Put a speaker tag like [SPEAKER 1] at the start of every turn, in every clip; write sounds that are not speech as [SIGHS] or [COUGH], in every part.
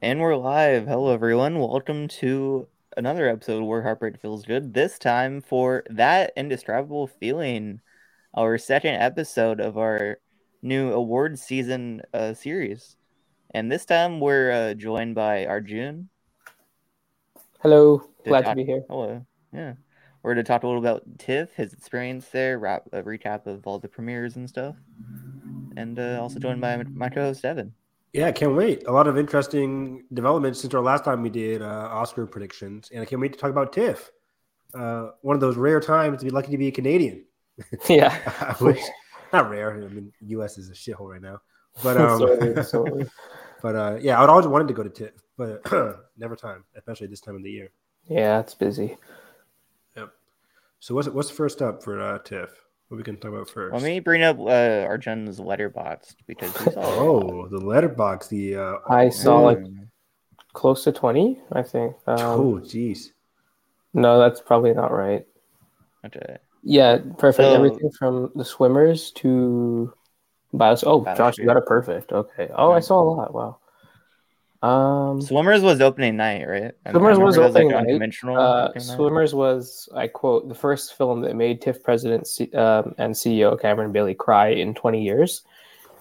[SPEAKER 1] And we're live. Hello, everyone. Welcome to another episode where Heartbreak Feels Good. This time for That Indescribable Feeling, our second episode of our new award season uh, series. And this time we're uh, joined by Arjun.
[SPEAKER 2] Hello,
[SPEAKER 1] to
[SPEAKER 2] glad
[SPEAKER 1] talk-
[SPEAKER 2] to
[SPEAKER 1] [LAUGHS]
[SPEAKER 2] be here.
[SPEAKER 1] Hello. uh, Yeah. We're to talk a little about TIFF, his experience there, wrap a recap of all the premieres and stuff. And uh, also joined by my co host, Evan.
[SPEAKER 3] Yeah, I can't wait. A lot of interesting developments since our last time we did uh, Oscar predictions, and I can't wait to talk about TIFF. Uh, one of those rare times to be lucky to be a Canadian. [LAUGHS]
[SPEAKER 2] Yeah.
[SPEAKER 3] I wish- not rare. I mean, U.S. is a shithole right now.
[SPEAKER 2] [LAUGHS]
[SPEAKER 3] But um,
[SPEAKER 2] Sorry, sorry.
[SPEAKER 3] but uh, yeah, I'd always wanted to go to TIFF, but [CLEARS THROAT] never time, especially this time of the year.
[SPEAKER 2] Yeah, it's busy.
[SPEAKER 3] So what's what's first up for uh, TIFF? What we can talk about first?
[SPEAKER 1] Let me bring up uh, Arjun's letterbox because he's all
[SPEAKER 3] oh, the letterbox. The uh,
[SPEAKER 2] I saw like
[SPEAKER 1] Mm.
[SPEAKER 2] close to 20, I think. Um,
[SPEAKER 3] oh, jeez.
[SPEAKER 2] no, that's probably not right.
[SPEAKER 1] Okay.
[SPEAKER 2] Yeah, perfect.
[SPEAKER 1] So-
[SPEAKER 2] Everything from the swimmers to bios. Oh, Josh, you
[SPEAKER 1] Biosphere.
[SPEAKER 2] got it perfect. Okay. Oh, I
[SPEAKER 1] Yeah.
[SPEAKER 2] saw a lot. Wow. Um,
[SPEAKER 1] Swimmers was opening night, right? I- I
[SPEAKER 2] Swimmers was
[SPEAKER 1] remember that
[SPEAKER 2] opening
[SPEAKER 1] like
[SPEAKER 2] night.
[SPEAKER 1] unconventional
[SPEAKER 2] uh,
[SPEAKER 1] opening night.
[SPEAKER 2] Swimmers was, I quote, the first film that made TIFF president C- um, and CEO Cameron Bailey cry in 20 years.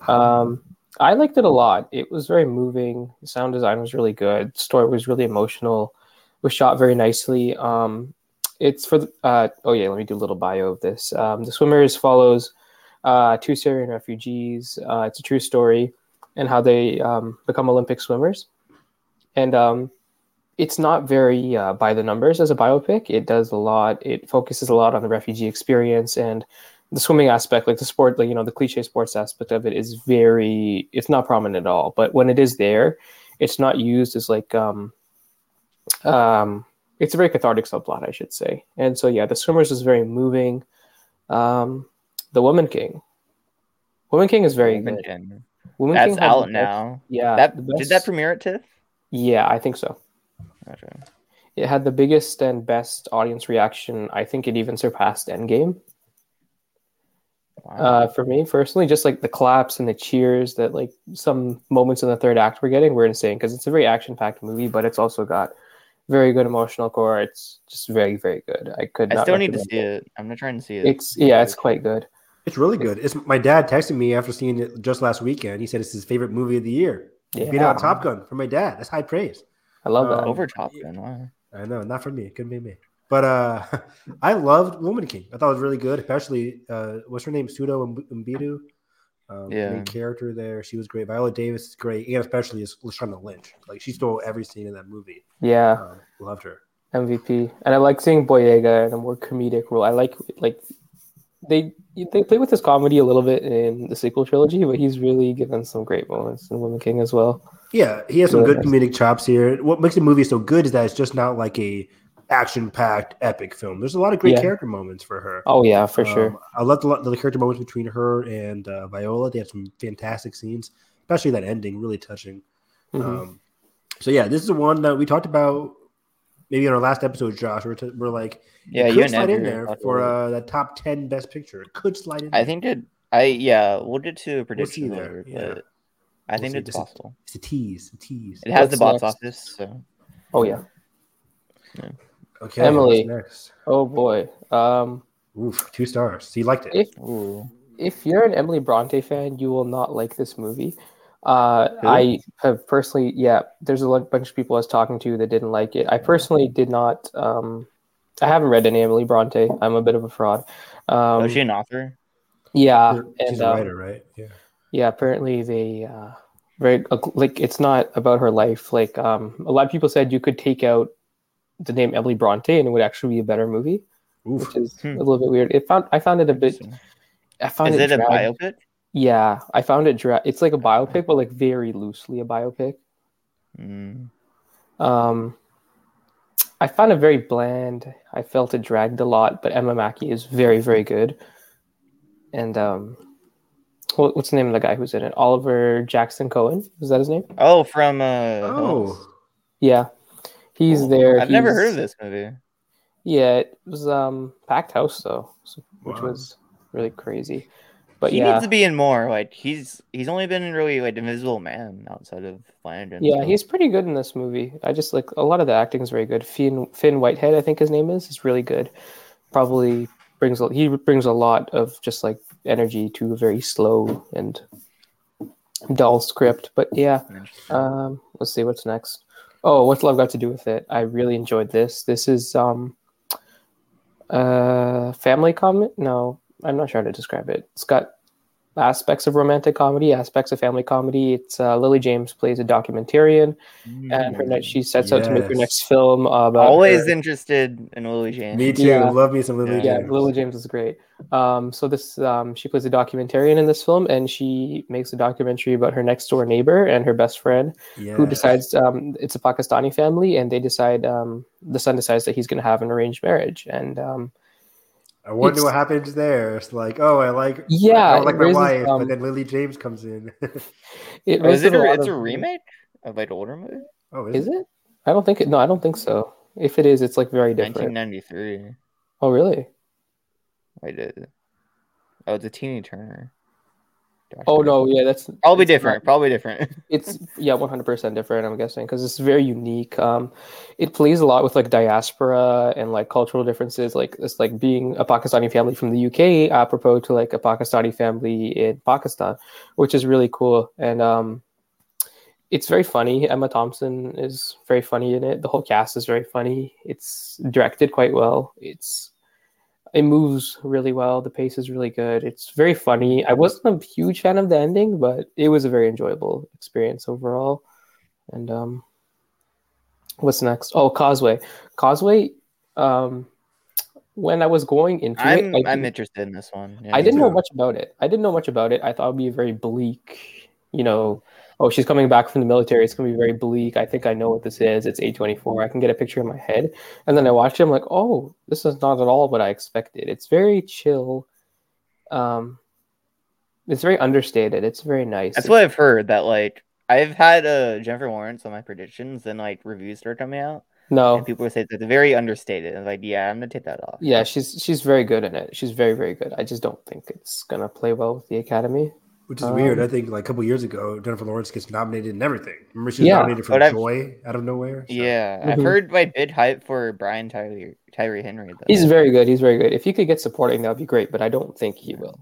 [SPEAKER 2] Um, I liked it a lot. It was very moving. The sound design was really good. Story was really emotional. Was shot very nicely. Um, it's for the, uh, oh yeah, let me do a little bio of this. Um, the Swimmers follows uh, two Syrian refugees. Uh, it's a true story and how they um, become Olympic swimmers. And um, it's not very uh, by the numbers as a biopic. It does a lot. It focuses a lot on the refugee experience and the swimming aspect, like the sport, like you know, the cliche sports aspect of it is very. It's not prominent at all. But when it is there, it's not used as like um, um, it's a very cathartic subplot, I should say. And so yeah, the swimmers is very moving. Um, the Woman King. Woman King is very
[SPEAKER 1] Open
[SPEAKER 2] good.
[SPEAKER 1] gym.
[SPEAKER 2] Woman
[SPEAKER 1] That's
[SPEAKER 2] King had the
[SPEAKER 1] out
[SPEAKER 2] best-
[SPEAKER 1] now.
[SPEAKER 2] Yeah,
[SPEAKER 1] that
[SPEAKER 2] the
[SPEAKER 1] did that
[SPEAKER 2] best-
[SPEAKER 1] premiere at TIFF?
[SPEAKER 2] yeah, I think so.
[SPEAKER 1] Okay.
[SPEAKER 2] It had the biggest and best audience reaction. I think it even surpassed Endgame
[SPEAKER 1] Wow.
[SPEAKER 2] uh, for me personally. Just like the claps and the cheers that like some moments in the third act we're getting were insane because it's a very action packed movie, but it's also got very good emotional core. It's just very very good. I could.
[SPEAKER 1] I
[SPEAKER 2] not
[SPEAKER 1] still need to
[SPEAKER 2] recommend
[SPEAKER 1] see it. I'm gonna try and see
[SPEAKER 2] it.
[SPEAKER 1] it.
[SPEAKER 2] It's yeah, it's quite good.
[SPEAKER 3] It's really good. It's my dad texted me after seeing it just last weekend. He said it's his favorite movie of the year.
[SPEAKER 2] Yeah.
[SPEAKER 3] Beat out Top Gun for my dad. That's high praise.
[SPEAKER 2] I love
[SPEAKER 3] Uh,
[SPEAKER 2] that.
[SPEAKER 1] over top then. Wow.
[SPEAKER 3] I know, not for me. It could be me. But uh, [LAUGHS] I loved Woman King. I thought it was really good, especially uh, what's her name, Pseudo Mbidu. Um, the
[SPEAKER 1] Yeah.
[SPEAKER 3] main character there. She was great. Viola Davis is great, and especially is Lashana Lynch. Like she stole every scene in that movie.
[SPEAKER 2] Yeah,
[SPEAKER 3] Um, loved her.
[SPEAKER 2] MVP. And I like seeing Boyega in a more comedic role. I like like they they play with his comedy a little bit in the sequel trilogy, but he's really given some great moments in Woman King as well.
[SPEAKER 3] Yeah, he has some
[SPEAKER 2] Really
[SPEAKER 3] good
[SPEAKER 2] nice.
[SPEAKER 3] comedic chops here. What makes the movie so good is that it's just not like a action-packed epic film. There's a lot of great
[SPEAKER 2] Yeah.
[SPEAKER 3] character moments for her.
[SPEAKER 2] Oh yeah, for sure.
[SPEAKER 3] Um, I loved a lot the character moments between her and uh, Viola. They had some fantastic scenes, especially that ending, really touching.
[SPEAKER 2] Mhm.
[SPEAKER 3] Um, so yeah, this is the one that we talked about maybe in our last episode, Josh. We're, t- we're like,
[SPEAKER 1] Yeah,
[SPEAKER 3] it
[SPEAKER 1] you
[SPEAKER 3] could
[SPEAKER 1] and
[SPEAKER 3] slide in
[SPEAKER 1] Andrew
[SPEAKER 3] there
[SPEAKER 1] talked
[SPEAKER 3] for
[SPEAKER 1] about
[SPEAKER 3] uh, that top ten best picture. It could slide in.
[SPEAKER 1] I
[SPEAKER 2] um,
[SPEAKER 3] there.
[SPEAKER 1] think it I yeah, we'll get to a prediction
[SPEAKER 3] there,
[SPEAKER 1] later,
[SPEAKER 3] yeah.
[SPEAKER 1] but I
[SPEAKER 3] We'll
[SPEAKER 1] think
[SPEAKER 3] see.
[SPEAKER 1] it's
[SPEAKER 3] This is-
[SPEAKER 1] possible.
[SPEAKER 3] it's a tease. A tease.
[SPEAKER 1] It has the
[SPEAKER 2] What's
[SPEAKER 1] box
[SPEAKER 2] next?
[SPEAKER 1] office, so
[SPEAKER 2] Oh yeah.
[SPEAKER 3] Okay,
[SPEAKER 2] Emily.
[SPEAKER 3] what's
[SPEAKER 2] Oh boy. Um,
[SPEAKER 3] next? Oof, two stars. So you liked it.
[SPEAKER 2] if
[SPEAKER 1] Ooh.
[SPEAKER 2] if you're an Emily Bronte fan, you will not like this movie. Uh, I have personally, yeah, there's a lo- bunch of people I was talking to that didn't like it. I personally did not. Um, I haven't read any Emily Bronte. I'm a bit of a fraud. Um,
[SPEAKER 1] oh, is she an author?
[SPEAKER 2] yeah,
[SPEAKER 3] You're-
[SPEAKER 2] and
[SPEAKER 3] She's a
[SPEAKER 2] um,
[SPEAKER 3] writer, right? Yeah.
[SPEAKER 2] yeah apparently they uh very like it's not about her life like um a lot of people said you could take out the name emily bronte and it would actually be a better movie
[SPEAKER 3] Oof.
[SPEAKER 2] which is
[SPEAKER 1] Hmm.
[SPEAKER 2] a little bit weird it found i found it a bit
[SPEAKER 1] Interesting.
[SPEAKER 2] i found
[SPEAKER 1] Is it a
[SPEAKER 2] drag-
[SPEAKER 1] biopic?
[SPEAKER 2] yeah i found it dra- it's like a biopic but like very loosely a biopic
[SPEAKER 1] Mm.
[SPEAKER 2] um i found it very bland i felt it dragged a lot but emma mackey is very very good and um what, what's the name of the guy who's in it oliver jackson cohen is that his name
[SPEAKER 1] Oh, from uh Holmes.
[SPEAKER 3] Oh,
[SPEAKER 2] Yeah, he's
[SPEAKER 1] Cool.
[SPEAKER 2] there.
[SPEAKER 1] I've never heard of
[SPEAKER 2] he's-
[SPEAKER 1] this movie.
[SPEAKER 2] Yeah, it was um packed house though, so, which
[SPEAKER 3] Wow.
[SPEAKER 2] was really crazy. But
[SPEAKER 1] he
[SPEAKER 2] yeah,
[SPEAKER 1] needs to be in more. Like he's he's only been in really like Invisible Man outside of Flanders.
[SPEAKER 2] yeah, he's pretty good in this movie. I just like a lot of the acting is very good. Finn Finn Whitehead, I think his name is, is really good. Probably brings a, he brings a lot of just like energy to a very slow and dull script. But yeah, Um, let's see what's next. Oh, what's love got to do with it? I really enjoyed this. This is um, uh, family comment. No, I'm not sure how to describe it. It's got aspects of romantic comedy, aspects of family comedy. It's uh, Lily James plays a documentarian, and her next, she sets out to make her
[SPEAKER 3] Yes.
[SPEAKER 2] next film about
[SPEAKER 1] always
[SPEAKER 2] her-
[SPEAKER 1] interested in Lily James.
[SPEAKER 3] Me too.
[SPEAKER 2] Yeah.
[SPEAKER 3] Love me some Lily
[SPEAKER 1] Yeah.
[SPEAKER 2] yeah,
[SPEAKER 3] James.
[SPEAKER 2] Lily James is great. Um, so this um, she plays a documentarian in this film, and she makes a documentary about her next door neighbor and her best friend
[SPEAKER 3] Yes.
[SPEAKER 2] who decides um, it's a Pakistani family, and they decide um, the son decides that he's going to have an arranged marriage, and um,
[SPEAKER 3] I wonder
[SPEAKER 2] it's-
[SPEAKER 3] what happens there. It's like, oh, I like,
[SPEAKER 2] Yeah,
[SPEAKER 3] I
[SPEAKER 2] it
[SPEAKER 3] don't like my
[SPEAKER 2] raises,
[SPEAKER 3] wife,
[SPEAKER 2] um,
[SPEAKER 3] but then Lily James comes in. [LAUGHS]
[SPEAKER 2] it
[SPEAKER 1] Oh, is
[SPEAKER 2] raises
[SPEAKER 1] it? A,
[SPEAKER 2] lot
[SPEAKER 1] it's a
[SPEAKER 2] of-
[SPEAKER 1] remake of like older movie.
[SPEAKER 3] oh,
[SPEAKER 2] Is
[SPEAKER 3] is,
[SPEAKER 2] it? I don't think it. No, I don't think so. If it is, it's like very different.
[SPEAKER 1] 1993.
[SPEAKER 2] Oh, really?
[SPEAKER 1] Wait, it- oh, it's a Teeny Turner. documentary.
[SPEAKER 2] Oh no, yeah, that's
[SPEAKER 1] Probably
[SPEAKER 2] it's not-
[SPEAKER 1] different. Probably different.
[SPEAKER 2] it's yeah 100% different i'm guessing because it's very unique um it plays a lot with like diaspora and like cultural differences like it's like being a pakistani family from the uk apropos to like a pakistani family in pakistan which is really cool and um it's very funny emma thompson is very funny in it the whole cast is very funny it's directed quite well it's it moves really well the pace is really good it's very funny i wasn't a huge fan of the ending but it was a very enjoyable experience overall and um what's next oh causeway causeway um when i was going into it
[SPEAKER 1] [LAUGHS] I'm
[SPEAKER 2] I
[SPEAKER 1] I'm
[SPEAKER 2] didn't-
[SPEAKER 1] interested in this one. Yeah,
[SPEAKER 2] I
[SPEAKER 1] me
[SPEAKER 2] didn't
[SPEAKER 1] too.
[SPEAKER 2] know
[SPEAKER 3] too.
[SPEAKER 2] much about it. I didn't know much about it. I thought it would be very bleak. You know, oh, she's coming back from the military. It's going to be very bleak. I think I know what this is. It's A24. I can get a picture in my head. And then I watched it. I'm like, oh, this is not at all what I expected. It's very chill. Um, it's very understated. It's very nice.
[SPEAKER 1] That's what I've heard. That like I've had uh, Jennifer Lawrence on my predictions, and like reviews start coming out,
[SPEAKER 2] no,
[SPEAKER 1] and people say that they're very understated. And like, yeah, I'm gonna take that off.
[SPEAKER 2] yeah, she's she's very good in it. She's very very good. I just don't think it's gonna play well with the Academy.
[SPEAKER 3] which is weird.
[SPEAKER 2] Um,
[SPEAKER 3] I think like a couple years ago, Jennifer Lawrence gets nominated in everything. Remember, she was
[SPEAKER 2] Yeah.
[SPEAKER 3] nominated for
[SPEAKER 1] But I've-
[SPEAKER 3] Joy out of nowhere. So-
[SPEAKER 1] Yeah, I've
[SPEAKER 2] Mhm.
[SPEAKER 1] heard like big hype for Brian Tyree Tyree Henry. Though.
[SPEAKER 2] He's very good. He's very good. If he could get supporting, that would be great. But I don't think he will.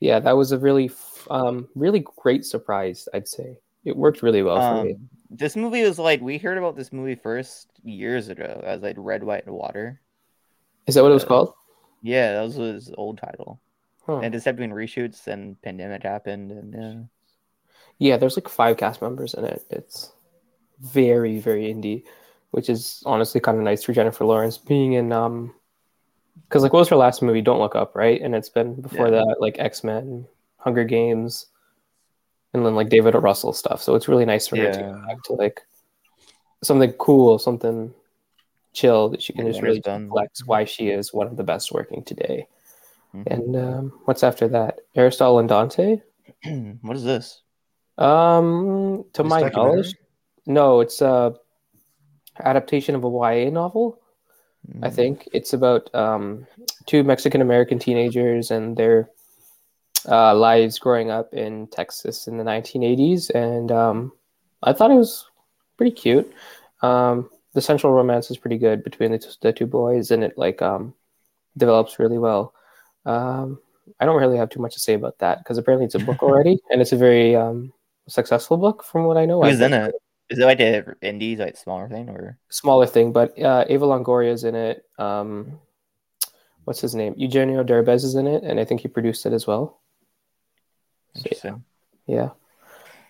[SPEAKER 2] Yeah, that was a really, f- um, really great surprise. I'd say it worked really well for me.
[SPEAKER 1] Um, this movie was like we heard about this movie first years ago as like Red, White, and Water.
[SPEAKER 2] Is that what it was
[SPEAKER 1] uh,
[SPEAKER 2] called?
[SPEAKER 1] Yeah, that was his old title.
[SPEAKER 2] Huh.
[SPEAKER 1] And it's had been reshoots and pandemic happened and yeah.
[SPEAKER 2] Yeah, there's like five cast members in it. It's very, very indie, which is honestly kind of nice for Jennifer Lawrence being in. Um, because like, what was her last movie? Don't Look Up, right? And it's been before
[SPEAKER 1] Yeah.
[SPEAKER 2] that, like X Men, Hunger Games, and then like David O. Russell stuff. So it's really nice for her to
[SPEAKER 1] Yeah.
[SPEAKER 2] go back to like something cool, something chill that she can
[SPEAKER 1] Yeah,
[SPEAKER 2] just really
[SPEAKER 1] it's done.
[SPEAKER 2] flex why she is one of the best working today.
[SPEAKER 1] Mhm.
[SPEAKER 2] And um, what's after that? Aristotle and Dante.
[SPEAKER 1] uh, [CLEARS THROAT] what is this?
[SPEAKER 2] Um, to
[SPEAKER 3] This
[SPEAKER 2] my
[SPEAKER 3] documentary?
[SPEAKER 2] knowledge, no, it's a adaptation of a YA novel.
[SPEAKER 1] Mm.
[SPEAKER 2] I think it's about um, two Mexican American teenagers and their uh, lives growing up in Texas in the 1980s, and um, I thought it was pretty cute. Um, the central romance is pretty good between the, t- the two boys, and it like um, develops really well. Um, I don't really have too much to say about that because apparently it's a book already, and it's a very um, successful book from what I know. I
[SPEAKER 1] Who's in
[SPEAKER 2] think-
[SPEAKER 1] it? Is it like a indie like smaller thing or
[SPEAKER 2] smaller thing, but uh, Ava Longoria's in it. Um, what's his name? Eugenio Derbez is in it, and I think he produced it as well. So,
[SPEAKER 1] interesting?
[SPEAKER 2] yeah.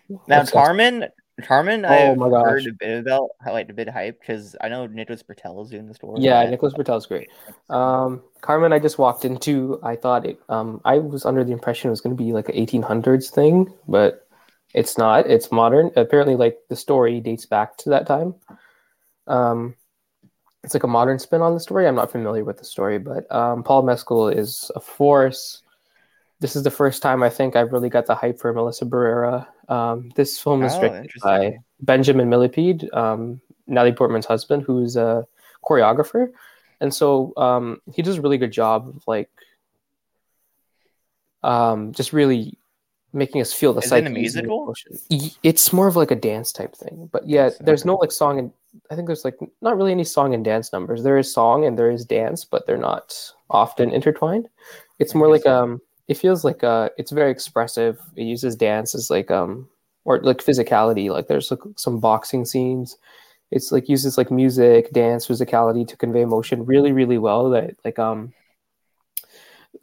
[SPEAKER 1] Now
[SPEAKER 2] What's that?
[SPEAKER 1] Carmen Carmen
[SPEAKER 2] Oh
[SPEAKER 1] I've
[SPEAKER 2] my gosh.
[SPEAKER 1] heard a bit about how like a bit hype because I know Nicholas Bertel is doing the story.
[SPEAKER 2] Yeah, Nicholas Bertel's great. Um, Carmen, I just walked into. I thought it. Um, I was under the impression it was going to be like an 1800s thing, but it's not. It's modern. Apparently, like the story dates back to that time. Um, it's like a modern spin on the story. I'm not familiar with the story, but um, Paul Mescal is a force. This is the first time I think I've really got the hype for Melissa Barrera. Um, this film is
[SPEAKER 1] Oh,
[SPEAKER 2] directed
[SPEAKER 1] interesting.
[SPEAKER 2] by Benjamin Millipede, um, Natalie Portman's husband, who's a choreographer, and so um, he does a really good job of like um, just really making us feel the
[SPEAKER 1] Is it a
[SPEAKER 2] psyche using the
[SPEAKER 1] musical?
[SPEAKER 2] emotion. Y- It's more of like a dance type thing, but yeah,
[SPEAKER 1] Yes,
[SPEAKER 2] there's no
[SPEAKER 1] okay.
[SPEAKER 2] like song and I think there's like not really any song and dance numbers. There is song and there is dance, but they're not often intertwined. It's more like um, it feels like uh, it's very expressive. It uses dance as like um, or like physicality. Like there's like some boxing scenes. It's like uses like music, dance, physicality to convey emotion really, really well. That like um,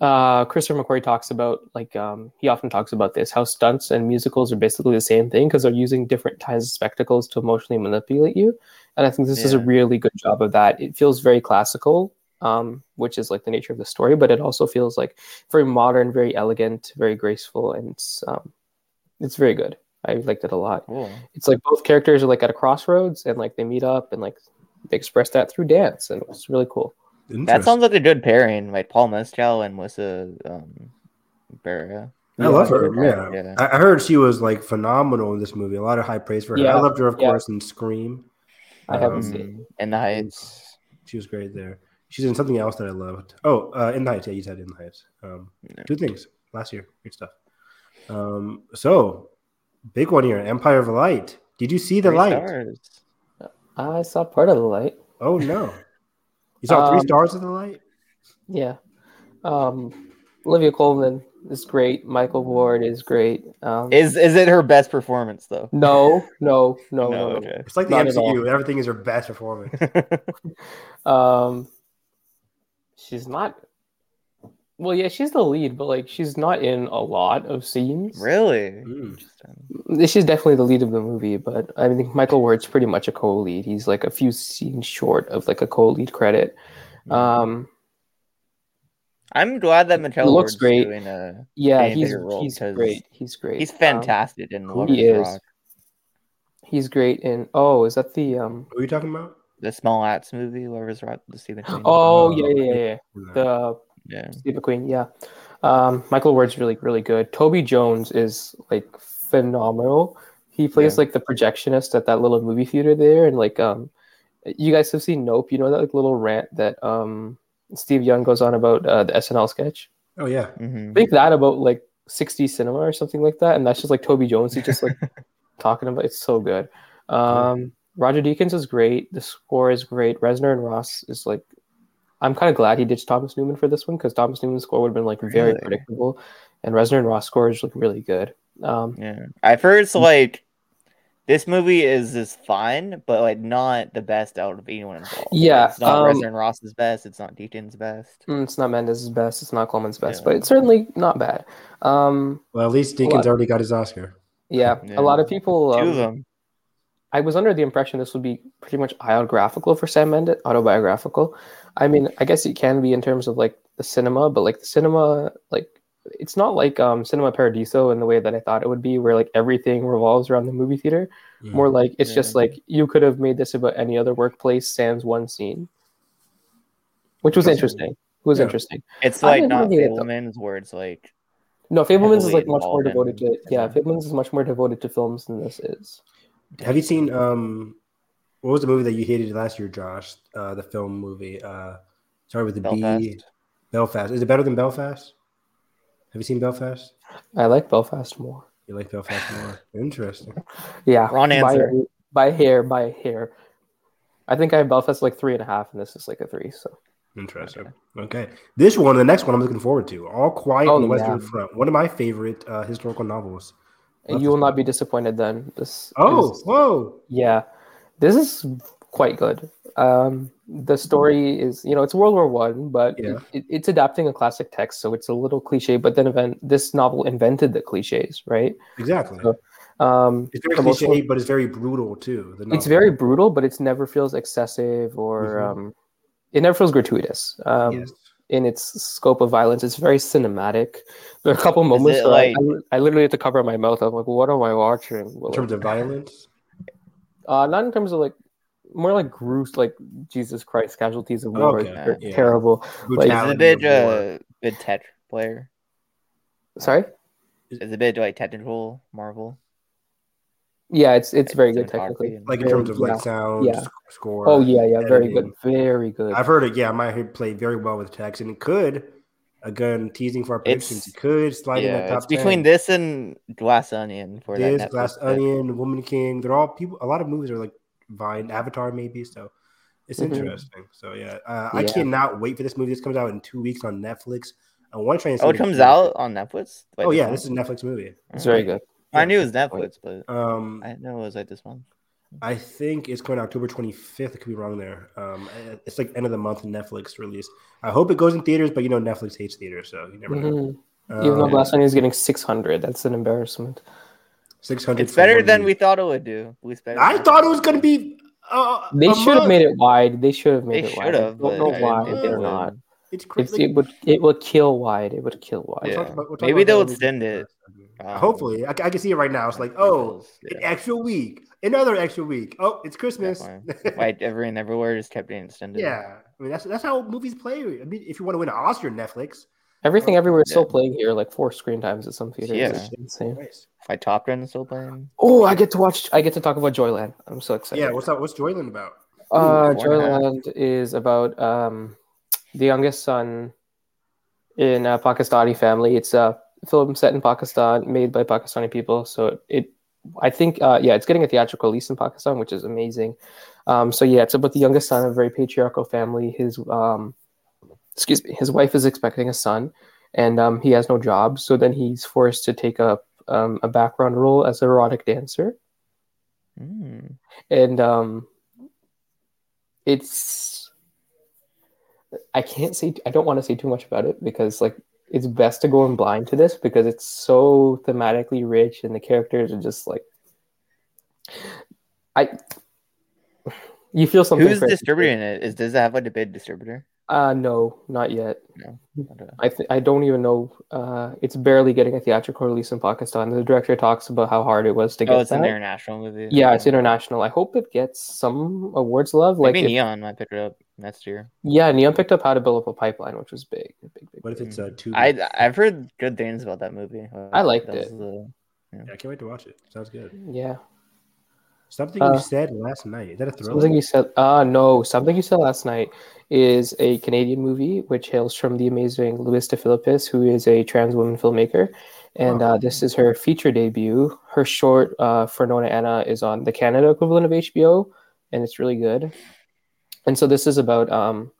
[SPEAKER 2] uh, Christopher McQuarrie talks about like um, he often talks about this how stunts and musicals are basically the same thing because they're using different kinds of spectacles to emotionally manipulate you, and I think this is a
[SPEAKER 1] Yeah.
[SPEAKER 2] really good job of that. It feels very classical, um, which is like the nature of the story, but it also feels like very modern, very elegant, very graceful, and it's, um, it's very good. I liked it a lot.
[SPEAKER 1] Cool.
[SPEAKER 2] It's like both characters are like at a crossroads and like they meet up and like they express that through dance, and it's really cool.
[SPEAKER 1] That
[SPEAKER 3] Interesting.
[SPEAKER 1] sounds like a good pairing, like Paul Mescal and Melissa um, Barra.
[SPEAKER 3] I love her.
[SPEAKER 1] Yeah.
[SPEAKER 3] Yeah.
[SPEAKER 1] Yeah.
[SPEAKER 3] I I heard she was like phenomenal in this movie. A lot of high praise for her.
[SPEAKER 2] Yeah.
[SPEAKER 3] I loved her, of
[SPEAKER 2] Yeah.
[SPEAKER 3] course, in Scream.
[SPEAKER 2] I haven't
[SPEAKER 3] Um,
[SPEAKER 2] seen.
[SPEAKER 1] Mm, And the Heights.
[SPEAKER 3] She was great there. She's in something else that I loved. Oh, uh, In the Heights. Yeah, you said In the Heights. Um,
[SPEAKER 1] Yeah.
[SPEAKER 3] Two things last year. Great stuff. Um, so, big one here Empire of Light. Did you see the
[SPEAKER 1] Three
[SPEAKER 3] light?
[SPEAKER 1] stars. Um,
[SPEAKER 2] I saw part of the light.
[SPEAKER 3] Oh, no. You saw three
[SPEAKER 2] Um,
[SPEAKER 3] stars of the light?
[SPEAKER 2] Yeah. Um, Olivia Colman is great. Michael Ward is great. Um,
[SPEAKER 1] Is is it her best performance though? Oh,
[SPEAKER 2] no, no, no, no, no.
[SPEAKER 1] okay.
[SPEAKER 3] It's like the
[SPEAKER 2] not at all.
[SPEAKER 3] MCU. Everything is her best performance.
[SPEAKER 2] Um, she's not. Well, yeah, she's the lead, but like she's not in a lot of scenes.
[SPEAKER 1] Really?
[SPEAKER 3] Mm.
[SPEAKER 1] Interesting.
[SPEAKER 2] She's definitely the lead of the movie, but I think Michael Ward's pretty much a co-lead. He's like a few scenes short of like a co-lead credit.
[SPEAKER 1] Mm-hmm.
[SPEAKER 2] Um,
[SPEAKER 1] I'm glad that Michelle
[SPEAKER 2] looks
[SPEAKER 1] Ward's
[SPEAKER 2] great.
[SPEAKER 1] doing a.
[SPEAKER 2] yeah,
[SPEAKER 1] Getting a
[SPEAKER 2] he's
[SPEAKER 1] bigger role
[SPEAKER 2] he's
[SPEAKER 1] because
[SPEAKER 2] great. He's great.
[SPEAKER 1] He's
[SPEAKER 2] Um,
[SPEAKER 1] fantastic in Love
[SPEAKER 2] he
[SPEAKER 1] is
[SPEAKER 2] is.
[SPEAKER 1] Rock,
[SPEAKER 2] he's great in. Oh, is that the um?
[SPEAKER 3] What are you talking about?
[SPEAKER 1] the Small Axe movie. Love is Rock, the Stephen. King.
[SPEAKER 2] Oh,
[SPEAKER 3] Oh,
[SPEAKER 2] yeah, yeah, yeah,
[SPEAKER 3] yeah.
[SPEAKER 2] yeah.
[SPEAKER 3] No.
[SPEAKER 2] The
[SPEAKER 1] yeah.
[SPEAKER 2] Steve McQueen, yeah. Um, Michael Ward's really, really good. Toby Jones is like phenomenal. He plays
[SPEAKER 1] Yeah.
[SPEAKER 2] like the projectionist at that little movie theater there, and like um, you guys have seen Nope. You know that like little rant that um Steve Young goes on about uh, the SNL sketch.
[SPEAKER 3] oh, yeah.
[SPEAKER 1] hmm
[SPEAKER 2] Think that about like 60 cinema or something like that, and that's just like Toby Jones. He's
[SPEAKER 1] [LAUGHS]
[SPEAKER 2] just like talking about. It's so good. Um, Roger Deakins is great. The score is great. Reznor and Ross is like. I'm kind of glad he ditched Thomas Newman for this one because Thomas Newman's score would have been like very
[SPEAKER 1] Really?
[SPEAKER 2] predictable, and Reznor and Ross score is like really good. Um,
[SPEAKER 1] Yeah. At first, like this movie is is fine, but like not the best out of anyone involved.
[SPEAKER 2] Yeah,
[SPEAKER 1] It's not
[SPEAKER 2] um,
[SPEAKER 1] Reznor and Ross's best. It's not Deacon's best.
[SPEAKER 2] mm, it's not Mendez's best. It's not Coleman's best,
[SPEAKER 1] Yeah.
[SPEAKER 2] but it's certainly not bad. Um,
[SPEAKER 3] Well, at least
[SPEAKER 2] What?
[SPEAKER 3] Deacon's already got his Oscar.
[SPEAKER 2] yeah,
[SPEAKER 1] Yeah.
[SPEAKER 2] a lot of people.
[SPEAKER 1] Two
[SPEAKER 2] Um,
[SPEAKER 1] of them.
[SPEAKER 2] I was under the impression this would be pretty much autographical for Sam Mendes, autobiographical. I mean, I guess it can be in terms of like the cinema, but like the cinema, like it's not like um Cinema Paradiso in the way that I thought it would be, where like everything revolves around the movie theater.
[SPEAKER 3] Mm.
[SPEAKER 2] More like it's just
[SPEAKER 1] Mm-hmm. Yeah.
[SPEAKER 2] like you could have made this about any other workplace. Sam's one scene, which was
[SPEAKER 3] Yes.
[SPEAKER 2] interesting. It was
[SPEAKER 3] Yeah.
[SPEAKER 2] interesting.
[SPEAKER 1] It's
[SPEAKER 2] I
[SPEAKER 1] like
[SPEAKER 2] didn't
[SPEAKER 1] not
[SPEAKER 2] argue it, though.
[SPEAKER 1] Fableman's where it's like
[SPEAKER 2] No, Fableman's is
[SPEAKER 1] Heavily
[SPEAKER 2] like much more
[SPEAKER 1] involved in-
[SPEAKER 2] devoted to yeah.
[SPEAKER 1] yeah.
[SPEAKER 2] Fableman's is much more devoted to films than this is.
[SPEAKER 3] Have you seen um what was the movie that you hated last year, Josh? Uh the film movie. Uh sorry with the B
[SPEAKER 1] Belfast.
[SPEAKER 3] Belfast. Is it better than Belfast? Have you seen Belfast?
[SPEAKER 2] I like Belfast more.
[SPEAKER 3] You like Belfast more. Interesting.
[SPEAKER 2] Yeah.
[SPEAKER 1] Wrong answer.
[SPEAKER 2] By, a- by hair, by a hair. I think I have Belfast like three and a half, and this is like a three. So
[SPEAKER 3] Interesting. Okay. This one, the next one I'm looking forward to. All Quiet
[SPEAKER 2] Oh,
[SPEAKER 3] on the Western
[SPEAKER 2] yeah.
[SPEAKER 3] Front. One of my favorite uh, historical novels. Love
[SPEAKER 2] you
[SPEAKER 3] this
[SPEAKER 2] will not
[SPEAKER 3] one.
[SPEAKER 2] be disappointed then. This
[SPEAKER 3] Oh,
[SPEAKER 2] is-
[SPEAKER 3] whoa.
[SPEAKER 2] yeah, this is quite good. Um, the story is you know it's World War One, but
[SPEAKER 3] Yeah.
[SPEAKER 2] it, it- it's adapting a classic text, so it's a little cliche. But then event this novel invented the cliches, right?
[SPEAKER 3] Exactly.
[SPEAKER 2] So, Um,
[SPEAKER 3] It's very
[SPEAKER 2] emotional-
[SPEAKER 3] cliche, but it's very brutal too. The
[SPEAKER 2] it's
[SPEAKER 3] novel.
[SPEAKER 2] very brutal, but it's never feels excessive or
[SPEAKER 3] Mhm.
[SPEAKER 2] um, it never feels gratuitous. Um,
[SPEAKER 3] yes.
[SPEAKER 2] in its scope of violence. It's very cinematic. There are a couple moments
[SPEAKER 1] it
[SPEAKER 2] where I-
[SPEAKER 1] like-
[SPEAKER 2] I, li- I literally had to cover my mouth. I'm like, what am I watching?
[SPEAKER 3] in terms of violence.
[SPEAKER 2] uh, not in terms of like more like gruesome, like Jesus Christ casualties of war.
[SPEAKER 3] Okay,
[SPEAKER 2] They're
[SPEAKER 3] yeah.
[SPEAKER 2] Terrible.
[SPEAKER 1] Is
[SPEAKER 3] brutality
[SPEAKER 1] a
[SPEAKER 3] of
[SPEAKER 1] big
[SPEAKER 3] war.
[SPEAKER 1] uh big Tetris player?
[SPEAKER 2] Sorry.
[SPEAKER 1] Is a bit like technical Marvel?
[SPEAKER 2] Yeah, it's it's very good
[SPEAKER 1] Cinematography
[SPEAKER 2] technically.
[SPEAKER 1] and-
[SPEAKER 3] like in terms of like
[SPEAKER 2] Yeah.
[SPEAKER 3] sound
[SPEAKER 2] Yeah.
[SPEAKER 3] sc- score.
[SPEAKER 2] Oh yeah, yeah, very
[SPEAKER 3] editing.
[SPEAKER 2] good, very good.
[SPEAKER 3] I've heard it. Yeah, might have played very well with text, and it could again teasing for our
[SPEAKER 1] It's-
[SPEAKER 3] predictions. It could slide in that
[SPEAKER 1] yeah,
[SPEAKER 3] top
[SPEAKER 1] it's between
[SPEAKER 3] 10.
[SPEAKER 1] this and Glass Onion for
[SPEAKER 3] this
[SPEAKER 1] that. Netflix
[SPEAKER 3] Glass
[SPEAKER 1] pick.
[SPEAKER 3] Onion, Woman King. They're all people. A lot of movies are like Vine, Avatar, maybe. So it's
[SPEAKER 1] Mhm.
[SPEAKER 3] interesting. So yeah, uh, I
[SPEAKER 1] Yeah.
[SPEAKER 3] cannot wait for this movie. This comes out in two weeks on Netflix. I want to try and see
[SPEAKER 1] Oh, it comes out on Netflix. Wait,
[SPEAKER 3] Oh yeah,
[SPEAKER 1] month?
[SPEAKER 3] this is a Netflix movie.
[SPEAKER 2] It's very good.
[SPEAKER 1] I knew it was Netflix, but
[SPEAKER 3] Um,
[SPEAKER 1] I didn't know it was like this month.
[SPEAKER 3] I think it's going October 25th. I could be wrong there. Um, uh, it's like end of the month Netflix release. I hope it goes in theaters, but you know Netflix hates theaters, so you never know.
[SPEAKER 2] Mhm. Even though
[SPEAKER 3] Um,
[SPEAKER 2] Glass Onion is getting 600, that's an embarrassment.
[SPEAKER 3] 600.
[SPEAKER 1] It's better
[SPEAKER 3] for
[SPEAKER 1] than
[SPEAKER 3] one
[SPEAKER 1] we thought it would do. We spent.
[SPEAKER 3] I thought it was going to be. Uh,
[SPEAKER 2] They
[SPEAKER 3] a
[SPEAKER 2] should have
[SPEAKER 3] month.
[SPEAKER 2] made it wide. They should have made
[SPEAKER 1] They
[SPEAKER 2] it wide.
[SPEAKER 1] should have.
[SPEAKER 2] I
[SPEAKER 1] but
[SPEAKER 2] don't know
[SPEAKER 1] I
[SPEAKER 2] why
[SPEAKER 1] didn't think
[SPEAKER 3] they
[SPEAKER 2] they're
[SPEAKER 1] would.
[SPEAKER 2] not.
[SPEAKER 3] It's crazy.
[SPEAKER 2] It's, it would it would kill wide. It would kill wide.
[SPEAKER 1] Yeah.
[SPEAKER 3] We'll talk about- we'll talk
[SPEAKER 1] Maybe
[SPEAKER 3] about
[SPEAKER 1] they'll
[SPEAKER 3] that
[SPEAKER 1] extend it. um,
[SPEAKER 3] later. Hopefully, I, I can see it right now. It's like, oh, an
[SPEAKER 1] Yeah.
[SPEAKER 3] extra week, another extra week. Oh, it's Christmas.
[SPEAKER 1] Definitely. Why every and everywhere just kept getting extended.
[SPEAKER 3] yeah, I mean that's that's how movies play. I mean, if you want to win an Oscar, Netflix.
[SPEAKER 2] Everything
[SPEAKER 3] Yeah.
[SPEAKER 2] everywhere is still playing here, like four screen times at some theaters.
[SPEAKER 1] Yeah.
[SPEAKER 2] It's insane.
[SPEAKER 3] Nice.
[SPEAKER 1] My Top Gun is still playing.
[SPEAKER 2] Oh, I get to watch. I get to talk about Joyland. I'm so excited.
[SPEAKER 3] Yeah, what's up? What's Joyland about?
[SPEAKER 2] Uh,
[SPEAKER 1] Ooh, four and a half.
[SPEAKER 2] Joyland is about um, the youngest son in a Pakistani family. It's a film set in Pakistan, made by Pakistani people. So it, I think, uh, yeah, it's getting a theatrical release in Pakistan, which is amazing. Um, so yeah, it's about the youngest son of a very patriarchal family. His, um, excuse me, his wife is expecting a son, and um, he has no job. So then he's forced to take up um, a background role as an erotic dancer
[SPEAKER 1] Mm.
[SPEAKER 2] and um it's i can't say i don't want to say too much about it because like it's best to go in blind to this because it's so thematically rich and the characters are just like i you feel something
[SPEAKER 1] Who's
[SPEAKER 2] for-
[SPEAKER 1] distributing it? Is does it have like a big distributor?
[SPEAKER 2] uh no not yet
[SPEAKER 1] I don't know.
[SPEAKER 2] I th- I don't even know. Uh, it's barely getting a theatrical release in Pakistan. The director talks about how hard it was to get
[SPEAKER 1] Oh, it's
[SPEAKER 2] that.
[SPEAKER 1] an international movie.
[SPEAKER 2] Yeah, it's international. I hope it gets some awards love. Like
[SPEAKER 1] Maybe
[SPEAKER 2] if-
[SPEAKER 1] Neon might pick it up next year.
[SPEAKER 2] Yeah, Neon picked up How to Build Up a Pipeline, which was big, big, big.
[SPEAKER 3] What if it's uh, two?
[SPEAKER 1] I
[SPEAKER 3] weeks?
[SPEAKER 1] I've heard good things about that movie.
[SPEAKER 2] I liked
[SPEAKER 1] That was
[SPEAKER 2] it.
[SPEAKER 1] the-
[SPEAKER 3] Yeah, I can't wait to watch it. Sounds good.
[SPEAKER 2] Yeah,
[SPEAKER 3] Something
[SPEAKER 2] Uh,
[SPEAKER 3] you said last night. Is that a thriller?
[SPEAKER 2] something you said. Ah, no, something you said last night is a Canadian movie which hails from the amazing Louis De Philippis, who is a trans woman filmmaker, and
[SPEAKER 3] Oh.
[SPEAKER 2] uh, this is her feature debut. Her short uh, for Nona Anna is on the Canada equivalent of HBO, and it's really good. And so this is about um,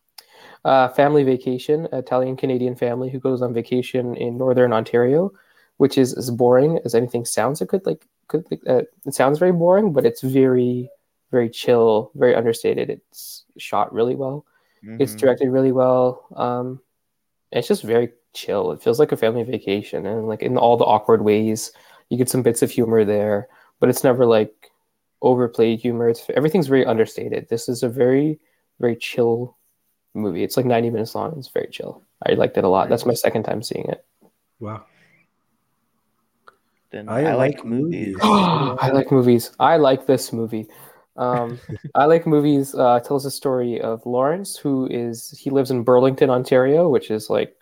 [SPEAKER 2] uh, family vacation, Italian Canadian family who goes on vacation in northern Ontario, which is as boring as anything sounds. It could like could uh, it sounds very boring, but it's very very chill, very understated. It's shot really well. It's
[SPEAKER 1] Mhm.
[SPEAKER 2] directed really well. Um, it's just very chill. It feels like a family vacation, and like in all the awkward ways, you get some bits of humor there, but it's never like overplayed humor. It's everything's very understated. This is a very very chill movie. It's like 90 minutes long. It's very chill. I liked it a lot. That's my second time seeing it.
[SPEAKER 3] Wow.
[SPEAKER 1] Then
[SPEAKER 3] I
[SPEAKER 1] I, like,
[SPEAKER 3] like
[SPEAKER 1] movies.
[SPEAKER 3] movies.
[SPEAKER 2] I like movies. I like this movie. Um, I like movies. Uh, tells the story of Lawrence, who is he lives in Burlington, Ontario, which is like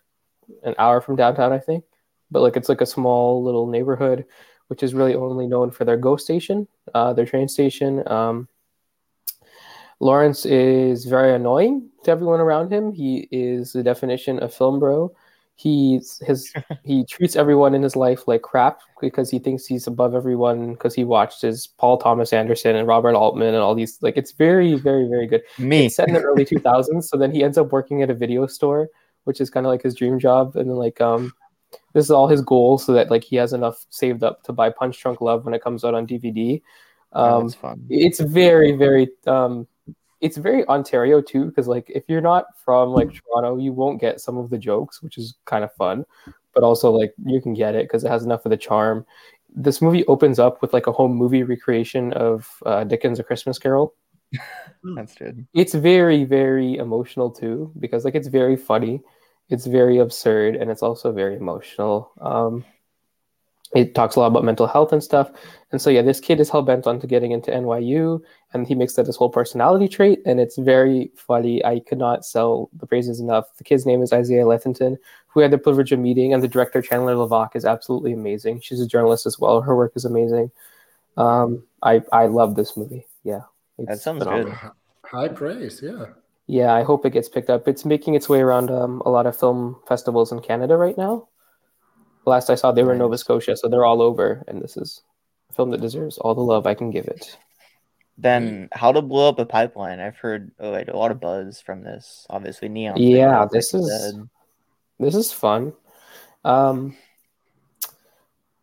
[SPEAKER 2] an hour from downtown, I think. But like it's like a small little neighborhood, which is really only known for their GO station, uh, their train station. Um, Lawrence is very annoying to everyone around him. He is the definition of film bro. He's his he treats everyone in his life like crap because he thinks he's above everyone because he watched his Paul Thomas Anderson and Robert Altman and all these like it's very very very good.
[SPEAKER 1] Me.
[SPEAKER 2] It's set in the early 2000s, so then he ends up working at a video store, which is kind of like his dream job and then like um this is all his goal so that like he has enough saved up to buy Punch Drunk Love when it comes out on DVD.
[SPEAKER 1] Oh,
[SPEAKER 2] Um
[SPEAKER 1] that's fun.
[SPEAKER 2] it's very very um it's very ontario too because like if you're not from like toronto you won't get some of the jokes which is kind of fun but also like you can get it because it has enough of the charm this movie opens up with like a home movie recreation of uh, dickens a christmas carol
[SPEAKER 1] That's good.
[SPEAKER 2] it's very very emotional too because like it's very funny it's very absurd and it's also very emotional um it talks a lot about mental health and stuff and so yeah this kid is hell-bent on to getting into nyu and he makes that his whole personality trait and it's very funny i could not sell the praises enough the kid's name is isaiah lethington who had the privilege of meeting and the director chandler levac is absolutely amazing she's a journalist as well her work is amazing um i i love this movie yeah
[SPEAKER 1] That
[SPEAKER 2] It's
[SPEAKER 1] sounds
[SPEAKER 2] phenomenal.
[SPEAKER 1] good.
[SPEAKER 3] High praise. Yeah.
[SPEAKER 2] Yeah, I hope it gets picked up. It's making its way around um, a lot of film festivals in Canada right now. Last I saw, they were in Nova Scotia, so they're all over, and this is a film that deserves all the love I can give it.
[SPEAKER 1] Then how to blow up a pipeline? I've heard oh, wait, a lot of buzz from this. Obviously, neon. Thing,
[SPEAKER 2] Yeah,
[SPEAKER 1] like
[SPEAKER 2] this
[SPEAKER 1] you
[SPEAKER 2] is-
[SPEAKER 1] said.
[SPEAKER 2] This is fun. Um,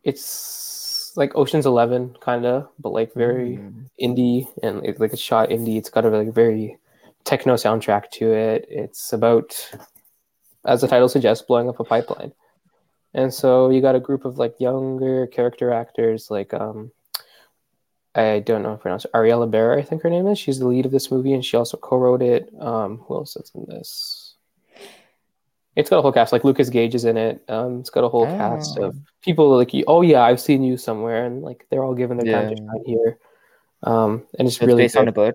[SPEAKER 2] it's like Ocean's Eleven, kind of, but like very
[SPEAKER 3] Mm-hmm.
[SPEAKER 1] Mm.
[SPEAKER 2] indie and it, like it's shot indie. It's got a like very techno soundtrack to it. It's about, as the title suggests, blowing up a pipeline. And so you got a group of like younger character actors, like um, I don't know how to pronounce it, Ariella Barra, I think her name is. She's the lead of this movie, and she also co-wrote it. Um, who else is in this? It's got a whole cast. Like Lucas Gage is in it. Um, it's got a whole cast
[SPEAKER 1] Oh.
[SPEAKER 2] of people like, you- oh yeah, I've seen you somewhere, and like they're all given their time to
[SPEAKER 1] Yeah.
[SPEAKER 2] shine here. Um, and it's
[SPEAKER 1] So it's
[SPEAKER 2] really
[SPEAKER 1] based on a
[SPEAKER 2] good.
[SPEAKER 1] book.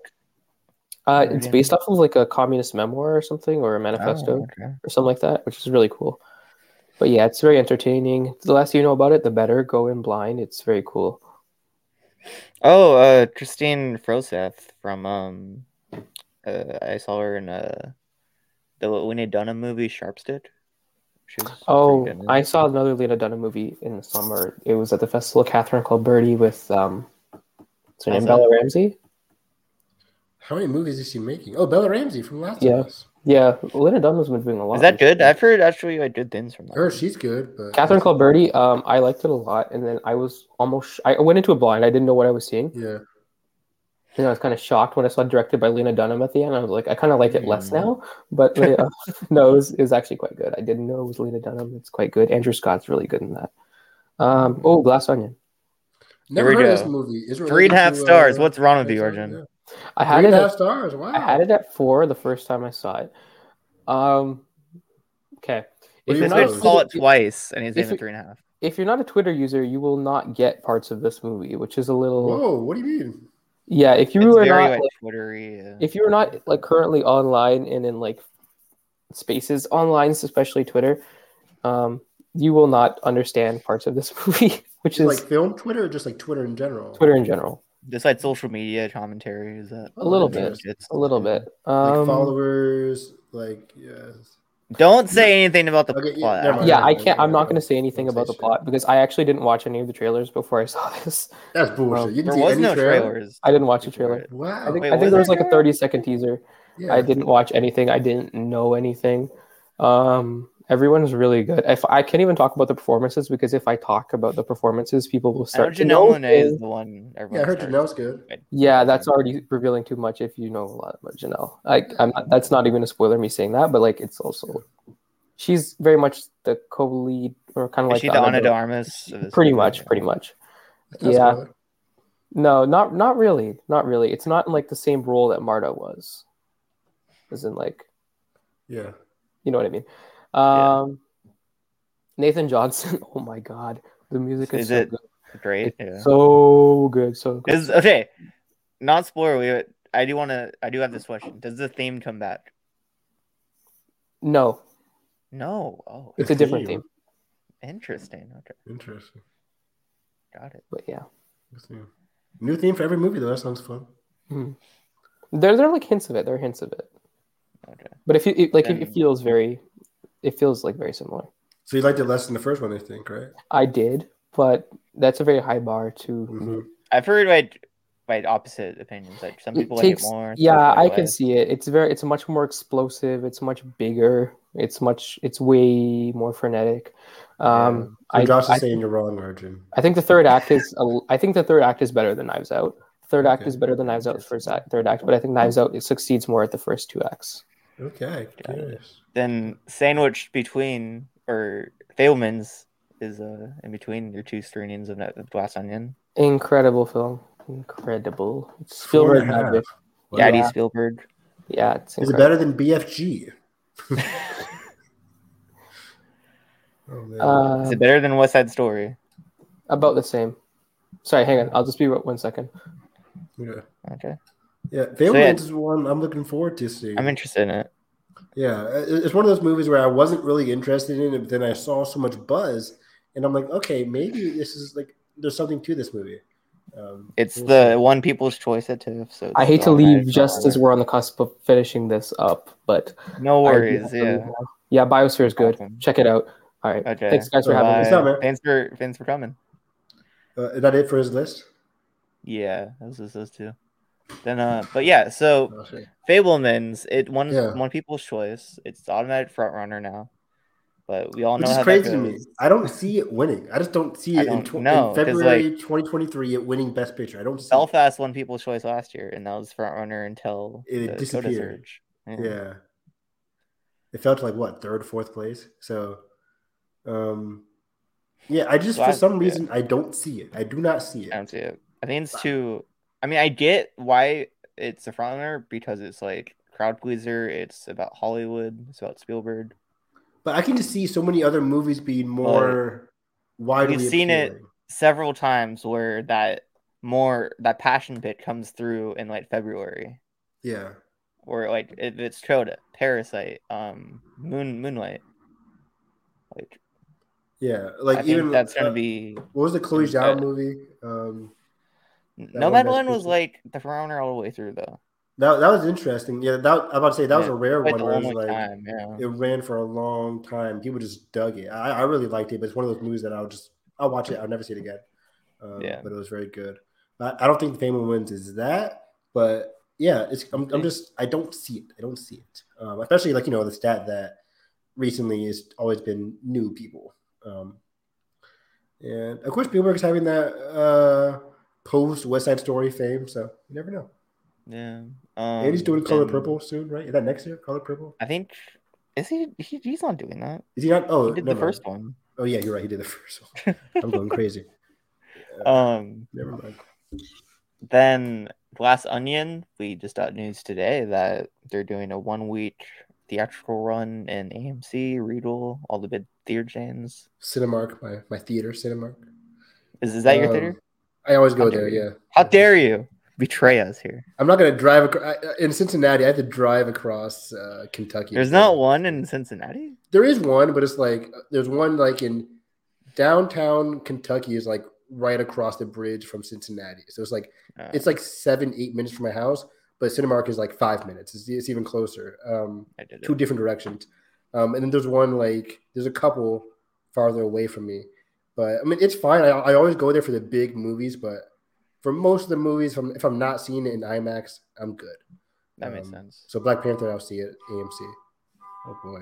[SPEAKER 2] uh, it's
[SPEAKER 1] yeah.
[SPEAKER 2] based off of like a communist memoir or something, or a manifesto
[SPEAKER 1] Oh, okay.
[SPEAKER 2] or something like that, which is really cool. But yeah, it's very entertaining. The less you know about it, the better. Go in blind. It's very cool.
[SPEAKER 1] Oh, uh, Christine Froseth from um, uh, I saw her in uh, the Lena Dunham movie Sharpstick. She was pretty
[SPEAKER 2] Oh,
[SPEAKER 1] good in it.
[SPEAKER 2] I saw another Lena Dunham movie in the summer. It was at the festival Catherine called Birdie with um, what's her
[SPEAKER 1] How's
[SPEAKER 2] name
[SPEAKER 1] that?
[SPEAKER 2] Bella Ramsey.
[SPEAKER 3] How many movies is she making? Oh, Bella Ramsey from Last
[SPEAKER 2] Yeah.
[SPEAKER 3] of Us.
[SPEAKER 2] Yeah, Lena Dunham's been doing a lot.
[SPEAKER 1] Is that good?
[SPEAKER 2] recently.
[SPEAKER 1] I've heard actually like good things from that.
[SPEAKER 3] Her, she's good, but
[SPEAKER 2] Catherine called Birdie. Um, I liked it a lot, and then I was almost I went into a blind. I didn't know what I was seeing.
[SPEAKER 3] Yeah,
[SPEAKER 2] And I was kind of shocked when I saw it directed by Lena Dunham at the end. I was like, I kind of like it less
[SPEAKER 1] Hmm.
[SPEAKER 2] now,
[SPEAKER 1] [LAUGHS]
[SPEAKER 2] but uh, [LAUGHS] no, it was, it was actually quite good. I didn't know it was Lena Dunham. It's quite good. Andrew Scott's really good in that. Um,
[SPEAKER 1] Mm-hmm.
[SPEAKER 2] oh, Glass Onion.
[SPEAKER 3] never
[SPEAKER 1] Here we
[SPEAKER 3] heard of this
[SPEAKER 1] go.
[SPEAKER 3] movie. Is
[SPEAKER 1] Three
[SPEAKER 3] it
[SPEAKER 1] and a
[SPEAKER 3] related
[SPEAKER 1] half
[SPEAKER 3] to,
[SPEAKER 1] stars.
[SPEAKER 3] uh,
[SPEAKER 1] What's wrong with you,
[SPEAKER 3] Pixar? Yeah.
[SPEAKER 1] Arjun?
[SPEAKER 2] I
[SPEAKER 3] Three
[SPEAKER 2] had
[SPEAKER 3] and
[SPEAKER 2] it.
[SPEAKER 3] a
[SPEAKER 2] At,
[SPEAKER 3] half stars. Wow.
[SPEAKER 2] I had it at four the first time I saw it. Um, okay.
[SPEAKER 3] Were
[SPEAKER 2] If you're,
[SPEAKER 3] you
[SPEAKER 1] This
[SPEAKER 2] not a
[SPEAKER 1] man
[SPEAKER 3] impressed?
[SPEAKER 1] saw
[SPEAKER 2] Twitter,
[SPEAKER 1] it twice and he's
[SPEAKER 2] if
[SPEAKER 1] giving
[SPEAKER 2] you-
[SPEAKER 1] it three and a half.
[SPEAKER 2] if you're not a Twitter user, you will not get parts of this movie, which is a little
[SPEAKER 3] Whoa, what do you mean?
[SPEAKER 2] yeah. If you
[SPEAKER 1] It's
[SPEAKER 2] are
[SPEAKER 1] very
[SPEAKER 2] not
[SPEAKER 1] like Twittery. uh,
[SPEAKER 2] if you're not like currently online and in like spaces online especially twitter um, you will not understand parts of this [LAUGHS] movie which
[SPEAKER 3] Just
[SPEAKER 2] is
[SPEAKER 3] like film Twitter or just like Twitter in general?
[SPEAKER 2] twitter in general
[SPEAKER 1] just like social media commentary is that
[SPEAKER 2] a little
[SPEAKER 3] Yeah,
[SPEAKER 2] bit
[SPEAKER 3] just,
[SPEAKER 1] it's-
[SPEAKER 2] a little bit
[SPEAKER 3] Like
[SPEAKER 2] um,
[SPEAKER 3] followers, like yes.
[SPEAKER 1] Don't say anything about the
[SPEAKER 3] Okay, yeah,
[SPEAKER 1] plot.
[SPEAKER 3] never mind.
[SPEAKER 2] yeah i can't i'm not going to say anything
[SPEAKER 3] Don't say
[SPEAKER 2] about the
[SPEAKER 3] shit.
[SPEAKER 2] plot because i actually didn't watch any of the trailers before i saw [LAUGHS] this
[SPEAKER 3] That's
[SPEAKER 2] Well,
[SPEAKER 3] bullshit. You didn't
[SPEAKER 1] There
[SPEAKER 3] see
[SPEAKER 1] was
[SPEAKER 3] any
[SPEAKER 1] no
[SPEAKER 3] trailer.
[SPEAKER 1] trailers.
[SPEAKER 2] i didn't watch a
[SPEAKER 1] before
[SPEAKER 2] trailer
[SPEAKER 1] it.
[SPEAKER 3] Wow.
[SPEAKER 2] i think,
[SPEAKER 1] Wait,
[SPEAKER 2] I
[SPEAKER 1] was
[SPEAKER 2] think there was
[SPEAKER 1] there
[SPEAKER 2] like a
[SPEAKER 1] a
[SPEAKER 2] 30 second teaser
[SPEAKER 3] yeah.
[SPEAKER 2] I didn't watch anything. I didn't know anything. Um, everyone's really good. If I can't even talk about the performances because if I talk about the performances, people
[SPEAKER 1] I
[SPEAKER 2] will
[SPEAKER 1] know
[SPEAKER 2] start to know.
[SPEAKER 1] Janelle Monae is
[SPEAKER 2] things.
[SPEAKER 1] the one. everyone
[SPEAKER 3] Yeah, I heard
[SPEAKER 1] started.
[SPEAKER 3] Janelle's good.
[SPEAKER 2] Yeah, that's already revealing too much if you know a lot about Janelle. Like, I'm not, that's not even a spoiler me saying that, but like, it's also she's very much the co-lead or kind of
[SPEAKER 1] Is
[SPEAKER 2] like
[SPEAKER 1] she
[SPEAKER 2] the
[SPEAKER 1] the Ana de
[SPEAKER 2] underdog.
[SPEAKER 1] Armas? of this
[SPEAKER 2] pretty
[SPEAKER 1] movie?
[SPEAKER 2] much, pretty much.
[SPEAKER 3] That's not
[SPEAKER 2] Yeah.
[SPEAKER 3] spoiler.
[SPEAKER 2] No, not not really, not really. It's not in like the same role that Marta was, as in like
[SPEAKER 3] Yeah.
[SPEAKER 2] You know what I mean?
[SPEAKER 1] Yeah.
[SPEAKER 2] Um, Nathan Johnson. [LAUGHS] Oh my God, the music is,
[SPEAKER 1] Is
[SPEAKER 2] so
[SPEAKER 1] it-
[SPEAKER 2] good.
[SPEAKER 1] Great.
[SPEAKER 2] It's
[SPEAKER 1] Yeah.
[SPEAKER 2] So good, so good.
[SPEAKER 1] Is okay. Not spoiler. We. I do want to. I do have this question. Does the theme come back?
[SPEAKER 2] no,
[SPEAKER 1] No. Oh,
[SPEAKER 2] it's a different theme,
[SPEAKER 1] interesting. Okay,
[SPEAKER 3] Interesting.
[SPEAKER 1] got it.
[SPEAKER 2] but yeah,
[SPEAKER 3] Good theme. New theme for every movie though. That sounds fun.
[SPEAKER 2] there there are like hints of it. There are hints of it,
[SPEAKER 1] Okay.
[SPEAKER 2] but if you it, like, it-
[SPEAKER 1] Then-
[SPEAKER 2] it feels very, it feels like very similar.
[SPEAKER 3] So you liked it less than the first one, I think, right?
[SPEAKER 2] I did, but that's a very high bar to.
[SPEAKER 3] Mm-hmm.
[SPEAKER 1] I've heard like, like opposite opinions. Like some
[SPEAKER 2] It
[SPEAKER 1] people
[SPEAKER 2] takes-
[SPEAKER 1] like it more. some
[SPEAKER 2] yeah
[SPEAKER 1] people
[SPEAKER 2] i
[SPEAKER 1] like
[SPEAKER 2] can
[SPEAKER 1] less.
[SPEAKER 2] see it it's very it's much more explosive it's much bigger it's much it's way more frenetic um
[SPEAKER 3] So
[SPEAKER 2] I,
[SPEAKER 3] Josh is
[SPEAKER 2] I,
[SPEAKER 3] saying you're wrong, Arjun.
[SPEAKER 2] I think the third act is a- I think the third act is better than Knives Out. Third act
[SPEAKER 3] Okay.
[SPEAKER 2] is better than Knives Out. First act, third act, but I think Knives Out it succeeds more at the first two acts.
[SPEAKER 3] Okay.
[SPEAKER 1] Got it.
[SPEAKER 3] Curious.
[SPEAKER 1] Then sandwiched between or Thailman's is uh in between your two screenings of Net- of Glass Onion.
[SPEAKER 2] Incredible film, incredible. It's
[SPEAKER 3] Four
[SPEAKER 2] Spielberg
[SPEAKER 3] and a half.
[SPEAKER 2] magic.
[SPEAKER 3] Wow.
[SPEAKER 1] Daddy
[SPEAKER 2] Yeah.
[SPEAKER 1] Spielberg.
[SPEAKER 2] Yeah, it's
[SPEAKER 3] Is it
[SPEAKER 2] incredible.
[SPEAKER 3] better than BFG? oh, man.
[SPEAKER 1] Is
[SPEAKER 2] Uh,
[SPEAKER 1] it better than West Side Story?
[SPEAKER 2] about the same. Sorry, hang on. I'll just be one second.
[SPEAKER 3] yeah.
[SPEAKER 1] Okay, yeah.
[SPEAKER 3] Yeah, Valence is one I'm looking forward to seeing.
[SPEAKER 1] I'm interested in it.
[SPEAKER 3] yeah, it- it's one of those movies where I wasn't really interested in it, but then I saw so much buzz, and I'm like, okay, maybe this is like there's something to this movie. Um,
[SPEAKER 1] It's
[SPEAKER 3] we'll
[SPEAKER 1] the one people's choice at TIFF. So
[SPEAKER 2] I
[SPEAKER 1] it's
[SPEAKER 3] Oh,
[SPEAKER 2] hate to
[SPEAKER 1] automatic
[SPEAKER 2] leave just as
[SPEAKER 1] honor.
[SPEAKER 2] we're on the cusp of finishing this up, but
[SPEAKER 1] No
[SPEAKER 2] I do
[SPEAKER 1] worries.
[SPEAKER 2] have to leave
[SPEAKER 1] Yeah.
[SPEAKER 2] now. yeah, Biosphere is good.
[SPEAKER 1] Awesome.
[SPEAKER 2] Check it out. All right,
[SPEAKER 1] Okay.
[SPEAKER 2] thanks guys for
[SPEAKER 3] Bye.
[SPEAKER 2] having
[SPEAKER 1] Bye.
[SPEAKER 2] me.
[SPEAKER 3] Thanks, Tyler.
[SPEAKER 1] Thanks for thanks for coming.
[SPEAKER 3] see. Uh, is that it for his list?
[SPEAKER 1] Yeah, those was those two. Then uh but yeah, so
[SPEAKER 3] Oh, shit.
[SPEAKER 1] Fablemans, it one
[SPEAKER 3] Yeah.
[SPEAKER 1] one people's choice. It's automatic front runner now. But we all
[SPEAKER 3] Which
[SPEAKER 1] know
[SPEAKER 3] is
[SPEAKER 1] how
[SPEAKER 3] crazy to
[SPEAKER 1] that
[SPEAKER 3] me.
[SPEAKER 1] goes.
[SPEAKER 3] I don't see it winning. I just don't see
[SPEAKER 1] I
[SPEAKER 3] it in,
[SPEAKER 1] don't
[SPEAKER 3] tw-
[SPEAKER 1] know,
[SPEAKER 3] in
[SPEAKER 1] 'cause,
[SPEAKER 3] February 2023 it winning Best Picture. I don't see it.
[SPEAKER 1] Belfast won people's choice last year and that was front runner until
[SPEAKER 3] It
[SPEAKER 1] the Coda
[SPEAKER 3] disappeared.
[SPEAKER 1] surge. Yeah.
[SPEAKER 3] Yeah. It felt like what third, fourth place. So, um, yeah, I just
[SPEAKER 1] So I-
[SPEAKER 3] for some
[SPEAKER 1] yeah.
[SPEAKER 3] reason I don't see it. I do not see it.
[SPEAKER 1] I don't see it. I think it's
[SPEAKER 3] Wow.
[SPEAKER 1] too I mean I get why it's a front runner because it's like crowd pleaser, it's about Hollywood, it's about Spielberg.
[SPEAKER 3] But I can just see so many other movies being more widely.
[SPEAKER 1] we've seen it-
[SPEAKER 3] appealing.
[SPEAKER 1] several times where that more that passion pit comes through in like February
[SPEAKER 3] Yeah.
[SPEAKER 1] or like if it's Coda, Parasite, um, Moon Moonlight. Like,
[SPEAKER 3] Yeah. Like
[SPEAKER 1] I think
[SPEAKER 3] even
[SPEAKER 1] that's gonna
[SPEAKER 3] uh,
[SPEAKER 1] be
[SPEAKER 3] what was the Chloe
[SPEAKER 1] gonna
[SPEAKER 3] Zhao
[SPEAKER 1] be
[SPEAKER 3] movie? Um,
[SPEAKER 1] no
[SPEAKER 3] one
[SPEAKER 1] Madeline
[SPEAKER 3] best
[SPEAKER 1] was
[SPEAKER 3] picture.
[SPEAKER 1] like the runner all the way through though.
[SPEAKER 3] that that was interesting. Yeah, that I'm about to say that was
[SPEAKER 1] Yeah,
[SPEAKER 3] a rare
[SPEAKER 1] Like
[SPEAKER 3] one
[SPEAKER 1] the
[SPEAKER 3] where it was
[SPEAKER 1] only
[SPEAKER 3] like
[SPEAKER 1] time, yeah.
[SPEAKER 3] it ran for a long time. People just dug it. I, I really liked it, but it's one of those movies that I'll just I'll watch it. I'll never see it again. Um,
[SPEAKER 1] Yeah.
[SPEAKER 3] but it was very good. I, I don't think the Family Wins is that, but yeah, it's I'm, I'm just I don't see it. I don't see it. Um, especially like you know the stat that recently has always been new people. Um, and of course, Spielberg's having that uh, post West Side Story fame, so you never know.
[SPEAKER 1] Yeah. Um,
[SPEAKER 3] And he's doing Color
[SPEAKER 1] and
[SPEAKER 3] Purple soon, right? Is that next year? Color Purple?
[SPEAKER 1] I think is he, he he's not doing that.
[SPEAKER 3] Is he not? Oh,
[SPEAKER 1] He did
[SPEAKER 3] never
[SPEAKER 1] the
[SPEAKER 3] mind.
[SPEAKER 1] first one.
[SPEAKER 3] Oh yeah, you're right. He did the [LAUGHS] first one. I'm going crazy.
[SPEAKER 1] Um [LAUGHS]
[SPEAKER 3] Never mind.
[SPEAKER 1] then Glass Onion, we just got news today that they're doing a one week theatrical run in AMC, Regal, all the big theater chains.
[SPEAKER 3] Cinemark, my, my theater, Cinemark.
[SPEAKER 1] Is, is that your
[SPEAKER 3] Um,
[SPEAKER 1] theater?
[SPEAKER 3] I always
[SPEAKER 1] How
[SPEAKER 3] go
[SPEAKER 1] dare
[SPEAKER 3] there.
[SPEAKER 1] you.
[SPEAKER 3] Yeah.
[SPEAKER 1] How dare you betray us here?
[SPEAKER 3] I'm not gonna drive acro- I- I- in Cincinnati. I have to drive across uh, Kentucky.
[SPEAKER 1] There's not one in Cincinnati.
[SPEAKER 3] There is one, but it's like there's one like in downtown Kentucky is like right across the bridge from Cincinnati. So it's like
[SPEAKER 1] Uh,
[SPEAKER 3] it's like seven eight minutes from my house, but Cinemark is like five minutes. It's, it's even closer. Um,
[SPEAKER 1] I did
[SPEAKER 3] two
[SPEAKER 1] it.
[SPEAKER 3] different directions. Um, and then there's one like there's a couple farther away from me, but I mean it's fine. I, I always go there for the big movies, but for most of the movies, if I'm, if I'm not seeing it in IMAX, I'm good.
[SPEAKER 1] That makes
[SPEAKER 3] um,
[SPEAKER 1] sense.
[SPEAKER 3] So Black Panther, I'll see it at AMC. Oh boy,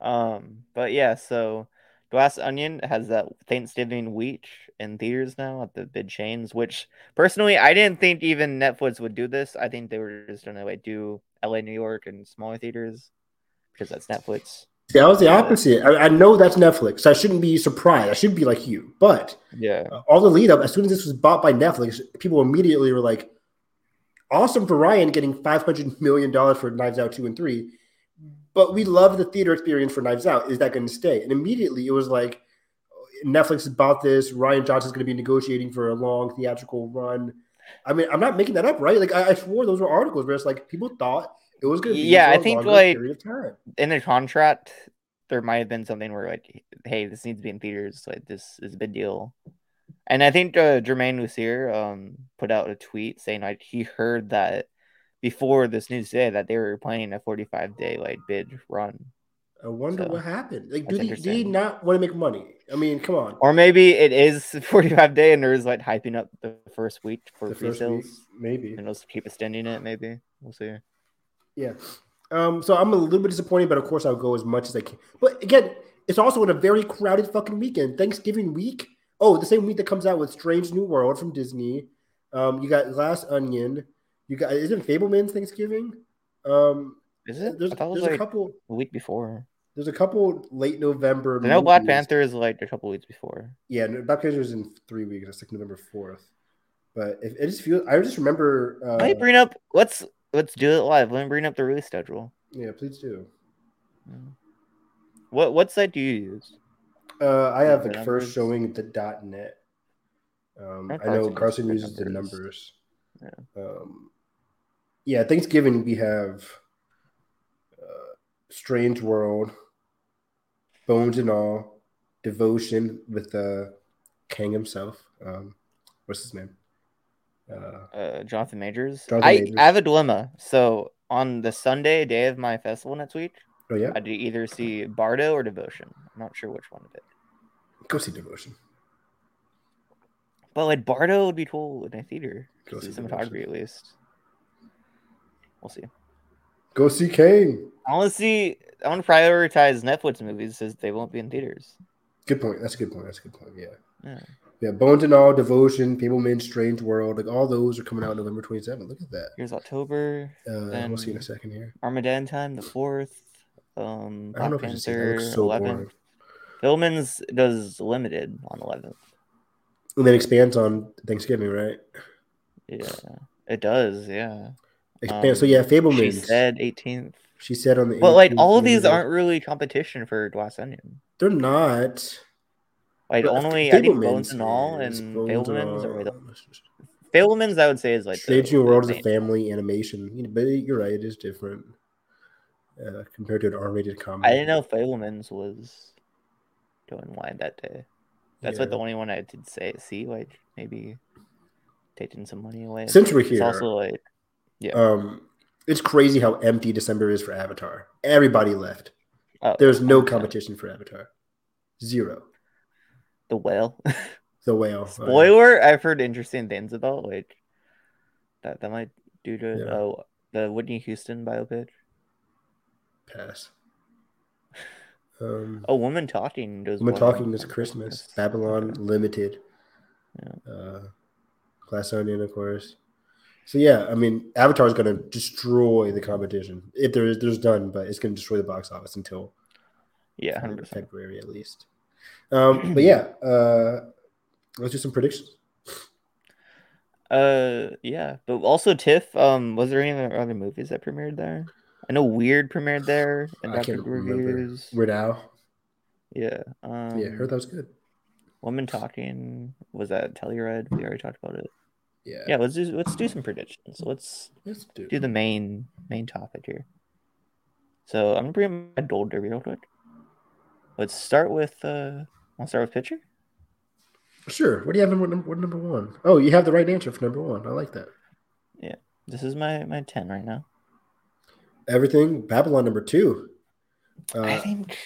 [SPEAKER 1] Um, but yeah, so Glass Onion has that Thanksgiving week in theaters now at the big chains, which personally I didn't think even Netflix would do this. I think they were just gonna like do LA, New York, and smaller theaters because that's Netflix.
[SPEAKER 3] yeah, I was the opposite. I, I know that's Netflix. So I shouldn't be surprised. I should be like you, but
[SPEAKER 1] Yeah,
[SPEAKER 3] Uh, all the lead up as soon as this was bought by netflix people immediately were like awesome for ryan getting 500 million dollars for knives out 2 and 3 but we love the theater experience for knives out is that going to stay and immediately it was like netflix has bought this ryan johnson's going to be negotiating for a long theatrical run i mean i'm not making that up right like i, I swore those were articles where it's like people thought it was going to be
[SPEAKER 1] Yeah,
[SPEAKER 3] for
[SPEAKER 1] I
[SPEAKER 3] a
[SPEAKER 1] think,
[SPEAKER 3] longer
[SPEAKER 1] like-
[SPEAKER 3] period of time
[SPEAKER 1] in the contract, there might have been something where like, hey, this needs to be in theaters. Like this is a big deal. And I think uh, Jermaine Lucier um put out a tweet saying like he heard that before this news today that they were planning a 45 day like bid run.
[SPEAKER 3] i wonder
[SPEAKER 1] So,
[SPEAKER 3] what happened like
[SPEAKER 1] that's
[SPEAKER 3] do they, do they
[SPEAKER 1] interesting.
[SPEAKER 3] not want to make money i mean come on
[SPEAKER 1] Or maybe it is [LAUGHS] 45 day and there's like hyping up the first week for
[SPEAKER 3] the
[SPEAKER 1] pre
[SPEAKER 3] first week,
[SPEAKER 1] sales
[SPEAKER 3] maybe
[SPEAKER 1] and let's keep extending it. Maybe we'll see.
[SPEAKER 3] Yeah. Um, so I'm a little bit disappointed, but of course I'll go as much as I can. But again, it's also in a very crowded fucking weekend. Thanksgiving week. Oh, the same week that comes out with Strange New World from Disney. Um, you got Glass Onion. You got isn't Fableman's Thanksgiving? Um,
[SPEAKER 1] Is it?
[SPEAKER 3] there's
[SPEAKER 1] I thought it was
[SPEAKER 3] there's a
[SPEAKER 1] like
[SPEAKER 3] couple
[SPEAKER 1] a week before.
[SPEAKER 3] there's a couple late November.
[SPEAKER 1] I know Black
[SPEAKER 3] movies.
[SPEAKER 1] Panther is like a couple weeks before.
[SPEAKER 3] Yeah, no, Black Panther is in three weeks. That's like November fourth. But if it just feels, I just remember.
[SPEAKER 1] Let me
[SPEAKER 3] Uh,
[SPEAKER 1] bring up let's let's do it live. Let me bring up the release schedule.
[SPEAKER 3] yeah, please do.
[SPEAKER 1] What what site do you use?
[SPEAKER 3] Uh, I have
[SPEAKER 1] the
[SPEAKER 3] the first
[SPEAKER 1] numbers.
[SPEAKER 3] showing the dot net. Um,
[SPEAKER 1] I
[SPEAKER 3] I know
[SPEAKER 1] thought
[SPEAKER 3] Carson
[SPEAKER 1] you
[SPEAKER 3] uses
[SPEAKER 1] used
[SPEAKER 3] the
[SPEAKER 1] the
[SPEAKER 3] numbers.
[SPEAKER 1] numbers.
[SPEAKER 3] Um, yeah, Thanksgiving we have uh, Strange World, Bones and All, Devotion with uh, Kang himself. Um, what's his name? Uh,
[SPEAKER 1] uh, Jonathan Majors.
[SPEAKER 3] Jonathan
[SPEAKER 1] I,
[SPEAKER 3] Majors.
[SPEAKER 1] I have a dilemma. So on the Sunday day of my festival next week,
[SPEAKER 3] oh yeah,
[SPEAKER 1] I do either see Bardo or Devotion. I'm not sure which one it is.
[SPEAKER 3] go see Devotion.
[SPEAKER 1] But like Bardo would be cool in a theater.
[SPEAKER 3] Go see
[SPEAKER 1] cinematography
[SPEAKER 3] Devotion.
[SPEAKER 1] at least. We'll see.
[SPEAKER 3] Go see Kang.
[SPEAKER 1] I want to see. I want to prioritize Netflix movies since they won't be in theaters.
[SPEAKER 3] Good point. That's a good point. That's a good point. Yeah.
[SPEAKER 1] Yeah.
[SPEAKER 3] Yeah, Bones and All, Devotion, Peopleman, Strange World, like all those are coming out November 27th. Look at that.
[SPEAKER 1] Here's October,
[SPEAKER 3] Uh,
[SPEAKER 1] Then-
[SPEAKER 3] we'll see in a second here.
[SPEAKER 1] Armageddon Time, the fourth, um,
[SPEAKER 3] I don't know
[SPEAKER 1] Black
[SPEAKER 3] if I should see that. It
[SPEAKER 1] Panther,
[SPEAKER 3] looks so boring.
[SPEAKER 1] eleventh. Philman's does limited on eleventh.
[SPEAKER 3] And then expands on Thanksgiving, right?
[SPEAKER 1] Yeah, it does. Yeah.
[SPEAKER 3] Expands. so
[SPEAKER 1] Um,
[SPEAKER 3] yeah,
[SPEAKER 1] She
[SPEAKER 3] Fableman.
[SPEAKER 1] said eighteenth.
[SPEAKER 3] she said on the.
[SPEAKER 1] But like
[SPEAKER 3] 18th
[SPEAKER 1] all of these
[SPEAKER 3] movie-
[SPEAKER 1] aren't really competition for Glass Onion.
[SPEAKER 3] They're not.
[SPEAKER 1] Like
[SPEAKER 3] But uh,
[SPEAKER 1] only I think
[SPEAKER 3] Fablemans
[SPEAKER 1] Bones and All and
[SPEAKER 3] is, Bones
[SPEAKER 1] Fableman's are the
[SPEAKER 3] All.
[SPEAKER 1] Fableman's I would say is like the-
[SPEAKER 3] Strange New World is a
[SPEAKER 1] main-
[SPEAKER 3] family animation, You know, but you're right, it is different uh, compared to an R-rated comedy.
[SPEAKER 1] I didn't know Fableman's was going wide that day. That's like
[SPEAKER 3] Yeah.
[SPEAKER 1] the only one I did say see like maybe taking some money away.
[SPEAKER 3] Since we're
[SPEAKER 1] It's
[SPEAKER 3] here-
[SPEAKER 1] also like
[SPEAKER 3] Um, it's crazy how empty December is for Avatar. Everybody left.
[SPEAKER 1] oh,
[SPEAKER 3] There's no
[SPEAKER 1] 100%.
[SPEAKER 3] competition for Avatar. Zero.
[SPEAKER 1] The whale. [LAUGHS]
[SPEAKER 3] The whale. uh,
[SPEAKER 1] Spoiler, I've heard interesting things about like that that might do to
[SPEAKER 3] Yeah.
[SPEAKER 1] oh, the Whitney Houston biopic.
[SPEAKER 3] pass. Um,
[SPEAKER 1] A Oh, woman talking does
[SPEAKER 3] Woman
[SPEAKER 1] well.
[SPEAKER 3] Talking This Christmas. Babylon Limited. Uh, Glass Onion, of course. So yeah, I mean, Avatar is going to destroy the competition. If there is, there's done, but it's going to destroy the box office until
[SPEAKER 1] Yeah, hundred percent.
[SPEAKER 3] February at least. Um, but yeah, uh, let's do some predictions.
[SPEAKER 1] Uh, yeah, but also TIFF. Um, was there any other- other movies that premiered there? I know Weird premiered there, and
[SPEAKER 3] I
[SPEAKER 1] Doctor
[SPEAKER 3] can't remember.
[SPEAKER 1] Reviews.
[SPEAKER 3] Weird Al.
[SPEAKER 1] Yeah. Um,
[SPEAKER 3] Yeah, heard that was good.
[SPEAKER 1] Woman talking was that Telluride? We already talked about it.
[SPEAKER 3] Yeah.
[SPEAKER 1] Yeah, let's do let's do some predictions. Let's
[SPEAKER 3] Let's do.
[SPEAKER 1] do the main main topic here. So I'm gonna bring up my gold derby real quick. Let's start with uh, I'll start with pitcher.
[SPEAKER 3] Sure. What do you have in what number, what number one? Oh, you have the right answer for number one. I like that.
[SPEAKER 1] This is my my ten right now.
[SPEAKER 3] Everything. Babylon number two. Uh,
[SPEAKER 1] I
[SPEAKER 3] I,
[SPEAKER 1] think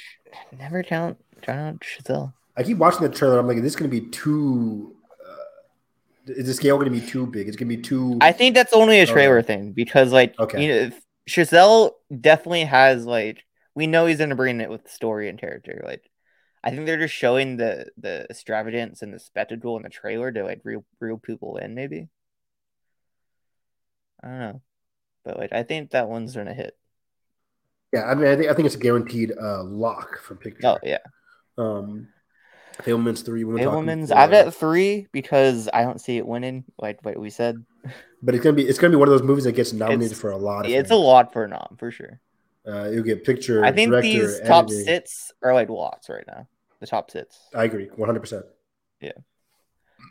[SPEAKER 1] never count count out Chazelle.
[SPEAKER 3] keep watching the trailer. I'm like, this is going to be too. Uh, is the scale going to be too big? It's going to be too.
[SPEAKER 1] I think that's only a
[SPEAKER 3] Okay.
[SPEAKER 1] trailer thing because, like,
[SPEAKER 3] Oh, Okay.
[SPEAKER 1] you know, if- Chazelle definitely has like we know he's gonna bring it with story and character. Like, I think they're just showing the the extravagance and the spectacle in the trailer to like real real people in. Maybe I don't know, but like I think that one's gonna hit.
[SPEAKER 3] Yeah, I mean, I think, I think it's a guaranteed uh, lock from picture.
[SPEAKER 1] Oh yeah,
[SPEAKER 3] Um, Fableman's three. Women Talking
[SPEAKER 1] Fableman's.
[SPEAKER 3] Four.
[SPEAKER 1] I've at three because I don't see it winning. Like what we said,
[SPEAKER 3] but it's gonna be it's gonna be one of those movies that gets nominated
[SPEAKER 1] It's-
[SPEAKER 3] for a lot. Of
[SPEAKER 1] it's a
[SPEAKER 3] things.
[SPEAKER 1] lot for a nom for sure.
[SPEAKER 3] Uh, you'll get picture.
[SPEAKER 1] I think
[SPEAKER 3] director,
[SPEAKER 1] these top
[SPEAKER 3] editing.
[SPEAKER 1] sits are like locks right now. The top sits.
[SPEAKER 3] I agree, one hundred percent.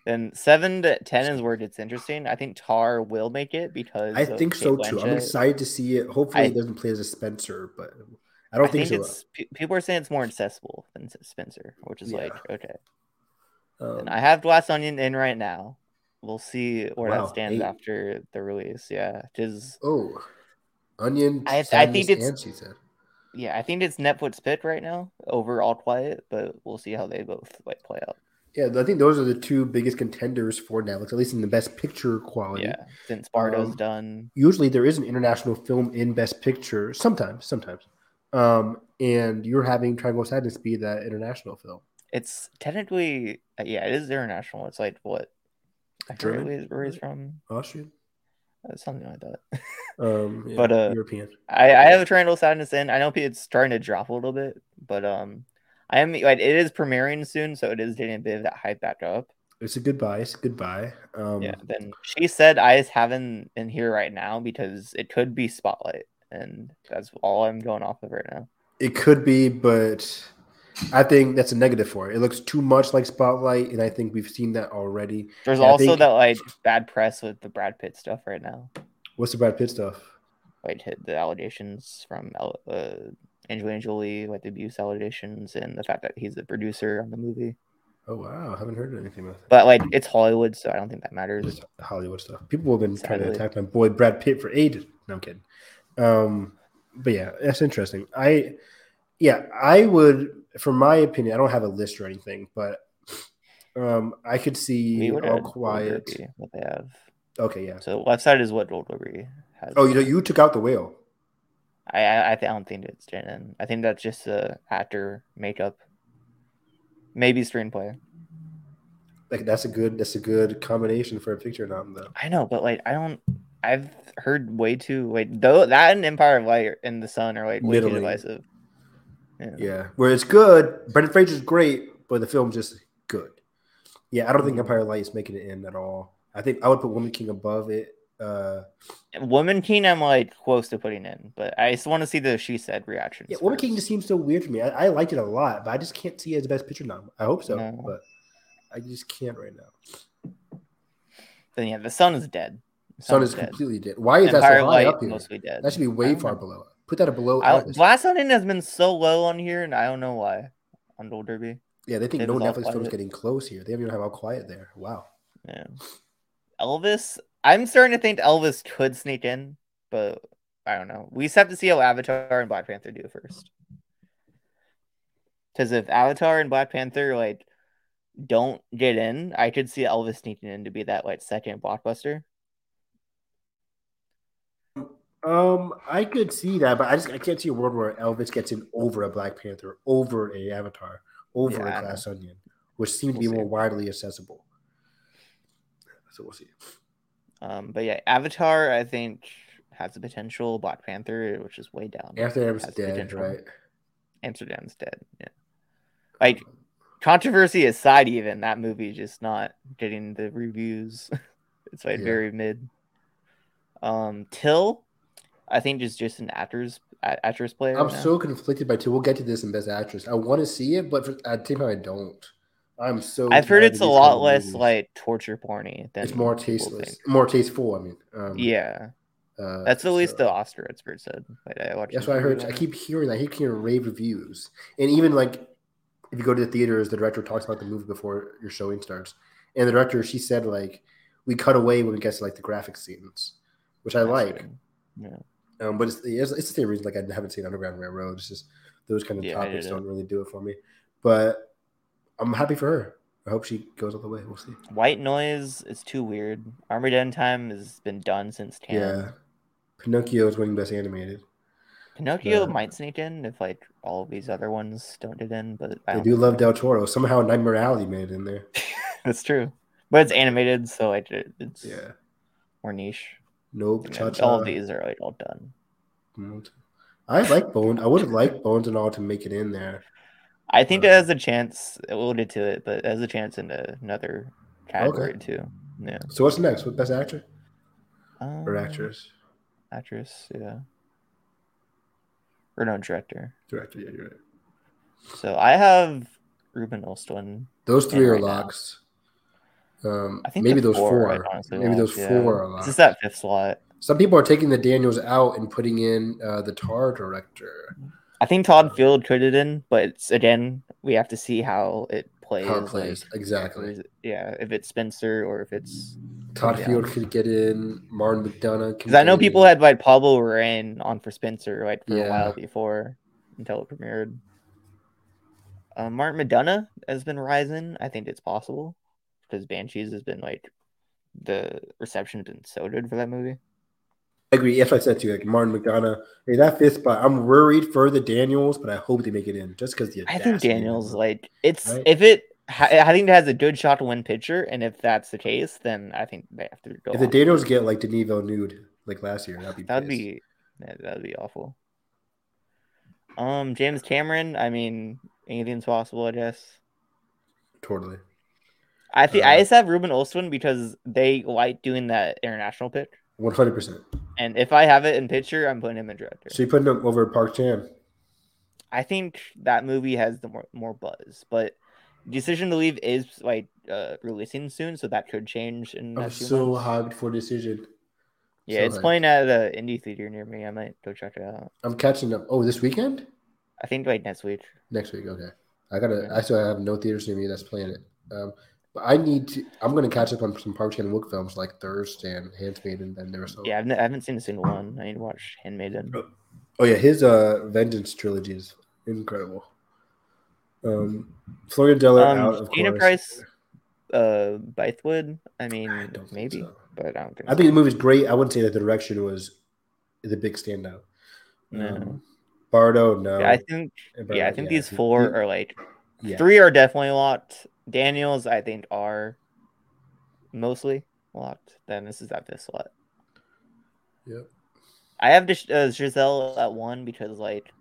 [SPEAKER 1] Then seven to ten is where it gets interesting. I think Tar will make it because
[SPEAKER 3] I
[SPEAKER 1] of
[SPEAKER 3] think so
[SPEAKER 1] Kate
[SPEAKER 3] too. I'm
[SPEAKER 1] uh, Blanchett.
[SPEAKER 3] excited to see it. Hopefully,
[SPEAKER 1] I-
[SPEAKER 3] it doesn't play as a Spencer, but I don't think, so.
[SPEAKER 1] it's pe- people are saying it's more accessible than S- Spencer, which is
[SPEAKER 3] Yeah.
[SPEAKER 1] like okay.
[SPEAKER 3] Um,
[SPEAKER 1] And I have Glass Onion in right now. We'll see where
[SPEAKER 3] Wow,
[SPEAKER 1] that stands
[SPEAKER 3] eight.
[SPEAKER 1] after the release. Yeah, just
[SPEAKER 3] oh, onion.
[SPEAKER 1] I- I
[SPEAKER 3] sadness,
[SPEAKER 1] think it's-
[SPEAKER 3] and she said.
[SPEAKER 1] yeah. I think it's Netflix pick right now over All Quiet, but we'll see how they both like play out.
[SPEAKER 3] Yeah, I think those are the two biggest contenders for Netflix, at least in the best picture quality.
[SPEAKER 1] Yeah, since Bardo's
[SPEAKER 3] Um,
[SPEAKER 1] done.
[SPEAKER 3] usually there is an international film in Best Picture. Sometimes, sometimes, um, and you're having Triangle of Sadness be that international film.
[SPEAKER 1] It's technically uh, yeah, it is international. It's like what I forget
[SPEAKER 3] German?
[SPEAKER 1] where he's- where he's from,
[SPEAKER 3] Austrian,
[SPEAKER 1] uh, something like that.
[SPEAKER 3] um, yeah,
[SPEAKER 1] But, uh,
[SPEAKER 3] European.
[SPEAKER 1] I, I have a Tornado Sadness in. I know it's starting to drop a little bit, but um, I am like it is premiering soon, so it is getting a bit of that hype back up.
[SPEAKER 3] It's a goodbye. It's a goodbye. Um,
[SPEAKER 1] yeah. Then she said I just haven't in here right now because it could be Spotlight, and that's all I'm going off of right now.
[SPEAKER 3] It could be, but I think that's a negative for it. It looks too much like Spotlight, and I think we've seen that already.
[SPEAKER 1] There's
[SPEAKER 3] Yeah, I
[SPEAKER 1] also
[SPEAKER 3] think-
[SPEAKER 1] that like bad press with the Brad Pitt stuff right now.
[SPEAKER 3] What's the Brad Pitt stuff?
[SPEAKER 1] Like hit the allegations from Al- uh, Angelina Jolie, like the abuse allegations, and the fact that he's the producer on the movie.
[SPEAKER 3] Oh wow, I haven't heard anything about that.
[SPEAKER 1] But like it's Hollywood, so I don't think that matters.
[SPEAKER 3] It's Hollywood stuff. People have been trying
[SPEAKER 1] Sadly.
[SPEAKER 3] to attack my boy Brad Pitt for ages. No, I'm kidding. Um, but yeah, that's interesting. I yeah, I would for my opinion, I don't have a list or anything, but um I could see
[SPEAKER 1] We would
[SPEAKER 3] all
[SPEAKER 1] add
[SPEAKER 3] quiet.
[SPEAKER 1] Goldberry, What they have.
[SPEAKER 3] Okay, yeah.
[SPEAKER 1] So left side is what Goldberry has.
[SPEAKER 3] Oh, you know, you took out the whale.
[SPEAKER 1] I I, I, th- I don't think it's Janin. I think that's just uh, actor makeup, maybe screenplay.
[SPEAKER 3] Like that's a good that's a good combination for a picture nom though.
[SPEAKER 1] I know, but like I don't. I've heard way too like though that and Empire of Light and the Sun are like way too
[SPEAKER 3] Middling.
[SPEAKER 1] divisive. Yeah.
[SPEAKER 3] Yeah, where it's good. Brendan Fraser's great, but the film's just good. Yeah, I don't
[SPEAKER 1] Mm.
[SPEAKER 3] think Empire of Light is making it in at all. I think I would put Woman King above it. Uh,
[SPEAKER 1] Woman King, I'm like close to putting in, but I just want to see the she said reaction.
[SPEAKER 3] yeah, Woman King just seems so weird to me. I, I liked it a lot, but I just can't see it as the best picture nom. I hope so,
[SPEAKER 1] No.
[SPEAKER 3] but I just can't right now.
[SPEAKER 1] Then yeah, the Sun is dead. The
[SPEAKER 3] Sun is
[SPEAKER 1] dead.
[SPEAKER 3] completely dead. Why is that
[SPEAKER 1] Empire
[SPEAKER 3] so
[SPEAKER 1] of
[SPEAKER 3] high
[SPEAKER 1] Light
[SPEAKER 3] up here?
[SPEAKER 1] mostly dead.
[SPEAKER 3] That should be
[SPEAKER 1] I
[SPEAKER 3] way
[SPEAKER 1] don't
[SPEAKER 3] far
[SPEAKER 1] know.
[SPEAKER 3] below. Put that below.
[SPEAKER 1] I,
[SPEAKER 3] Atlas.
[SPEAKER 1] Black Lightning has been so low on here, and I don't know why. On Old Derby,
[SPEAKER 3] yeah, they think
[SPEAKER 1] it
[SPEAKER 3] no
[SPEAKER 1] was all
[SPEAKER 3] Netflix film's
[SPEAKER 1] quiet.
[SPEAKER 3] getting close here. They don't even have all quiet there. Wow.
[SPEAKER 1] yeah. Elvis, I'm starting to think Elvis could sneak in, but I don't know. We just have to see how Avatar and Black Panther do first. Because if Avatar and Black Panther like don't get in, I could see Elvis sneaking in to be that like second blockbuster.
[SPEAKER 3] Um, I could see that, but I just I can't see a world where Elvis gets in over a Black Panther, over a Avatar, over
[SPEAKER 1] Yeah, I
[SPEAKER 3] a
[SPEAKER 1] know.
[SPEAKER 3] Glass Onion, which seem to
[SPEAKER 1] We'll
[SPEAKER 3] be more
[SPEAKER 1] see.
[SPEAKER 3] widely accessible. So we'll see.
[SPEAKER 1] Um, but yeah, Avatar, I think has the potential. Black Panther, which is way down.
[SPEAKER 3] Amsterdam's
[SPEAKER 1] Has
[SPEAKER 3] dead,
[SPEAKER 1] potential.
[SPEAKER 3] right?
[SPEAKER 1] Amsterdam's dead. Yeah. Like controversy aside, even that movie just not getting the reviews. [LAUGHS] it's like
[SPEAKER 3] Yeah.
[SPEAKER 1] very mid. Um, Till, I think is just an actor's a- actress play.
[SPEAKER 3] I'm
[SPEAKER 1] right now.
[SPEAKER 3] so conflicted by two. We'll get to this in Best Actress. I want to see it, but for, at the same time, I don't. I'm so.
[SPEAKER 1] I've heard
[SPEAKER 3] tired of
[SPEAKER 1] it's a
[SPEAKER 3] these
[SPEAKER 1] lot
[SPEAKER 3] kind of
[SPEAKER 1] less
[SPEAKER 3] movies.
[SPEAKER 1] like torture porny than
[SPEAKER 3] It's more
[SPEAKER 1] people
[SPEAKER 3] tasteless,
[SPEAKER 1] think.
[SPEAKER 3] more tasteful. I mean, um,
[SPEAKER 1] Yeah,
[SPEAKER 3] uh,
[SPEAKER 1] that's at least
[SPEAKER 3] so-
[SPEAKER 1] the Oscar expert said. Like, I watched
[SPEAKER 3] That's
[SPEAKER 1] his
[SPEAKER 3] what I heard.
[SPEAKER 1] review
[SPEAKER 3] I
[SPEAKER 1] on it.
[SPEAKER 3] keep hearing. that. I keep hearing rave reviews, and even like if you go to the theaters, the director talks about the movie before your showing starts. And the director, she said, like, we cut away when we get to like the graphic scenes, which I
[SPEAKER 1] That's
[SPEAKER 3] like.
[SPEAKER 1] good.
[SPEAKER 3] Um, but it's, it's it's the same reason like I haven't seen Underground Railroad. It's just those kind of
[SPEAKER 1] Yeah, I
[SPEAKER 3] topics
[SPEAKER 1] didn't.
[SPEAKER 3] don't really do it for me. But I'm happy for her. I hope she goes all the way. We'll see.
[SPEAKER 1] White noise is too weird. Armageddon time has been done since
[SPEAKER 3] Yeah.
[SPEAKER 1] ten.
[SPEAKER 3] Pinocchio is winning best animated.
[SPEAKER 1] Pinocchio
[SPEAKER 3] Yeah.
[SPEAKER 1] might sneak in if like all of these other ones don't get in, but I
[SPEAKER 3] I
[SPEAKER 1] don't
[SPEAKER 3] do
[SPEAKER 1] think
[SPEAKER 3] love Del Toro. Somehow Nightmare Alley made it in
[SPEAKER 1] [LAUGHS]
[SPEAKER 3] there.
[SPEAKER 1] that's true. But it's animated, so like it- it's
[SPEAKER 3] Yeah.
[SPEAKER 1] more niche.
[SPEAKER 3] Nope.
[SPEAKER 1] And
[SPEAKER 3] Cha-Cha.
[SPEAKER 1] all of these are like all done.
[SPEAKER 3] Bones. I like Bones. I would have liked Bones and all to make it in there.
[SPEAKER 1] I think it
[SPEAKER 3] Uh,
[SPEAKER 1] has a chance. We'll get to it, but it has a chance in another category too. Yeah,
[SPEAKER 3] So what's next? What best actor
[SPEAKER 1] um,
[SPEAKER 3] or actress?
[SPEAKER 1] actress, yeah, or no director.
[SPEAKER 3] Director. Yeah, you're right.
[SPEAKER 1] So I have Ruben Östlund.
[SPEAKER 3] Those three
[SPEAKER 1] In
[SPEAKER 3] are
[SPEAKER 1] right now.
[SPEAKER 3] locks. Um,
[SPEAKER 1] I think
[SPEAKER 3] maybe
[SPEAKER 1] the
[SPEAKER 3] those four.
[SPEAKER 1] I'd honestly
[SPEAKER 3] maybe
[SPEAKER 1] like,
[SPEAKER 3] those
[SPEAKER 1] yeah.
[SPEAKER 3] four are
[SPEAKER 1] It's
[SPEAKER 3] locks.
[SPEAKER 1] just that fifth slot.
[SPEAKER 3] Some people are taking the Daniels out and putting in uh, the Tar director.
[SPEAKER 1] I think Todd Field could it in, but it's, again, we have to see how it plays.
[SPEAKER 3] How it plays
[SPEAKER 1] like,
[SPEAKER 3] exactly.
[SPEAKER 1] is it- yeah, if it's Spencer or if it's
[SPEAKER 3] Todd
[SPEAKER 1] Yeah.
[SPEAKER 3] Field could get in. Martin McDonough.
[SPEAKER 1] because I know people had like Pablo Rain on for Spencer like for a
[SPEAKER 3] Yeah.
[SPEAKER 1] while before until it premiered. Uh, Martin Madonna has been rising. I think it's possible because Banshees has been like the reception has been so good for that movie.
[SPEAKER 3] I agree. If I said to you, like Martin McDonough, hey, that fifth spot. I'm worried for the Daniels, but I hope they make it in just because the.
[SPEAKER 1] I think
[SPEAKER 3] audacity.
[SPEAKER 1] Daniels like it's
[SPEAKER 3] Right?
[SPEAKER 1] if it. I I think it has a good shot to win pitcher, and if that's the case, then I think they have to go.
[SPEAKER 3] If the
[SPEAKER 1] on.
[SPEAKER 3] Daniels get like Denevo nude like last year, that'd be
[SPEAKER 1] That'd
[SPEAKER 3] pissed.
[SPEAKER 1] be yeah, that'd be awful. Um, James Cameron. I mean, anything's possible, I guess.
[SPEAKER 3] totally.
[SPEAKER 1] I think
[SPEAKER 3] Uh,
[SPEAKER 1] I just have Ruben Olston because they like doing that international pick,
[SPEAKER 3] One hundred percent.
[SPEAKER 1] and if I have it in pitcher, I'm putting him in director.
[SPEAKER 3] So you put him over Park Chan.
[SPEAKER 1] I think that movie has the more, more buzz, but Decision to Leave is like uh, releasing soon, so that could change. In a
[SPEAKER 3] I'm
[SPEAKER 1] few
[SPEAKER 3] Oh, so
[SPEAKER 1] months.
[SPEAKER 3] hyped for decision.
[SPEAKER 1] Yeah,
[SPEAKER 3] so
[SPEAKER 1] it's
[SPEAKER 3] hyped.
[SPEAKER 1] playing at an indie theater near me. I might go check it out.
[SPEAKER 3] I'm catching up. Oh, this weekend?
[SPEAKER 1] I think like next week.
[SPEAKER 3] Next week. Okay. I gotta. I still have no theaters near me that's playing it. Um, but I need to. I'm gonna catch up on some Park Chan Wook films like Thursday and Handmaiden and Never So.
[SPEAKER 1] Yeah, I've n- I haven't seen a single one. I need to watch Handmaiden.
[SPEAKER 3] Oh yeah, his uh, Vengeance trilogy is incredible. Um, Florian Deller
[SPEAKER 1] Um,
[SPEAKER 3] out of
[SPEAKER 1] Gina
[SPEAKER 3] course.
[SPEAKER 1] Price, uh, Bythewood. I mean,
[SPEAKER 3] I don't think
[SPEAKER 1] maybe,
[SPEAKER 3] so.
[SPEAKER 1] but I don't think.
[SPEAKER 3] I
[SPEAKER 1] so.
[SPEAKER 3] think the movie's great. I wouldn't say that the direction was the big standout.
[SPEAKER 1] No.
[SPEAKER 3] Um, Bardo, no.
[SPEAKER 1] Yeah, I think.
[SPEAKER 3] And
[SPEAKER 1] Yeah, I
[SPEAKER 3] Bardo,
[SPEAKER 1] think these four
[SPEAKER 3] Mm,
[SPEAKER 1] are like
[SPEAKER 3] yeah.
[SPEAKER 1] three are definitely locked. Daniels, I think, are mostly locked. Then this is at this lot.
[SPEAKER 3] Yep.
[SPEAKER 1] I have Gish- uh, Giselle at one because, like,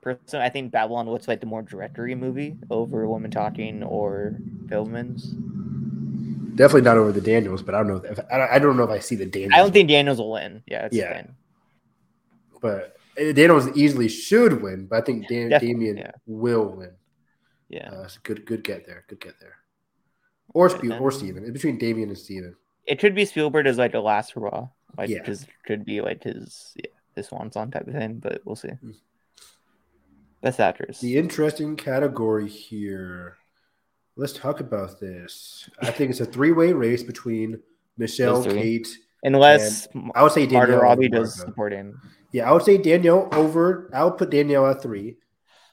[SPEAKER 1] personally, I think Babylon looks like the more directory movie over Woman Talking or Filmans.
[SPEAKER 3] Definitely not over the Daniels, but I don't know. If, I, don't- I don't know if I see the Daniels.
[SPEAKER 1] I don't think Daniels will win. Yeah, that's
[SPEAKER 3] Yeah.
[SPEAKER 1] yeah. the thing.
[SPEAKER 3] but uh, Daniels easily should win. But I think Dan,
[SPEAKER 1] Definitely,
[SPEAKER 3] Damien
[SPEAKER 1] yeah.
[SPEAKER 3] will win.
[SPEAKER 1] Yeah.
[SPEAKER 3] Uh, it's a good, good get there. Good get there. Or
[SPEAKER 1] Okay,
[SPEAKER 3] Spe-
[SPEAKER 1] then.
[SPEAKER 3] or Steven. It's between Damien and Steven.
[SPEAKER 1] it could be Spielberg as like the last hurrah. Like
[SPEAKER 3] Yeah.
[SPEAKER 1] just could be like his yeah, this one song type of thing, but we'll see.
[SPEAKER 3] Mm.
[SPEAKER 1] Best actress.
[SPEAKER 3] The interesting category here. Let's talk about this. I think it's a three-way race between Michelle,
[SPEAKER 1] Those three.
[SPEAKER 3] Kate.
[SPEAKER 1] Unless M-
[SPEAKER 3] I would say Danielle.
[SPEAKER 1] Margot
[SPEAKER 3] over
[SPEAKER 1] Robbie does
[SPEAKER 3] Margot.
[SPEAKER 1] supporting.
[SPEAKER 3] Yeah, I would say Danielle over. I would put Danielle at three,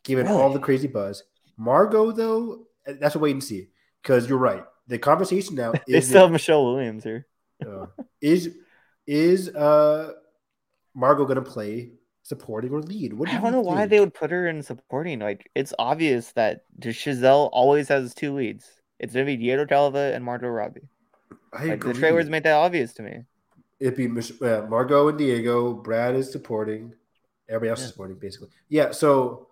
[SPEAKER 3] given all the crazy buzz. Margot, though, that's a wait and see. Because you're right. The conversation now
[SPEAKER 1] [LAUGHS] They
[SPEAKER 3] is
[SPEAKER 1] still have Michelle Williams here.
[SPEAKER 3] uh, is is uh Margot gonna play supporting or lead? What do
[SPEAKER 1] I
[SPEAKER 3] you
[SPEAKER 1] don't know why
[SPEAKER 3] think?
[SPEAKER 1] they would put her in supporting. Like it's obvious that Giselle always has two leads. It's gonna be Diego Calva and Margot Robbie.
[SPEAKER 3] I
[SPEAKER 1] Like the
[SPEAKER 3] agree.
[SPEAKER 1] trailers make that obvious to me.
[SPEAKER 3] It'd be Mich- uh, Margot and Diego. Brad is supporting. Everybody else
[SPEAKER 1] Yeah.
[SPEAKER 3] is supporting, basically. Yeah. So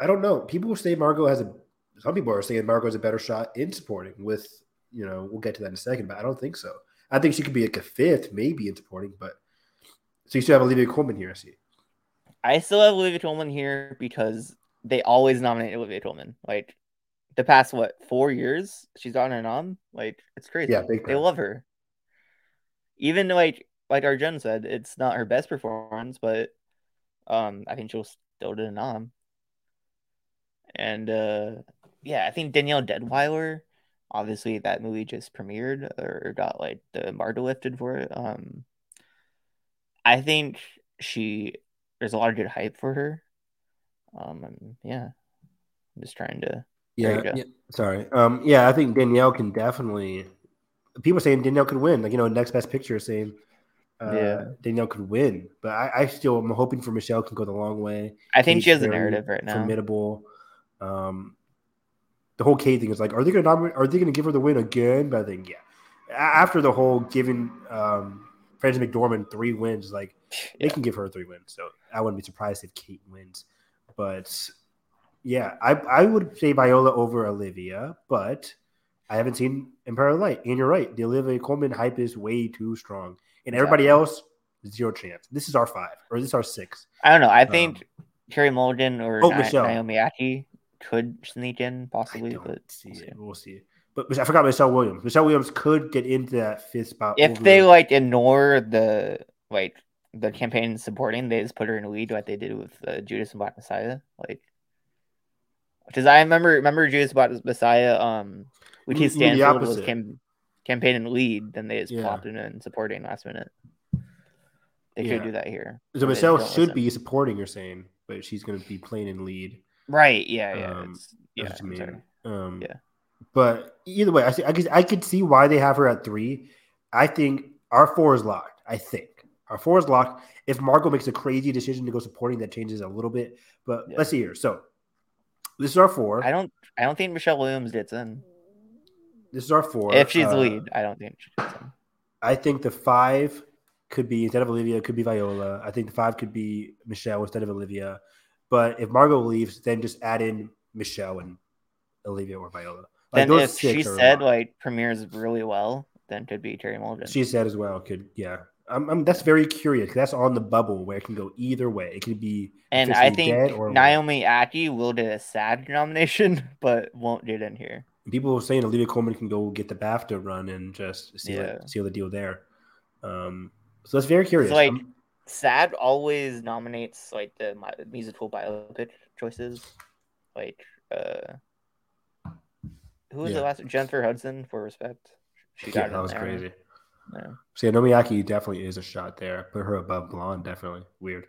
[SPEAKER 3] I don't know. People say Margot has a. Some people are saying Margot has a better shot in supporting. With you know, we'll get to that in a second, but I don't think so. I think she could be like a fifth, maybe in supporting, but so you still have Olivia Colman here. I see.
[SPEAKER 1] I still have Olivia Tolman here because they always nominate Olivia Tolman. Like the past what four years, she's on and on. Like it's crazy.
[SPEAKER 3] Yeah, big
[SPEAKER 1] they
[SPEAKER 3] time.
[SPEAKER 1] love her. Even like like our Jen said, it's not her best performance, but um, I think she'll still get a nom. And uh, yeah, I think Danielle Deadweiler. Obviously, that movie just premiered or got like the embargo lifted for it. Um, I think she there's a lot of good hype for her. Um, and yeah, I'm just trying to. There you
[SPEAKER 3] Yeah,
[SPEAKER 1] go.
[SPEAKER 3] yeah. Sorry. Um, yeah, I think Danielle can definitely. People are saying Danielle could win. Like you know, next best picture is saying uh,
[SPEAKER 1] Yeah.
[SPEAKER 3] Danielle could win. But I, I still am hoping for Michelle can go the long way.
[SPEAKER 1] I think
[SPEAKER 3] Kate's
[SPEAKER 1] she has a
[SPEAKER 3] very
[SPEAKER 1] narrative right now.
[SPEAKER 3] Formidable. Um, the whole Kate thing is like, are they going to nominate? Are they going to give her the win again? But I think yeah. A- After the whole giving um, Frances McDormand three wins, like they
[SPEAKER 1] Yeah.
[SPEAKER 3] can give her three wins. So I wouldn't be surprised if Kate wins. But yeah, I, I would say Viola over Olivia, but I haven't seen Empire of Light. And you're right, the Olivia Coleman hype is way too strong. And everybody
[SPEAKER 1] Exactly.
[SPEAKER 3] else, zero chance. This is our five, or this is our six.
[SPEAKER 1] I don't know. I
[SPEAKER 3] Um,
[SPEAKER 1] think Terry Mulligan or
[SPEAKER 3] oh,
[SPEAKER 1] Ni-
[SPEAKER 3] Michelle.
[SPEAKER 1] Naomi Aki could sneak in
[SPEAKER 3] I
[SPEAKER 1] possibly,
[SPEAKER 3] don't
[SPEAKER 1] but
[SPEAKER 3] see
[SPEAKER 1] we'll see.
[SPEAKER 3] it. We'll see. But but I forgot Michelle Williams. Michelle Williams could get into that fifth spot.
[SPEAKER 1] if
[SPEAKER 3] over-
[SPEAKER 1] they like ignore the like the campaign supporting, they just put her in a lead like they did with uh, Judas and Black Messiah, like. Because I remember, remember Judas Black Messiah, um, which he
[SPEAKER 3] You mean
[SPEAKER 1] stands
[SPEAKER 3] Mm, the
[SPEAKER 1] for was
[SPEAKER 3] opposite.
[SPEAKER 1] cam- campaign and lead, then they just
[SPEAKER 3] Yeah.
[SPEAKER 1] plopped him in supporting last minute. They
[SPEAKER 3] Yeah.
[SPEAKER 1] could do that here.
[SPEAKER 3] so
[SPEAKER 1] They
[SPEAKER 3] Michelle
[SPEAKER 1] don't
[SPEAKER 3] should
[SPEAKER 1] listen.
[SPEAKER 3] be supporting, you're saying, but she's going to be playing in lead.
[SPEAKER 1] right. Yeah, yeah,
[SPEAKER 3] Um,
[SPEAKER 1] it's- yeah.
[SPEAKER 3] That's what
[SPEAKER 1] I'm
[SPEAKER 3] you
[SPEAKER 1] sorry.
[SPEAKER 3] mean. Um,
[SPEAKER 1] Yeah.
[SPEAKER 3] But either way, I see, I could I could see why they have her at three. I think our four is locked. I think our four is locked. If Margot makes a crazy decision to go supporting, that changes a little bit. But
[SPEAKER 1] Yeah.
[SPEAKER 3] let's see here. So this is our four.
[SPEAKER 1] I don't, I don't think Michelle Williams gets in.
[SPEAKER 3] this is our four.
[SPEAKER 1] if she's
[SPEAKER 3] Uh,
[SPEAKER 1] lead, I don't think she gets in.
[SPEAKER 3] I think the five could be instead of Olivia, it could be Viola. I think the five could be Michelle instead of Olivia. But if Margot leaves, then just add in Michelle and Olivia or Viola.
[SPEAKER 1] Then
[SPEAKER 3] those
[SPEAKER 1] if she
[SPEAKER 3] six are
[SPEAKER 1] said
[SPEAKER 3] locked.
[SPEAKER 1] like premieres really well, then could be Terry Mulligan.
[SPEAKER 3] She said as well. Could yeah. I'm, I'm that's very curious. 'cause That's on the bubble where it can go either way. It could be
[SPEAKER 1] and I
[SPEAKER 3] officially
[SPEAKER 1] think
[SPEAKER 3] dead or
[SPEAKER 1] Naomi Aki will get a sad nomination, [LAUGHS] but won't get in here.
[SPEAKER 3] people were saying Olivia Coleman can go get the BAFTA run and just seal
[SPEAKER 1] Yeah.
[SPEAKER 3] it, seal the deal there. Um, so that's very curious.
[SPEAKER 1] like-
[SPEAKER 3] I'm-
[SPEAKER 1] Sad always nominates like the mi- musical biopic choices, like uh, Who was
[SPEAKER 3] Yeah.
[SPEAKER 1] the last Jennifer Hudson for respect? She
[SPEAKER 3] Yeah,
[SPEAKER 1] got
[SPEAKER 3] that
[SPEAKER 1] in
[SPEAKER 3] was
[SPEAKER 1] there.
[SPEAKER 3] crazy.
[SPEAKER 1] Yeah.
[SPEAKER 3] So yeah, Nomiaki definitely is a shot there. Put her above blonde, definitely. Weird.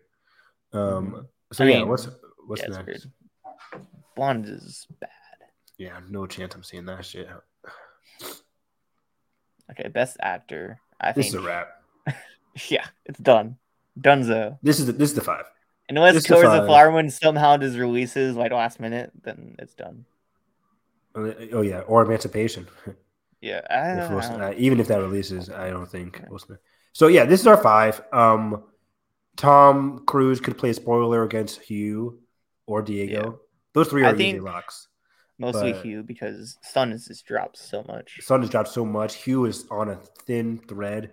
[SPEAKER 3] Um
[SPEAKER 1] Mm-hmm.
[SPEAKER 3] so
[SPEAKER 1] I
[SPEAKER 3] yeah,
[SPEAKER 1] mean,
[SPEAKER 3] what's what's
[SPEAKER 1] yeah, it's
[SPEAKER 3] next?
[SPEAKER 1] weird. Blonde is bad.
[SPEAKER 3] Yeah, no chance I'm seeing that shit.
[SPEAKER 1] Okay, best actor. I
[SPEAKER 3] This
[SPEAKER 1] think.
[SPEAKER 3] is a wrap.
[SPEAKER 1] [LAUGHS] Yeah, it's done. Dunzo.
[SPEAKER 3] This is the, this is the five.
[SPEAKER 1] Unless
[SPEAKER 3] It's a
[SPEAKER 1] Killers
[SPEAKER 3] five.
[SPEAKER 1] of Flower Moon somehow does releases like last minute, then it's done.
[SPEAKER 3] Oh yeah, or Emancipation. [LAUGHS]
[SPEAKER 1] Yeah, I
[SPEAKER 3] If
[SPEAKER 1] don't
[SPEAKER 3] Will Smith-
[SPEAKER 1] know.
[SPEAKER 3] uh, even if that releases, I don't think Will Smith. So yeah, this is our five. Um, Tom Cruise could play spoiler against Hugh or Diego.
[SPEAKER 1] Yeah.
[SPEAKER 3] Those three
[SPEAKER 1] I
[SPEAKER 3] are easy
[SPEAKER 1] think-
[SPEAKER 3] locks.
[SPEAKER 1] Mostly
[SPEAKER 3] but-
[SPEAKER 1] Hugh because Sun has just dropped so much.
[SPEAKER 3] Sun has dropped so much. Hugh is on a thin thread.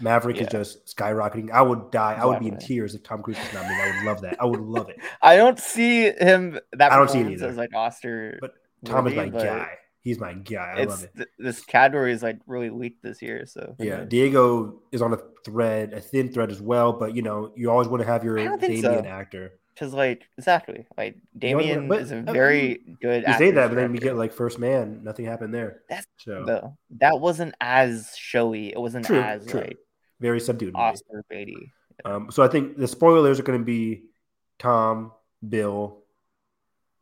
[SPEAKER 3] Maverick is
[SPEAKER 1] Yeah.
[SPEAKER 3] just skyrocketing. I would die. I would be in
[SPEAKER 1] Exactly.
[SPEAKER 3] tears if Tom Cruise was not me. I would love that. I would love it.
[SPEAKER 1] [LAUGHS] I don't see him that
[SPEAKER 3] I don't see it
[SPEAKER 1] performance
[SPEAKER 3] either.
[SPEAKER 1] as like Oscar.
[SPEAKER 3] But Tom is my
[SPEAKER 1] worthy, but
[SPEAKER 3] guy. He's my guy. I
[SPEAKER 1] It's
[SPEAKER 3] love it.
[SPEAKER 1] th- this category is like really weak this year, so
[SPEAKER 3] Yeah, Diego is on a thread, a thin thread as well. But you know, you always want to have your
[SPEAKER 1] I don't
[SPEAKER 3] Damien
[SPEAKER 1] think so.
[SPEAKER 3] actor.
[SPEAKER 1] Because like exactly, like
[SPEAKER 3] know what-
[SPEAKER 1] Damien
[SPEAKER 3] but-
[SPEAKER 1] is
[SPEAKER 3] I
[SPEAKER 1] a
[SPEAKER 3] mean,
[SPEAKER 1] very good.
[SPEAKER 3] You say
[SPEAKER 1] actor
[SPEAKER 3] that, but then we
[SPEAKER 1] director,
[SPEAKER 3] get like First Man. Nothing happened there.
[SPEAKER 1] That's
[SPEAKER 3] so
[SPEAKER 1] though that wasn't as showy. It wasn't
[SPEAKER 3] True,
[SPEAKER 1] as
[SPEAKER 3] true.
[SPEAKER 1] like
[SPEAKER 3] very subdued. movie.
[SPEAKER 1] Oscar baity.
[SPEAKER 3] Um, so I think the spoilers are going to be Tom, Bill.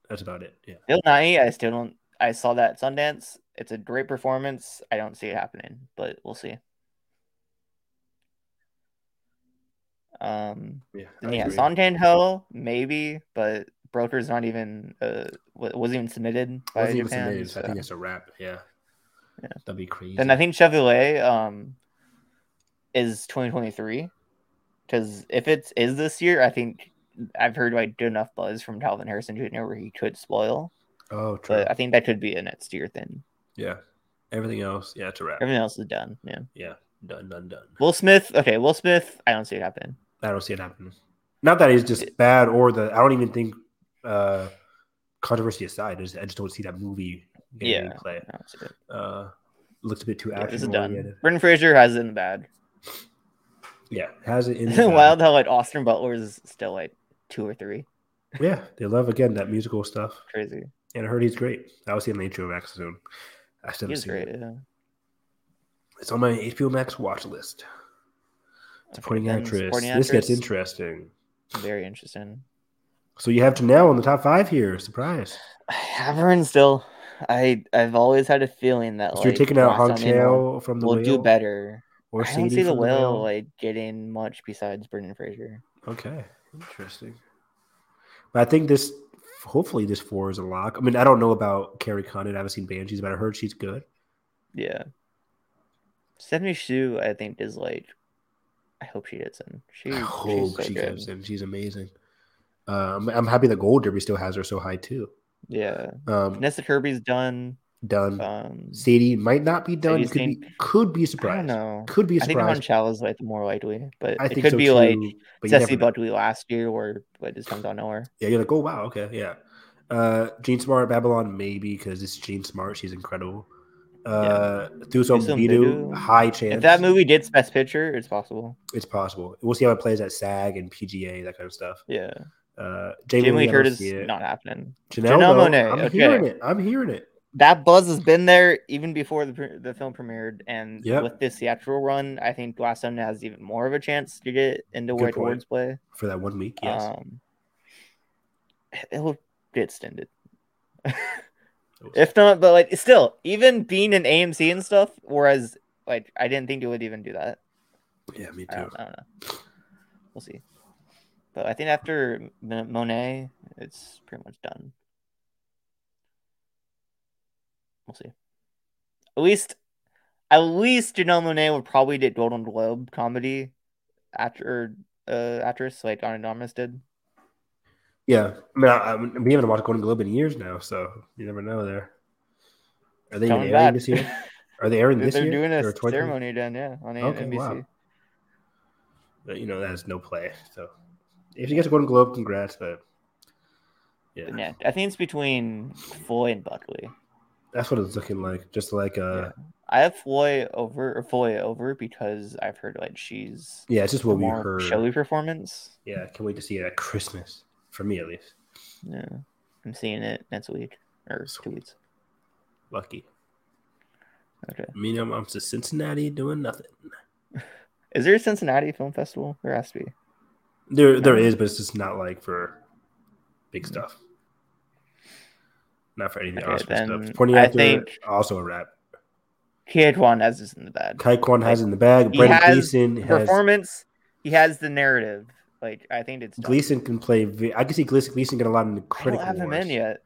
[SPEAKER 3] That's about it. Yeah,
[SPEAKER 1] Bill Nye, I still don't. I saw that at Sundance. It's a great performance. I don't see it happening, but we'll see. Um,
[SPEAKER 3] I
[SPEAKER 1] and yeah,
[SPEAKER 3] agree.
[SPEAKER 1] Santan Ho maybe, but Broker's not even uh wa- wasn't even submitted by
[SPEAKER 3] Wasn't even
[SPEAKER 1] Japan.
[SPEAKER 3] submitted, so I
[SPEAKER 1] so-
[SPEAKER 3] think that's a wrap. Yeah,
[SPEAKER 1] Yeah.
[SPEAKER 3] that'd be crazy.
[SPEAKER 1] Then I think Chevrolet um is 2023 because if it's is this year, I think I've heard like good enough buzz from Calvin Harrison Jr. where he could spoil,
[SPEAKER 3] oh, true.
[SPEAKER 1] but I think that could be a next year thing.
[SPEAKER 3] yeah, everything else. Yeah, it's a wrap.
[SPEAKER 1] Everything else is done. Yeah.
[SPEAKER 3] Yeah, done, done, done.
[SPEAKER 1] Will Smith. Okay, Will Smith. I don't see it happen.
[SPEAKER 3] I don't see it happening. Not that he's just bad or the I don't even think uh controversy aside, I just, I just don't see that movie
[SPEAKER 1] Yeah.
[SPEAKER 3] getting play.
[SPEAKER 1] I don't see it.
[SPEAKER 3] Uh looks a bit too
[SPEAKER 1] Yeah, this is
[SPEAKER 3] action
[SPEAKER 1] done.
[SPEAKER 3] oriented.
[SPEAKER 1] Brendan Fraser has it in the bag.
[SPEAKER 3] Yeah, has it
[SPEAKER 1] [LAUGHS]
[SPEAKER 3] in the bag.
[SPEAKER 1] Wild how like Austin Butler is still like two or three.
[SPEAKER 3] Yeah, they love again that musical stuff.
[SPEAKER 1] Crazy.
[SPEAKER 3] And I heard he's great. I was seeing the HBO Max soon. I still haven't
[SPEAKER 1] He's
[SPEAKER 3] seen
[SPEAKER 1] great.
[SPEAKER 3] it.
[SPEAKER 1] Yeah.
[SPEAKER 3] It's on my HBO Max watch list. Supporting
[SPEAKER 1] then
[SPEAKER 3] actress.
[SPEAKER 1] supporting
[SPEAKER 3] This gets
[SPEAKER 1] actress.
[SPEAKER 3] interesting.
[SPEAKER 1] Very interesting. [SIGHS]
[SPEAKER 3] So you have Janelle in the top five here. Surprise.
[SPEAKER 1] I have her in still. I I've always had a feeling that
[SPEAKER 3] So
[SPEAKER 1] like
[SPEAKER 3] you're taking out Hong
[SPEAKER 1] Hong
[SPEAKER 3] Chao from the
[SPEAKER 1] will
[SPEAKER 3] whale
[SPEAKER 1] do better.
[SPEAKER 3] or
[SPEAKER 1] I don't
[SPEAKER 3] Sadie
[SPEAKER 1] see the
[SPEAKER 3] from
[SPEAKER 1] will
[SPEAKER 3] whale.
[SPEAKER 1] like getting much besides Brendan Fraser.
[SPEAKER 3] Okay, interesting. But I think this, hopefully, this four is a lock. I mean, I don't know about Carrie Condon. I haven't seen Banshees, but I heard she's good.
[SPEAKER 1] Yeah. Stephanie Sue, I think, is like. I hope she gets in. She,
[SPEAKER 3] I
[SPEAKER 1] she's
[SPEAKER 3] hope
[SPEAKER 1] so
[SPEAKER 3] she
[SPEAKER 1] good.
[SPEAKER 3] gets in. She's amazing. Um, I'm happy that Gold Derby still has her so high too.
[SPEAKER 1] Yeah.
[SPEAKER 3] Um,
[SPEAKER 1] Vanessa Kirby's done.
[SPEAKER 3] done.
[SPEAKER 1] Um,
[SPEAKER 3] Sadie might not be done.
[SPEAKER 1] Sadie's
[SPEAKER 3] Could be,
[SPEAKER 1] seen-
[SPEAKER 3] could
[SPEAKER 1] I
[SPEAKER 3] be
[SPEAKER 1] don't
[SPEAKER 3] surprised.
[SPEAKER 1] know.
[SPEAKER 3] Could be
[SPEAKER 1] I think Hong
[SPEAKER 3] surprised.
[SPEAKER 1] Chao is like the more likely, but
[SPEAKER 3] I
[SPEAKER 1] it
[SPEAKER 3] think
[SPEAKER 1] could
[SPEAKER 3] so
[SPEAKER 1] be
[SPEAKER 3] too,
[SPEAKER 1] like
[SPEAKER 3] but you never
[SPEAKER 1] Ceci
[SPEAKER 3] know.
[SPEAKER 1] Buckley last year, where it just comes out of nowhere.
[SPEAKER 3] Yeah, you're like, oh wow, okay, yeah. Uh, Gene Smart Babylon maybe because it's Gene Smart. She's incredible. Uh, Thusum
[SPEAKER 1] Thusum
[SPEAKER 3] Bidu,
[SPEAKER 1] Bidu.
[SPEAKER 3] high chance.
[SPEAKER 1] If that movie gets Best Picture, it's possible.
[SPEAKER 3] it's possible. We'll see how it plays at SAG and PGA, that kind of stuff.
[SPEAKER 1] Yeah.
[SPEAKER 3] Uh,
[SPEAKER 1] Jamie Lee
[SPEAKER 3] I don't
[SPEAKER 1] Curtis
[SPEAKER 3] see it.
[SPEAKER 1] not happening.
[SPEAKER 3] Janelle,
[SPEAKER 1] Janelle
[SPEAKER 3] though,
[SPEAKER 1] Monáe,
[SPEAKER 3] I'm
[SPEAKER 1] okay.
[SPEAKER 3] hearing it. I'm hearing it.
[SPEAKER 1] That buzz has been there even before the, pre- the film premiered, and
[SPEAKER 3] Yep.
[SPEAKER 1] with this theatrical run, I think Glass Onion has even more of a chance to get into
[SPEAKER 3] Good
[SPEAKER 1] White
[SPEAKER 3] point.
[SPEAKER 1] Awards play.
[SPEAKER 3] For that one week, yes,
[SPEAKER 1] Um, it'll get extended. [LAUGHS]
[SPEAKER 3] It was-
[SPEAKER 1] If not, but like still, even being in AMC and stuff, whereas like I didn't think it would even do that.
[SPEAKER 3] yeah, me
[SPEAKER 1] I
[SPEAKER 3] too.
[SPEAKER 1] don't, I don't know. We'll see. But I think after M- Monet, it's pretty much done. We'll see. At least, at least Janelle Monet would probably get Golden Globe comedy actor uh, actress like Anna Darmus did.
[SPEAKER 3] Yeah, I mean, I, I, we haven't watched Golden Globe in years now, so you never know. There are they even
[SPEAKER 1] Coming back.
[SPEAKER 3] airing
[SPEAKER 1] [LAUGHS]
[SPEAKER 3] this year? Are they airing
[SPEAKER 1] They're
[SPEAKER 3] this year?
[SPEAKER 1] doing
[SPEAKER 3] Or
[SPEAKER 1] a
[SPEAKER 3] 20?
[SPEAKER 1] ceremony done, yeah, on
[SPEAKER 3] Okay,
[SPEAKER 1] NBC.
[SPEAKER 3] wow. But, you know that has no play. So if you get to Golden Globe, congrats. But yeah,
[SPEAKER 1] But yeah, I think it's between Foy and Buckley.
[SPEAKER 3] that's what it's looking like. Just like uh,
[SPEAKER 1] I have Foy over or Foy over because I've heard like she's
[SPEAKER 3] yeah, it's just
[SPEAKER 1] a
[SPEAKER 3] what we
[SPEAKER 1] more
[SPEAKER 3] heard.
[SPEAKER 1] showy performance.
[SPEAKER 3] Yeah, can't wait to see it at Christmas for me at least.
[SPEAKER 1] Yeah, I'm seeing it next week or two weeks.
[SPEAKER 3] Lucky.
[SPEAKER 1] Okay.
[SPEAKER 3] I mean, I'm, I'm to Cincinnati doing nothing.
[SPEAKER 1] Is there a Cincinnati Film Festival? There has to be.
[SPEAKER 3] There, there is, but it's just not like for big stuff. Not for any of the
[SPEAKER 1] Mm-hmm. Okay,
[SPEAKER 3] Oscar
[SPEAKER 1] then
[SPEAKER 3] stuff. Pointing
[SPEAKER 1] I
[SPEAKER 3] out there,
[SPEAKER 1] think-
[SPEAKER 3] also a wrap.
[SPEAKER 1] Kwan has this in the bag.
[SPEAKER 3] Taekwon has it in the bag.
[SPEAKER 1] He
[SPEAKER 3] Brendan
[SPEAKER 1] has
[SPEAKER 3] Gleason has.
[SPEAKER 1] Performance. He has the narrative. Like I think it's done.
[SPEAKER 3] Gleason can play. ve- I can see Gleason. Gleason get a lot in
[SPEAKER 1] I
[SPEAKER 3] the
[SPEAKER 1] don't
[SPEAKER 3] critical
[SPEAKER 1] have him
[SPEAKER 3] wars.
[SPEAKER 1] in yet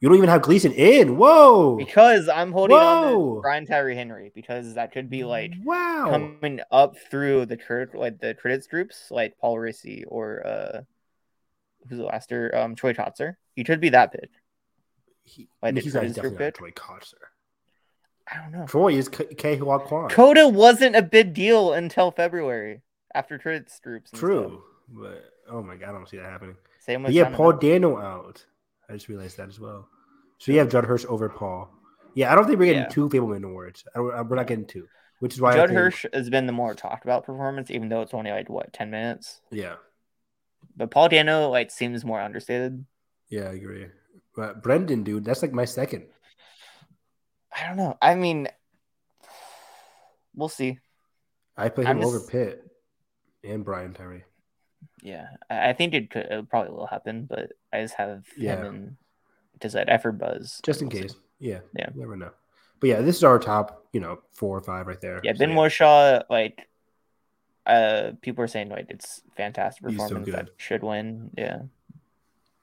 [SPEAKER 3] You don't even have Gleason in. Whoa!
[SPEAKER 1] because I'm holding on
[SPEAKER 3] Whoa.
[SPEAKER 1] to Brian Tyree Henry because that could be like
[SPEAKER 3] wow.
[SPEAKER 1] coming up through the crit- like the credits groups like Paul Ricci or uh who's the last year? um Troy Chotzer. He could be that pick.
[SPEAKER 3] He-
[SPEAKER 1] Why did
[SPEAKER 3] he's not
[SPEAKER 1] Curtis
[SPEAKER 3] definitely
[SPEAKER 1] Group
[SPEAKER 3] not
[SPEAKER 1] it?
[SPEAKER 3] Troy Kotzer.
[SPEAKER 1] I don't know.
[SPEAKER 3] Troy is K- Kwan. Kwan.
[SPEAKER 1] Coda wasn't a big deal until February after credits groups. and
[SPEAKER 3] True, but oh my god, I don't see that happening.
[SPEAKER 1] stuff. Same
[SPEAKER 3] But
[SPEAKER 1] with
[SPEAKER 3] yeah,
[SPEAKER 1] Donovan.
[SPEAKER 3] Paul Daniel out. I just realized that as well. So you have Judd Hirsch over Paul. Yeah, I don't think we're getting
[SPEAKER 1] Yeah.
[SPEAKER 3] two Fableman awards. I don't, I- we're not getting two, which is why I
[SPEAKER 1] Judd
[SPEAKER 3] think-
[SPEAKER 1] Hirsch has been the more talked about performance, even though it's only like what ten minutes.
[SPEAKER 3] Yeah,
[SPEAKER 1] But Paul Dano like seems more understated.
[SPEAKER 3] yeah, I agree. But Brendan, dude, that's like my second.
[SPEAKER 1] I don't know. I mean, we'll see.
[SPEAKER 3] I put him
[SPEAKER 1] I'm just-
[SPEAKER 3] over Pitt and Brian Tyree.
[SPEAKER 1] Yeah, I, I think it could it probably will happen, but I just have
[SPEAKER 3] Yeah.
[SPEAKER 1] him in does that effort buzz
[SPEAKER 3] just in
[SPEAKER 1] We'll see.
[SPEAKER 3] case. Yeah,
[SPEAKER 1] Yeah.
[SPEAKER 3] you never know. But yeah, this is our top, you know, four or five right there.
[SPEAKER 1] Yeah,
[SPEAKER 3] So,
[SPEAKER 1] Ben Whishaw, like, uh, people are saying like it's fantastic
[SPEAKER 3] He's so
[SPEAKER 1] performance that
[SPEAKER 3] good.
[SPEAKER 1] should win. Yeah,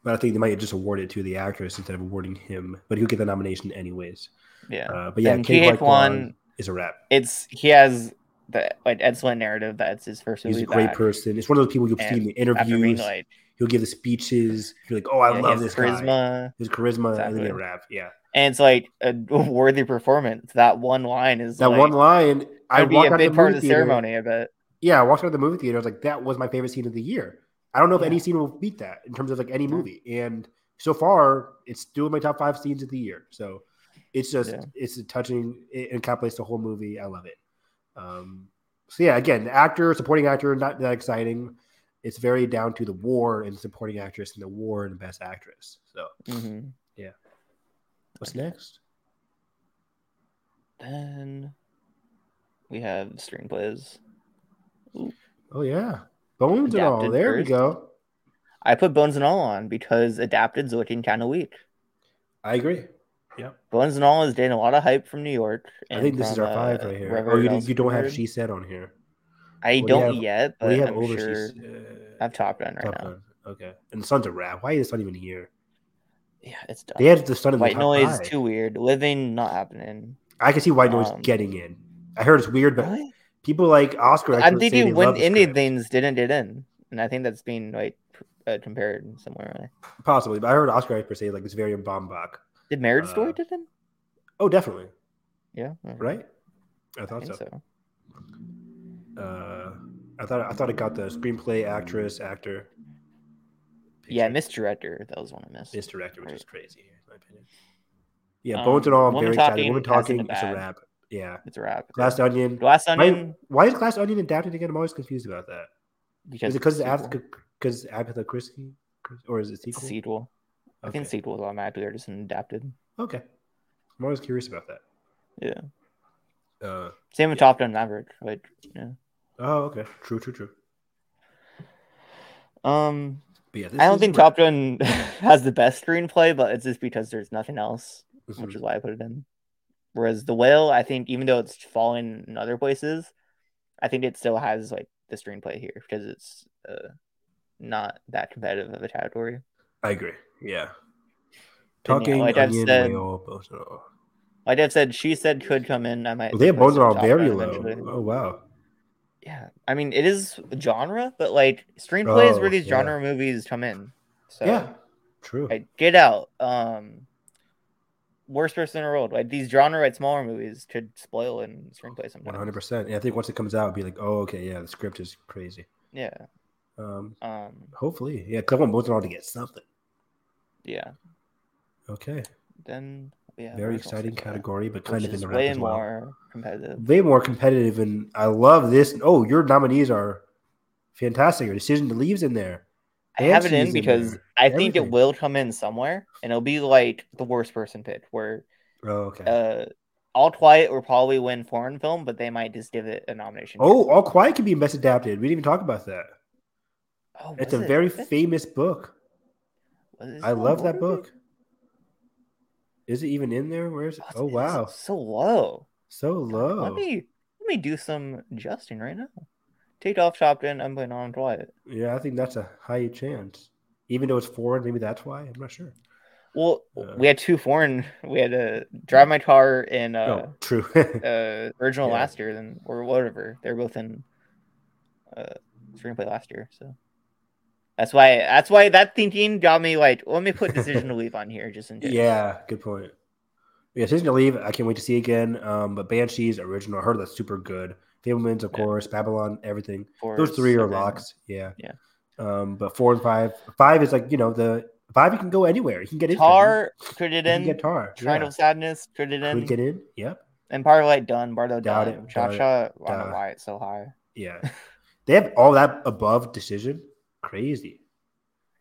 [SPEAKER 3] But I think they might just award it to the actress instead of awarding him. But he'll get the nomination anyways.
[SPEAKER 1] yeah.
[SPEAKER 3] Uh, but yeah,
[SPEAKER 1] And
[SPEAKER 3] Kate
[SPEAKER 1] TH1
[SPEAKER 3] Blackmon is a wrap.
[SPEAKER 1] it's he has the like excellent narrative that it's his first
[SPEAKER 3] He's
[SPEAKER 1] movie.
[SPEAKER 3] a great
[SPEAKER 1] back.
[SPEAKER 3] person. It's one of those people you'll see in the
[SPEAKER 1] After being
[SPEAKER 3] interviews.
[SPEAKER 1] like,
[SPEAKER 3] he'll give the speeches. You're like, oh, I
[SPEAKER 1] yeah, he
[SPEAKER 3] love
[SPEAKER 1] has
[SPEAKER 3] this guy.
[SPEAKER 1] charisma,
[SPEAKER 3] His charisma and
[SPEAKER 1] Exactly.
[SPEAKER 3] then a wrap. Yeah,
[SPEAKER 1] and it's like a [LAUGHS] worthy performance. That one line is
[SPEAKER 3] that
[SPEAKER 1] like,
[SPEAKER 3] one line. I
[SPEAKER 1] would be
[SPEAKER 3] walked
[SPEAKER 1] a
[SPEAKER 3] out the
[SPEAKER 1] big part of the
[SPEAKER 3] movie theater.
[SPEAKER 1] ceremony. I bet.
[SPEAKER 3] Yeah, I walked out of the movie theater. I was like, that was my favorite scene of the year. I don't know if
[SPEAKER 1] Yeah.
[SPEAKER 3] any scene will beat that in terms of like any
[SPEAKER 1] Yeah.
[SPEAKER 3] movie. And so far, it's still in my top five scenes of the year. So it's just
[SPEAKER 1] Yeah.
[SPEAKER 3] it's a touching. It encapsulates the whole movie. I love it. Um, so yeah, again, the actor, supporting actor, not that exciting. It's very down to the war and supporting actress and the war and best actress. So
[SPEAKER 1] hmm
[SPEAKER 3] what's next?
[SPEAKER 1] Then we have screenplays.
[SPEAKER 3] Oh yeah, bones and all.
[SPEAKER 1] Adapted
[SPEAKER 3] There
[SPEAKER 1] first.
[SPEAKER 3] we go.
[SPEAKER 1] I put Bones and All on because Adapted's looking kind of weak.
[SPEAKER 3] I agree. Yep.
[SPEAKER 1] Bones and All is getting a lot of hype from New York.
[SPEAKER 3] I
[SPEAKER 1] and
[SPEAKER 3] think this is
[SPEAKER 1] from,
[SPEAKER 3] our five
[SPEAKER 1] uh,
[SPEAKER 3] right here.
[SPEAKER 1] wherever
[SPEAKER 3] Oh, you,
[SPEAKER 1] else
[SPEAKER 3] you don't have
[SPEAKER 1] we've heard.
[SPEAKER 3] she said on here.
[SPEAKER 1] I
[SPEAKER 3] Well, we
[SPEAKER 1] don't
[SPEAKER 3] have-
[SPEAKER 1] yet, but
[SPEAKER 3] we have
[SPEAKER 1] I'm
[SPEAKER 3] overseas.
[SPEAKER 1] sure
[SPEAKER 3] uh,
[SPEAKER 1] I've topped on right
[SPEAKER 3] Top
[SPEAKER 1] now.
[SPEAKER 3] Gun. Okay, and the Sun's a wrap. Why is the Sun even here?
[SPEAKER 1] Yeah, it's done.
[SPEAKER 3] They had the Sun in the
[SPEAKER 1] White
[SPEAKER 3] top
[SPEAKER 1] noise
[SPEAKER 3] five.
[SPEAKER 1] too weird. Living not happening.
[SPEAKER 3] I can see White Noise
[SPEAKER 1] Um,
[SPEAKER 3] getting in. I heard it's weird, but
[SPEAKER 1] Really?
[SPEAKER 3] people like Oscar.
[SPEAKER 1] I'm
[SPEAKER 3] experts say they
[SPEAKER 1] thinking
[SPEAKER 3] love
[SPEAKER 1] when
[SPEAKER 3] the script.
[SPEAKER 1] anything's didn't get in, and I think that's being like pr- uh, compared somewhere. Right?
[SPEAKER 3] possibly, but I heard Oscar experts say like it's very Bombach.
[SPEAKER 1] Did Marriage
[SPEAKER 3] Uh,
[SPEAKER 1] Story did in?
[SPEAKER 3] Oh, definitely,
[SPEAKER 1] Yeah, alright,
[SPEAKER 3] right? I
[SPEAKER 1] I
[SPEAKER 3] thought
[SPEAKER 1] think
[SPEAKER 3] so.
[SPEAKER 1] so.
[SPEAKER 3] Uh, I thought I thought it got the screenplay, actress, actor.
[SPEAKER 1] Yeah,
[SPEAKER 3] picture.
[SPEAKER 1] misdirector. That was one I missed.
[SPEAKER 3] misdirected, which is
[SPEAKER 1] Right.
[SPEAKER 3] crazy in my opinion. Yeah,
[SPEAKER 1] Um,
[SPEAKER 3] bones and all. I'm
[SPEAKER 1] Woman
[SPEAKER 3] very excited. Woman
[SPEAKER 1] Talking
[SPEAKER 3] talking.
[SPEAKER 1] has it in
[SPEAKER 3] It's
[SPEAKER 1] the
[SPEAKER 3] a
[SPEAKER 1] bag.
[SPEAKER 3] wrap. Yeah,
[SPEAKER 1] It's a wrap.
[SPEAKER 3] Glass Onion.
[SPEAKER 1] Glass Onion.
[SPEAKER 3] Why, why is Glass Onion adapted again? I'm always confused about that.
[SPEAKER 1] because
[SPEAKER 3] is it because
[SPEAKER 1] it's a sequel.
[SPEAKER 3] Agatha, because Agatha Christie, or is it
[SPEAKER 1] It's a
[SPEAKER 3] sequel?
[SPEAKER 1] sequel. I think
[SPEAKER 3] Okay.
[SPEAKER 1] sequel was automatically or just an adapted.
[SPEAKER 3] okay, I'm always curious about that.
[SPEAKER 1] Yeah.
[SPEAKER 3] Uh,
[SPEAKER 1] Same with
[SPEAKER 3] Yeah.
[SPEAKER 1] Top Gun Maverick. Like, yeah.
[SPEAKER 3] oh, okay. True, true, true.
[SPEAKER 1] Um,
[SPEAKER 3] But yeah, this
[SPEAKER 1] I don't
[SPEAKER 3] is
[SPEAKER 1] think
[SPEAKER 3] where-
[SPEAKER 1] Top Gun [LAUGHS] has the best screenplay, but it's just because there's nothing else,
[SPEAKER 3] this
[SPEAKER 1] which
[SPEAKER 3] is-
[SPEAKER 1] is why I put it in. Whereas The Whale, I think, even though it's fallen in other places, I think it still has like the screenplay here because it's uh, not that competitive of a category.
[SPEAKER 3] I agree. Yeah.
[SPEAKER 1] yeah,
[SPEAKER 3] Talking
[SPEAKER 1] like I've
[SPEAKER 3] onion,
[SPEAKER 1] said-
[SPEAKER 3] whale, bones and all.
[SPEAKER 1] Like I've said, she said could come in. I might.
[SPEAKER 3] Well, they have
[SPEAKER 1] put
[SPEAKER 3] bones and all
[SPEAKER 1] Top Gun
[SPEAKER 3] very low.
[SPEAKER 1] eventually.
[SPEAKER 3] Oh wow.
[SPEAKER 1] Yeah, I mean it is genre, but like screenplays
[SPEAKER 3] Oh,
[SPEAKER 1] where these
[SPEAKER 3] yeah.
[SPEAKER 1] genre movies come in. So
[SPEAKER 3] yeah. True.
[SPEAKER 1] like, Get Out, um, Worst Person in the World, like these genre like smaller movies could spoil in screenplay
[SPEAKER 3] One
[SPEAKER 1] sometimes.
[SPEAKER 3] hundred percent. And I think once it comes out, it'll be like, oh, okay, yeah, the script is crazy.
[SPEAKER 1] Yeah.
[SPEAKER 3] Um,
[SPEAKER 1] Um.
[SPEAKER 3] hopefully, yeah, because I want both of all to get something.
[SPEAKER 1] Yeah.
[SPEAKER 3] Okay,
[SPEAKER 1] Then yeah.
[SPEAKER 3] very exciting category, but kind of in the wrap
[SPEAKER 1] way
[SPEAKER 3] as well.
[SPEAKER 1] more competitive.
[SPEAKER 3] Way more competitive, and I love this. Oh, your nominees are fantastic. Your decision to leave's in there.
[SPEAKER 1] I have it
[SPEAKER 3] Banshee's
[SPEAKER 1] in
[SPEAKER 3] in
[SPEAKER 1] because
[SPEAKER 3] there.
[SPEAKER 1] I think it
[SPEAKER 3] Everything.
[SPEAKER 1] will come in somewhere, and it'll be like the worst person pick, where
[SPEAKER 3] Oh, okay.
[SPEAKER 1] Uh, All Quiet will probably win foreign film, but they might just give it a nomination.
[SPEAKER 3] oh, All Quiet can be misadapted. We didn't even talk about that.
[SPEAKER 1] Oh,
[SPEAKER 3] It's
[SPEAKER 1] was
[SPEAKER 3] a
[SPEAKER 1] it-
[SPEAKER 3] very
[SPEAKER 1] was it-
[SPEAKER 3] famous book.
[SPEAKER 1] was it
[SPEAKER 3] I
[SPEAKER 1] still
[SPEAKER 3] love that
[SPEAKER 1] awarded?
[SPEAKER 3] book. Is it even in there? Where is it?
[SPEAKER 1] it's-
[SPEAKER 3] Oh
[SPEAKER 1] it's
[SPEAKER 3] wow, Oh.
[SPEAKER 1] so low.
[SPEAKER 3] so
[SPEAKER 1] Let
[SPEAKER 3] low.
[SPEAKER 1] me let me do some adjusting right now. Take off Shopton. I'm playing on Quiet.
[SPEAKER 3] Yeah, I think that's a high chance. Even though it's foreign, maybe that's why. I'm not sure.
[SPEAKER 1] Well,
[SPEAKER 3] Uh.
[SPEAKER 1] we had two foreign. We had to drive my car in uh,
[SPEAKER 3] No, true. [LAUGHS]
[SPEAKER 1] uh original
[SPEAKER 3] Oh. Yeah.
[SPEAKER 1] last year, then or whatever. They're both in uh screenplay last year, so that's why. That's why that thinking got me like, let me put decision to leave on here just
[SPEAKER 3] [LAUGHS]
[SPEAKER 1] in case.
[SPEAKER 3] yeah, good point. Yeah, Season to Leave, I can't wait to see again. Um, but Banshees, original, I heard that's super good. Fablemans, of
[SPEAKER 1] Yeah.
[SPEAKER 3] course, Babylon, everything.
[SPEAKER 1] For
[SPEAKER 3] Those three are
[SPEAKER 1] seven.
[SPEAKER 3] locks. Yeah.
[SPEAKER 1] Yeah.
[SPEAKER 3] Um, but four and five. Five is like, you know, the five you can go anywhere. You can get in.
[SPEAKER 1] Tar, credited
[SPEAKER 3] You can
[SPEAKER 1] in.
[SPEAKER 3] get tar.
[SPEAKER 1] Triangle of
[SPEAKER 3] yeah.
[SPEAKER 1] Sadness, credited
[SPEAKER 3] Could
[SPEAKER 1] in.
[SPEAKER 3] get in. Yep.
[SPEAKER 1] Empire Light done, Bardo
[SPEAKER 3] Doubt it,
[SPEAKER 1] done, Cha
[SPEAKER 3] doubt it,
[SPEAKER 1] Cha. I don't
[SPEAKER 3] doubt
[SPEAKER 1] know
[SPEAKER 3] it.
[SPEAKER 1] why it's so high. [LAUGHS]
[SPEAKER 3] Yeah. they have all that above decision. Crazy.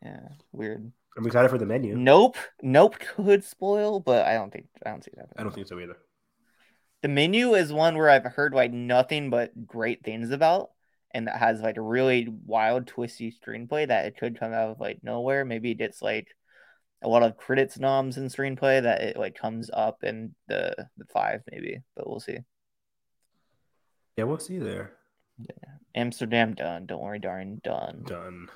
[SPEAKER 1] Yeah, weird.
[SPEAKER 3] I'm excited for the menu.
[SPEAKER 1] Nope, nope could spoil, but I don't think I don't see that.
[SPEAKER 3] I don't think so either.
[SPEAKER 1] The menu is one where I've heard like nothing but great things about, and that has like a really wild, twisty screenplay that it could come out of like nowhere. Maybe it gets like a lot of critics noms in screenplay that it like comes up in the, the five maybe, but we'll see.
[SPEAKER 3] Yeah, we'll see there.
[SPEAKER 1] Amsterdam done. Don't worry, darn done.
[SPEAKER 3] Done.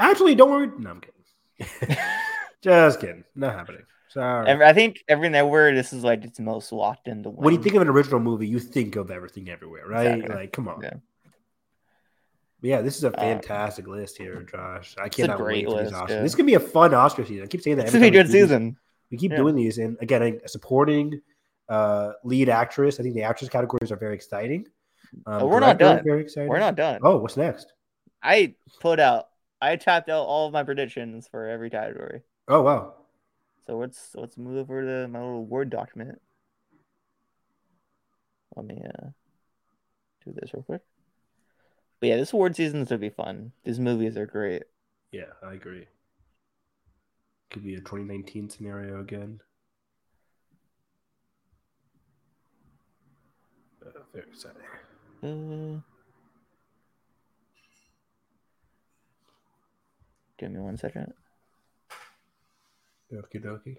[SPEAKER 3] Actually, don't worry. No, I'm
[SPEAKER 1] [LAUGHS]
[SPEAKER 3] kidding. Just kidding. Not happening. Sorry.
[SPEAKER 1] Every- I think every nowhere this is like its most locked into.
[SPEAKER 3] when you
[SPEAKER 1] win.
[SPEAKER 3] think of an original movie, you think of everything everywhere, right?
[SPEAKER 1] Exactly.
[SPEAKER 3] Like, come on.
[SPEAKER 1] Yeah.
[SPEAKER 3] Yeah. yeah, this is a
[SPEAKER 1] Uh,
[SPEAKER 3] fantastic list here, Josh. I
[SPEAKER 1] a
[SPEAKER 3] cannot
[SPEAKER 1] great
[SPEAKER 3] wait for these
[SPEAKER 1] list,
[SPEAKER 3] Oscars.
[SPEAKER 1] yeah.
[SPEAKER 3] This could be a fun Oscar season. I keep saying that.
[SPEAKER 1] It's
[SPEAKER 3] every
[SPEAKER 1] gonna be a
[SPEAKER 3] time
[SPEAKER 1] good
[SPEAKER 3] we do these.
[SPEAKER 1] season.
[SPEAKER 3] We keep
[SPEAKER 1] Yeah.
[SPEAKER 3] doing these, and again, a supporting uh, lead actress. I think the actress categories are very exciting. Um,
[SPEAKER 1] Oh, we're not
[SPEAKER 3] director,
[SPEAKER 1] done.
[SPEAKER 3] Very exciting.
[SPEAKER 1] We're not done.
[SPEAKER 3] Oh, what's next?
[SPEAKER 1] I put out. I tapped out all of my predictions for every category.
[SPEAKER 3] Oh, wow.
[SPEAKER 1] So let's let's move over to my little Word document. Let me uh do this real quick. But yeah, this award season's gonna be fun. These movies are great.
[SPEAKER 3] Yeah, I agree. Could be a 2019 scenario again. Uh, very exciting.
[SPEAKER 1] Uh, give me one second.
[SPEAKER 3] Okie dokie.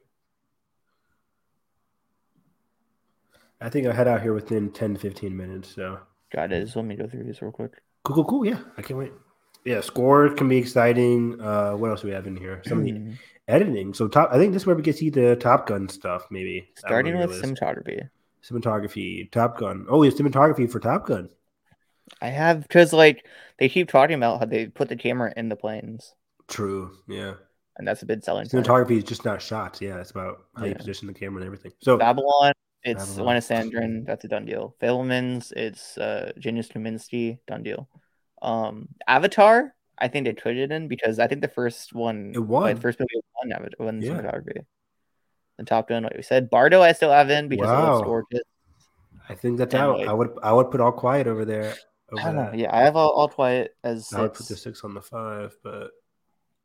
[SPEAKER 3] I think I head out here within 10 to 15 minutes. So
[SPEAKER 1] Got it. Just let me go through these real quick.
[SPEAKER 3] cool, cool, cool. Yeah, I can't wait. Yeah, score can be exciting. Uh, what else do we have in here? Some of
[SPEAKER 1] Hmm.
[SPEAKER 3] the editing. So top, I think this is where we get to see the Top Gun stuff. Maybe I don't
[SPEAKER 1] Starting
[SPEAKER 3] know your
[SPEAKER 1] with
[SPEAKER 3] list.
[SPEAKER 1] cinematography.
[SPEAKER 3] cinematography, Top Gun. Oh, yeah, cinematography for Top Gun.
[SPEAKER 1] I have because like they keep talking about how they put the camera in the planes,
[SPEAKER 3] True. Yeah.
[SPEAKER 1] and that's a big selling point.
[SPEAKER 3] Cinematography is just not shots. Yeah, it's about how you
[SPEAKER 1] Yeah.
[SPEAKER 3] position the camera and everything. So
[SPEAKER 1] Babylon, it's
[SPEAKER 3] Babylon.
[SPEAKER 1] Lena Sandrin, that's a done deal. Fablemans, it's uh Janusz Kaminski, done deal. Um Avatar, I think they put it in because I think the first one
[SPEAKER 3] it
[SPEAKER 1] like,
[SPEAKER 3] won.
[SPEAKER 1] the first movie won Avatar won
[SPEAKER 3] Yeah.
[SPEAKER 1] cinematography. The top gun, like we said. Bardo I still have in because I love
[SPEAKER 3] Wow.
[SPEAKER 1] gorgeous.
[SPEAKER 3] I think that's
[SPEAKER 1] and,
[SPEAKER 3] out.
[SPEAKER 1] like-
[SPEAKER 3] I would I would put all quiet over there. Over
[SPEAKER 1] I don't know.
[SPEAKER 3] that.
[SPEAKER 1] Yeah, I have all, all quiet as
[SPEAKER 3] I would put
[SPEAKER 1] six.
[SPEAKER 3] the six on the five, but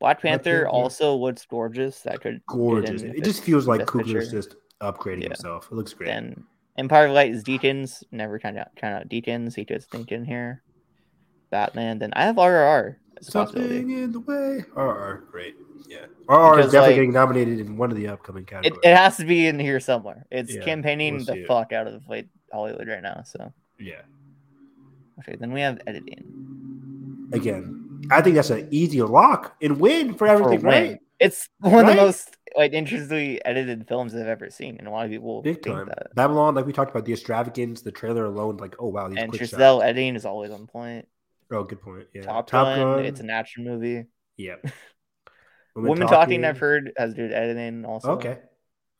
[SPEAKER 1] Black Panther
[SPEAKER 3] Panther.
[SPEAKER 1] also looks gorgeous. That could
[SPEAKER 3] gorgeous.
[SPEAKER 1] in
[SPEAKER 3] It just feels like
[SPEAKER 1] best
[SPEAKER 3] Cougar's
[SPEAKER 1] picture.
[SPEAKER 3] just upgrading
[SPEAKER 1] Yeah.
[SPEAKER 3] himself. It looks great.
[SPEAKER 1] Then Empire of Light is Deacons. Never count out, count out Deacons. He does think in here. Batman. Then I have RRR as a possibility.
[SPEAKER 3] Something in the way. RR, great. Yeah. RR is
[SPEAKER 1] Because,
[SPEAKER 3] definitely
[SPEAKER 1] like-
[SPEAKER 3] getting nominated in one of the upcoming
[SPEAKER 1] It,
[SPEAKER 3] categories.
[SPEAKER 1] it has to be in here somewhere. It's
[SPEAKER 3] Yeah,
[SPEAKER 1] campaigning
[SPEAKER 3] we'll
[SPEAKER 1] the
[SPEAKER 3] see it.
[SPEAKER 1] fuck out of like Hollywood right now. So
[SPEAKER 3] yeah.
[SPEAKER 1] okay, then we have editing.
[SPEAKER 3] Again, I think that's an easy lock and win for everything,
[SPEAKER 1] For Win.
[SPEAKER 3] right?
[SPEAKER 1] It's one of
[SPEAKER 3] Right?
[SPEAKER 1] the most like interestingly edited films I've ever seen, and a lot of people
[SPEAKER 3] Big
[SPEAKER 1] think
[SPEAKER 3] time.
[SPEAKER 1] that.
[SPEAKER 3] Babylon, like we talked about, the extravagance, the trailer alone, like, oh wow, these
[SPEAKER 1] And
[SPEAKER 3] quick shots.
[SPEAKER 1] Tristel editing is always on point.
[SPEAKER 3] Oh, good point. Yeah.
[SPEAKER 1] Top, Gun, it's an action movie.
[SPEAKER 3] yeah.
[SPEAKER 1] [LAUGHS] Women talking, I've heard, has good editing also.
[SPEAKER 3] Okay.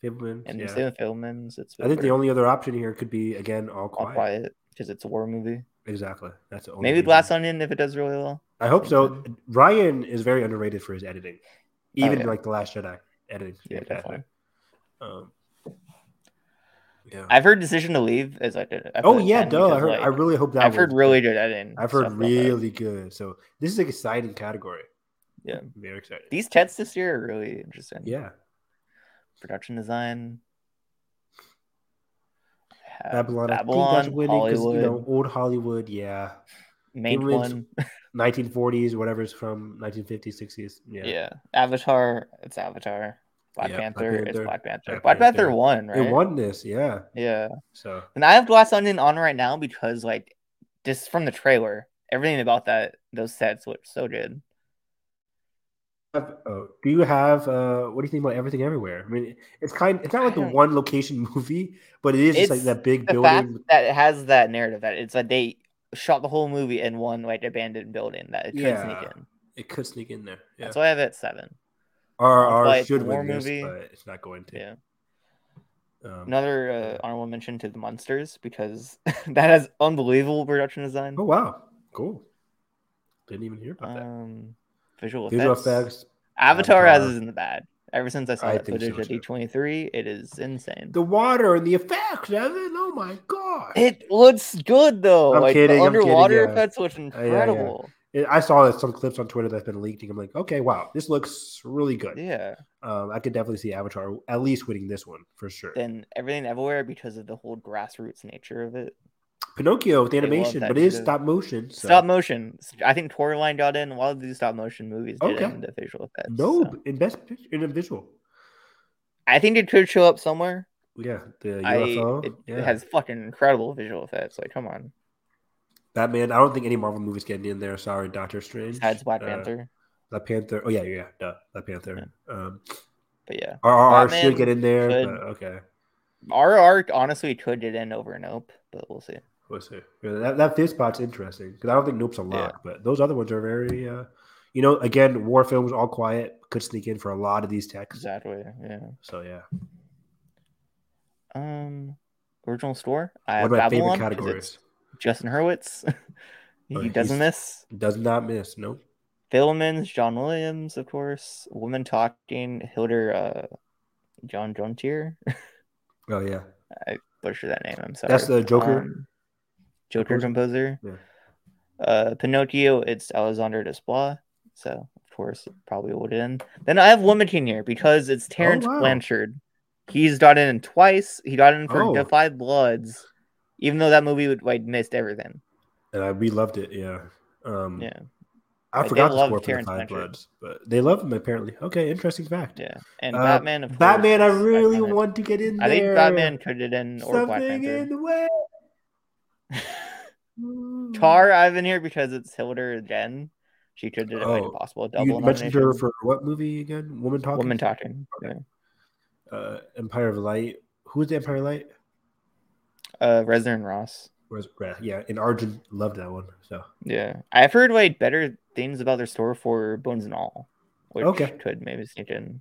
[SPEAKER 3] Fableman.
[SPEAKER 1] And
[SPEAKER 3] yeah.
[SPEAKER 1] same with Fableman's. It's
[SPEAKER 3] I think
[SPEAKER 1] better.
[SPEAKER 3] the only other option here could be again all
[SPEAKER 1] all
[SPEAKER 3] quiet.
[SPEAKER 1] quiet because it's a war movie.
[SPEAKER 3] Exactly. That's the only
[SPEAKER 1] Maybe
[SPEAKER 3] reason.
[SPEAKER 1] Glass Onion if it does really well.
[SPEAKER 3] I hope so. Ryan is very underrated for his editing, even in
[SPEAKER 1] Oh, yeah.
[SPEAKER 3] like the Last Jedi editing.
[SPEAKER 1] Yeah, definitely.
[SPEAKER 3] Um, yeah.
[SPEAKER 1] I've heard Decision to Leave is like. a- I
[SPEAKER 3] oh
[SPEAKER 1] put it
[SPEAKER 3] yeah,
[SPEAKER 1] 10
[SPEAKER 3] duh. I
[SPEAKER 1] because,
[SPEAKER 3] heard. I
[SPEAKER 1] like,
[SPEAKER 3] really hope that.
[SPEAKER 1] I've heard
[SPEAKER 3] one's
[SPEAKER 1] really
[SPEAKER 3] good.
[SPEAKER 1] good editing.
[SPEAKER 3] I've
[SPEAKER 1] stuff
[SPEAKER 3] heard
[SPEAKER 1] about that.
[SPEAKER 3] really good. So this is an exciting category.
[SPEAKER 1] Yeah.
[SPEAKER 3] Very exciting.
[SPEAKER 1] These tests this year are really interesting.
[SPEAKER 3] Yeah.
[SPEAKER 1] Production design. have.
[SPEAKER 3] Babylon. I think
[SPEAKER 1] Babylon,
[SPEAKER 3] that's winning 'cause, you know
[SPEAKER 1] Hollywood.
[SPEAKER 3] old Hollywood. Yeah,
[SPEAKER 1] Main
[SPEAKER 3] Ruins-
[SPEAKER 1] one.
[SPEAKER 3] 1940s, whatever's from 1950s, 60s. [LAUGHS] Yeah,
[SPEAKER 1] Yeah. Avatar, it's Avatar. Black
[SPEAKER 3] Yeah, Black
[SPEAKER 1] Panther, it's
[SPEAKER 3] Panther.
[SPEAKER 1] Black Panther.
[SPEAKER 3] Black
[SPEAKER 1] Black Panther,
[SPEAKER 3] Panther.
[SPEAKER 1] won, right?
[SPEAKER 3] it won this. Yeah,
[SPEAKER 1] Yeah.
[SPEAKER 3] so
[SPEAKER 1] And I have Glass Onion on right now because like just from the trailer, everything about that those sets looked so good.
[SPEAKER 3] oh, do you have uh, what do you think about everything everywhere? I mean, it's kind. It's not like the
[SPEAKER 1] I don't-
[SPEAKER 3] one location [LAUGHS] movie, but it is just like
[SPEAKER 1] It's
[SPEAKER 3] that big
[SPEAKER 1] The fact
[SPEAKER 3] building.
[SPEAKER 1] that it has that narrative that it's like they shot the whole movie in one like abandoned building that it couldn't
[SPEAKER 3] Yeah.
[SPEAKER 1] sneak in.
[SPEAKER 3] It could sneak in there. Yeah,
[SPEAKER 1] That's why I have it at seven.
[SPEAKER 3] RR
[SPEAKER 1] like
[SPEAKER 3] should
[SPEAKER 1] war
[SPEAKER 3] win this,
[SPEAKER 1] movie.
[SPEAKER 3] but it's not going to.
[SPEAKER 1] Yeah.
[SPEAKER 3] Um,
[SPEAKER 1] Another uh, honorable mention to the monsters because [LAUGHS] that has unbelievable production design.
[SPEAKER 3] Oh wow, cool. Didn't even hear about that.
[SPEAKER 1] Um, visual,
[SPEAKER 3] Visual
[SPEAKER 1] effects.
[SPEAKER 3] effects.
[SPEAKER 1] Avatar has
[SPEAKER 3] Avatar.
[SPEAKER 1] is in the bad. Ever since I saw
[SPEAKER 3] I
[SPEAKER 1] that
[SPEAKER 3] think so,
[SPEAKER 1] footage at
[SPEAKER 3] too.
[SPEAKER 1] D23, it is insane.
[SPEAKER 3] The water and the effects, Evan. Oh my god!
[SPEAKER 1] It looks good though.
[SPEAKER 3] I'm
[SPEAKER 1] like
[SPEAKER 3] kidding,
[SPEAKER 1] the
[SPEAKER 3] I'm kidding,
[SPEAKER 1] underwater
[SPEAKER 3] yeah. Uh,
[SPEAKER 1] effects look
[SPEAKER 3] yeah.
[SPEAKER 1] incredible.
[SPEAKER 3] I saw some clips on Twitter that's been leaked, and I'm like, okay, wow, this looks really good.
[SPEAKER 1] yeah,
[SPEAKER 3] Um, I could definitely see Avatar at least winning this one for sure.
[SPEAKER 1] Then everything everywhere because of the whole grassroots nature of it.
[SPEAKER 3] Pinocchio with the
[SPEAKER 1] They love
[SPEAKER 3] animation,
[SPEAKER 1] that
[SPEAKER 3] but it is
[SPEAKER 1] shit.
[SPEAKER 3] stop motion. So.
[SPEAKER 1] Stop motion. I think Coraline got in. A lot of these stop motion movies did
[SPEAKER 3] Okay.
[SPEAKER 1] not in the visual effects.
[SPEAKER 3] No,
[SPEAKER 1] so.
[SPEAKER 3] in best picture, in a visual.
[SPEAKER 1] I think it could show up somewhere.
[SPEAKER 3] Yeah, the
[SPEAKER 1] I
[SPEAKER 3] UFO.
[SPEAKER 1] it,
[SPEAKER 3] yeah.
[SPEAKER 1] it has fucking incredible visual effects. Like, come on.
[SPEAKER 3] Batman. I don't think any Marvel movies getting in there. Sorry, Doctor Strange.
[SPEAKER 1] Besides Black
[SPEAKER 3] Uh,
[SPEAKER 1] Panther,
[SPEAKER 3] Black Panther. Oh yeah, yeah, duh, Black Panther. Um,
[SPEAKER 1] but yeah,
[SPEAKER 3] RRR
[SPEAKER 1] Batman
[SPEAKER 3] should get in there.
[SPEAKER 1] should.
[SPEAKER 3] But, okay,
[SPEAKER 1] our arc honestly could get in over Nope, but we'll see.
[SPEAKER 3] we'll see. Yeah, that that fifth spot's interesting because I don't think Nope's a lock, but those other ones are very. Uh, you know, again, war films, all quiet, could sneak in for a lot of these texts.
[SPEAKER 1] Exactly. Yeah.
[SPEAKER 3] So yeah,
[SPEAKER 1] Um, original store. I have
[SPEAKER 3] one of my favorite
[SPEAKER 1] Babylon. 'cause
[SPEAKER 3] categories.
[SPEAKER 1] it's Justin Hurwitz. [LAUGHS] he
[SPEAKER 3] Oh,
[SPEAKER 1] doesn't
[SPEAKER 3] he's-
[SPEAKER 1] miss.
[SPEAKER 3] Does not miss. Nope.
[SPEAKER 1] Philmans, John Williams, of course. Women Talking, Hilder, uh, John Jontier. [LAUGHS]
[SPEAKER 3] Oh yeah,
[SPEAKER 1] Butcher that name. I'm sorry.
[SPEAKER 3] That's the Joker?
[SPEAKER 1] Um, Joker composer.
[SPEAKER 3] Yeah.
[SPEAKER 1] Uh, Pinocchio. It's Alexandre Desplat. So of course, it probably would in. Then I have Woman King here because it's Terrence
[SPEAKER 3] Oh, wow.
[SPEAKER 1] Blanchard. He's got in twice. He got in for
[SPEAKER 3] Oh.
[SPEAKER 1] Defy Bloods, even though that movie would like missed everything.
[SPEAKER 3] and I, we loved it. Yeah. Um,
[SPEAKER 1] Yeah,
[SPEAKER 3] I
[SPEAKER 1] Like, they
[SPEAKER 3] forgot the
[SPEAKER 1] love
[SPEAKER 3] score for the
[SPEAKER 1] Terrence
[SPEAKER 3] Five
[SPEAKER 1] Blanchard.
[SPEAKER 3] Bloods, but they love him apparently. Okay, interesting fact.
[SPEAKER 1] yeah. And
[SPEAKER 3] Uh,
[SPEAKER 1] Batman. Of course,
[SPEAKER 3] Batman, I
[SPEAKER 1] is
[SPEAKER 3] really
[SPEAKER 1] iconic.
[SPEAKER 3] want to get in there.
[SPEAKER 1] I think Batman could it in or Black
[SPEAKER 3] Something
[SPEAKER 1] Panther. [LAUGHS]
[SPEAKER 3] in the way.
[SPEAKER 1] Tar, I've been here because it's Hilda again. She could do like
[SPEAKER 3] Oh,
[SPEAKER 1] a possible double
[SPEAKER 3] You mentioned her
[SPEAKER 1] nomination.
[SPEAKER 3] for what movie again? Woman Talking.
[SPEAKER 1] Woman talking. Yeah.
[SPEAKER 3] Uh, Empire of Light. Who's the Empire of Light?
[SPEAKER 1] Uh, Reznor and Ross.
[SPEAKER 3] Where's Wrath? Yeah, and Arjun loved that one. So
[SPEAKER 1] Yeah, I've heard like better things about their store for Bones and All, which
[SPEAKER 3] Okay.
[SPEAKER 1] could maybe sneak in.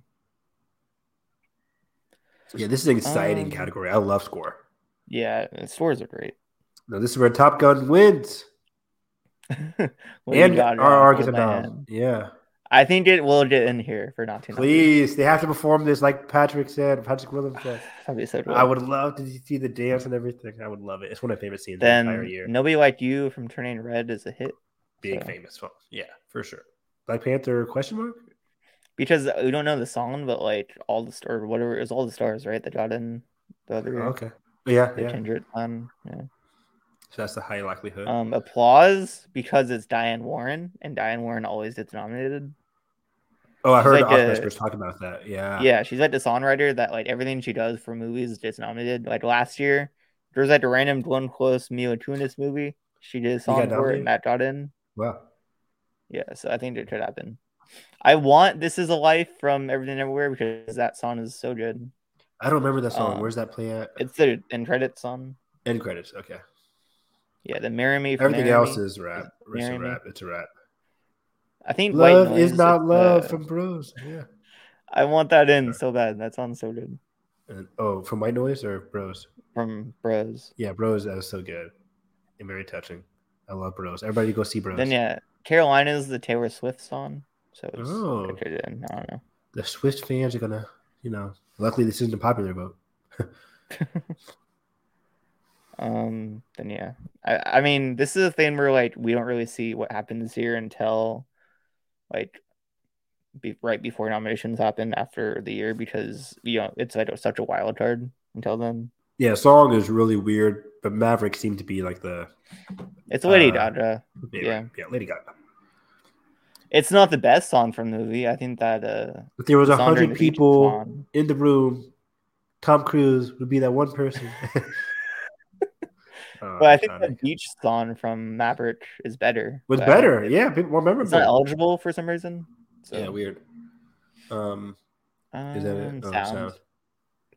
[SPEAKER 3] yeah, this is an exciting
[SPEAKER 1] Um,
[SPEAKER 3] category. I love score.
[SPEAKER 1] Yeah, the stores are great. [LAUGHS]
[SPEAKER 3] Now this is where Top Gun wins,
[SPEAKER 1] and
[SPEAKER 3] and RR gets a bomb. Yeah.
[SPEAKER 1] I think it will get in here for not too long.
[SPEAKER 3] Please, they have to perform this like Patrick said, Patrick Williams said.
[SPEAKER 1] [SIGHS] That'd be so cool.
[SPEAKER 3] I would love to see the dance and everything. I would love it. It's one of my favorite scenes in the entire
[SPEAKER 1] Then
[SPEAKER 3] year.
[SPEAKER 1] nobody like you from Turning Red is a hit
[SPEAKER 3] Big
[SPEAKER 1] so.
[SPEAKER 3] famous film. Yeah, for sure. Black Panther question mark?
[SPEAKER 1] because we don't know the song, but like all the star, whatever it was, all the stars, right? That got in the other year.
[SPEAKER 3] Oh, Okay. Yeah,
[SPEAKER 1] They
[SPEAKER 3] yeah.
[SPEAKER 1] changed it on. Yeah.
[SPEAKER 3] So that's the high likelihood.
[SPEAKER 1] Um, applause because it's Diane Warren, and Diane Warren always gets nominated.
[SPEAKER 3] oh, I
[SPEAKER 1] she's
[SPEAKER 3] heard
[SPEAKER 1] like
[SPEAKER 3] Oscar
[SPEAKER 1] a-
[SPEAKER 3] experts talk about that. Yeah.
[SPEAKER 1] Yeah, she's like the songwriter that like everything she does for movies gets nominated. Like last year, there was like a random Glenn Close Mila Kunis movie. She did a song for it,
[SPEAKER 3] nominated?
[SPEAKER 1] and that got in.
[SPEAKER 3] Wow.
[SPEAKER 1] Yeah, so I think it could happen. I want "This Is a Life" from Everything Everywhere because that song is so good.
[SPEAKER 3] I don't remember that song.
[SPEAKER 1] Um,
[SPEAKER 3] Where's that play at?
[SPEAKER 1] It's the end credits song.
[SPEAKER 3] End credits. Okay.
[SPEAKER 1] Yeah, the "Marry Me." From
[SPEAKER 3] Everything
[SPEAKER 1] Marry
[SPEAKER 3] else
[SPEAKER 1] Me.
[SPEAKER 3] is rap. It's
[SPEAKER 1] Marry
[SPEAKER 3] a
[SPEAKER 1] Me.
[SPEAKER 3] rap. It's a rap.
[SPEAKER 1] I think White
[SPEAKER 3] Love is
[SPEAKER 1] Noise,
[SPEAKER 3] not
[SPEAKER 1] it's
[SPEAKER 3] love
[SPEAKER 1] the-
[SPEAKER 3] from Bros. Yeah.
[SPEAKER 1] I want that in so bad. That sounds so good
[SPEAKER 3] And, oh, from White Noise or Bros?
[SPEAKER 1] from Bros.
[SPEAKER 3] Yeah, Bros. That was so good and very touching. I love Bros. Everybody go see Bros.
[SPEAKER 1] Then yeah, Carolina's the Taylor Swift song. So it's
[SPEAKER 3] Oh.
[SPEAKER 1] I could- I don't know.
[SPEAKER 3] the Swift fans are gonna, you know. Luckily, this isn't a popular vote.
[SPEAKER 1] Um. Then yeah, I I mean this is a thing where like we don't really see what happens here until like be, right before nominations happen after the year because you know it's like such a wild card until then.
[SPEAKER 3] Yeah, Song is really weird, but Maverick seemed to be like the
[SPEAKER 1] It's Lady
[SPEAKER 3] Uh,
[SPEAKER 1] Gaga. Yeah.
[SPEAKER 3] yeah Lady Gaga.
[SPEAKER 1] It's not the best song from the movie. I think that uh,
[SPEAKER 3] If there was a
[SPEAKER 1] song during
[SPEAKER 3] hundred
[SPEAKER 1] the beach is
[SPEAKER 3] people
[SPEAKER 1] on.
[SPEAKER 3] in the room, Tom Cruise would be that one
[SPEAKER 1] [LAUGHS]
[SPEAKER 3] person. Uh,
[SPEAKER 1] But I think
[SPEAKER 3] Sonic.
[SPEAKER 1] the beach song from Maverick is better.
[SPEAKER 3] was
[SPEAKER 1] but I-
[SPEAKER 3] better. Yeah, people more memorable.
[SPEAKER 1] It's not eligible for some reason. So,
[SPEAKER 3] yeah, weird. Um,
[SPEAKER 1] um,
[SPEAKER 3] is that it? Oh,
[SPEAKER 1] sound.
[SPEAKER 3] sound.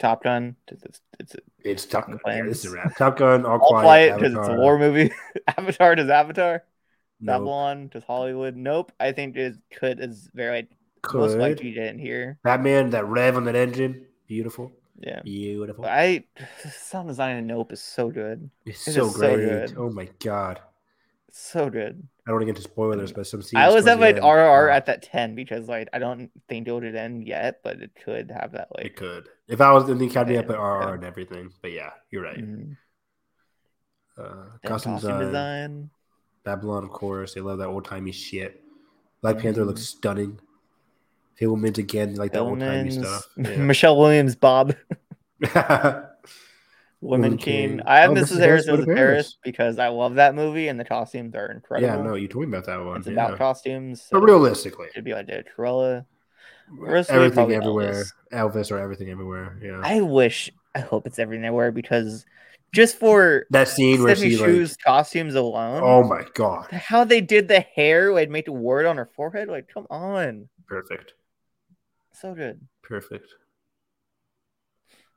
[SPEAKER 1] Top Gun. It's, it's, it's
[SPEAKER 3] It's Top Gun. Yeah, this is a
[SPEAKER 1] Plans.
[SPEAKER 3] wrap. [LAUGHS] Top Gun, All,
[SPEAKER 1] all quiet
[SPEAKER 3] Quiet,
[SPEAKER 1] because it's a
[SPEAKER 3] Avatar.
[SPEAKER 1] war movie. [LAUGHS] Avatar does Avatar.
[SPEAKER 3] No,
[SPEAKER 1] Babylon does Hollywood. Nope. I think it could is very most
[SPEAKER 3] could.
[SPEAKER 1] likely didn't hear.
[SPEAKER 3] Batman, that rev on that engine, beautiful,
[SPEAKER 1] Yeah.
[SPEAKER 3] beautiful.
[SPEAKER 1] But I [SIGHS] sound design in Nope is so good.
[SPEAKER 3] it's
[SPEAKER 1] it
[SPEAKER 3] so
[SPEAKER 1] is so
[SPEAKER 3] great.
[SPEAKER 1] good.
[SPEAKER 3] oh my god!
[SPEAKER 1] It's so good.
[SPEAKER 3] I don't want to get into spoilers, but some scenes.
[SPEAKER 1] I was at like
[SPEAKER 3] towards the end,
[SPEAKER 1] RR
[SPEAKER 3] uh,
[SPEAKER 1] at that ten because like I don't think it would end yet, but it could have that
[SPEAKER 3] It
[SPEAKER 1] like.
[SPEAKER 3] could. If I was in the academy, I
[SPEAKER 1] Yeah,
[SPEAKER 3] put RR
[SPEAKER 1] yeah.
[SPEAKER 3] and everything. But yeah, you're right.
[SPEAKER 1] mhm.
[SPEAKER 3] Uh,
[SPEAKER 1] And
[SPEAKER 3] Mm-hmm. costume
[SPEAKER 1] costume
[SPEAKER 3] design,
[SPEAKER 1] design.
[SPEAKER 3] Babylon, of course. They love that old timey shit. Black Panther
[SPEAKER 1] Mhm.
[SPEAKER 3] looks stunning. Fableman's again, like that old
[SPEAKER 1] [LAUGHS]
[SPEAKER 3] timey stuff.
[SPEAKER 1] Hellman's- Michelle Williams, Bob,
[SPEAKER 3] [LAUGHS] Yeah.
[SPEAKER 1] Woman
[SPEAKER 3] Woman
[SPEAKER 1] King.
[SPEAKER 3] King.
[SPEAKER 1] I have
[SPEAKER 3] Oh,
[SPEAKER 1] Mrs. Harris Goes to Paris. because I love that movie and the costumes are incredible.
[SPEAKER 3] yeah, no, you told me about that one.
[SPEAKER 1] it's
[SPEAKER 3] yeah.
[SPEAKER 1] about costumes. So
[SPEAKER 3] but realistically,
[SPEAKER 1] It'd be like the Cruella. Realistically,
[SPEAKER 3] everything
[SPEAKER 1] probably
[SPEAKER 3] everywhere, Elvis. or everything everywhere. Yeah,
[SPEAKER 1] I wish, I hope it's everywhere because just for
[SPEAKER 3] that scene where
[SPEAKER 1] Stephanie
[SPEAKER 3] she
[SPEAKER 1] Shue's
[SPEAKER 3] like,
[SPEAKER 1] costumes alone,
[SPEAKER 3] oh my god,
[SPEAKER 1] how they did the hair, like make a word on her forehead, like come on,
[SPEAKER 3] perfect,
[SPEAKER 1] so good.
[SPEAKER 3] perfect,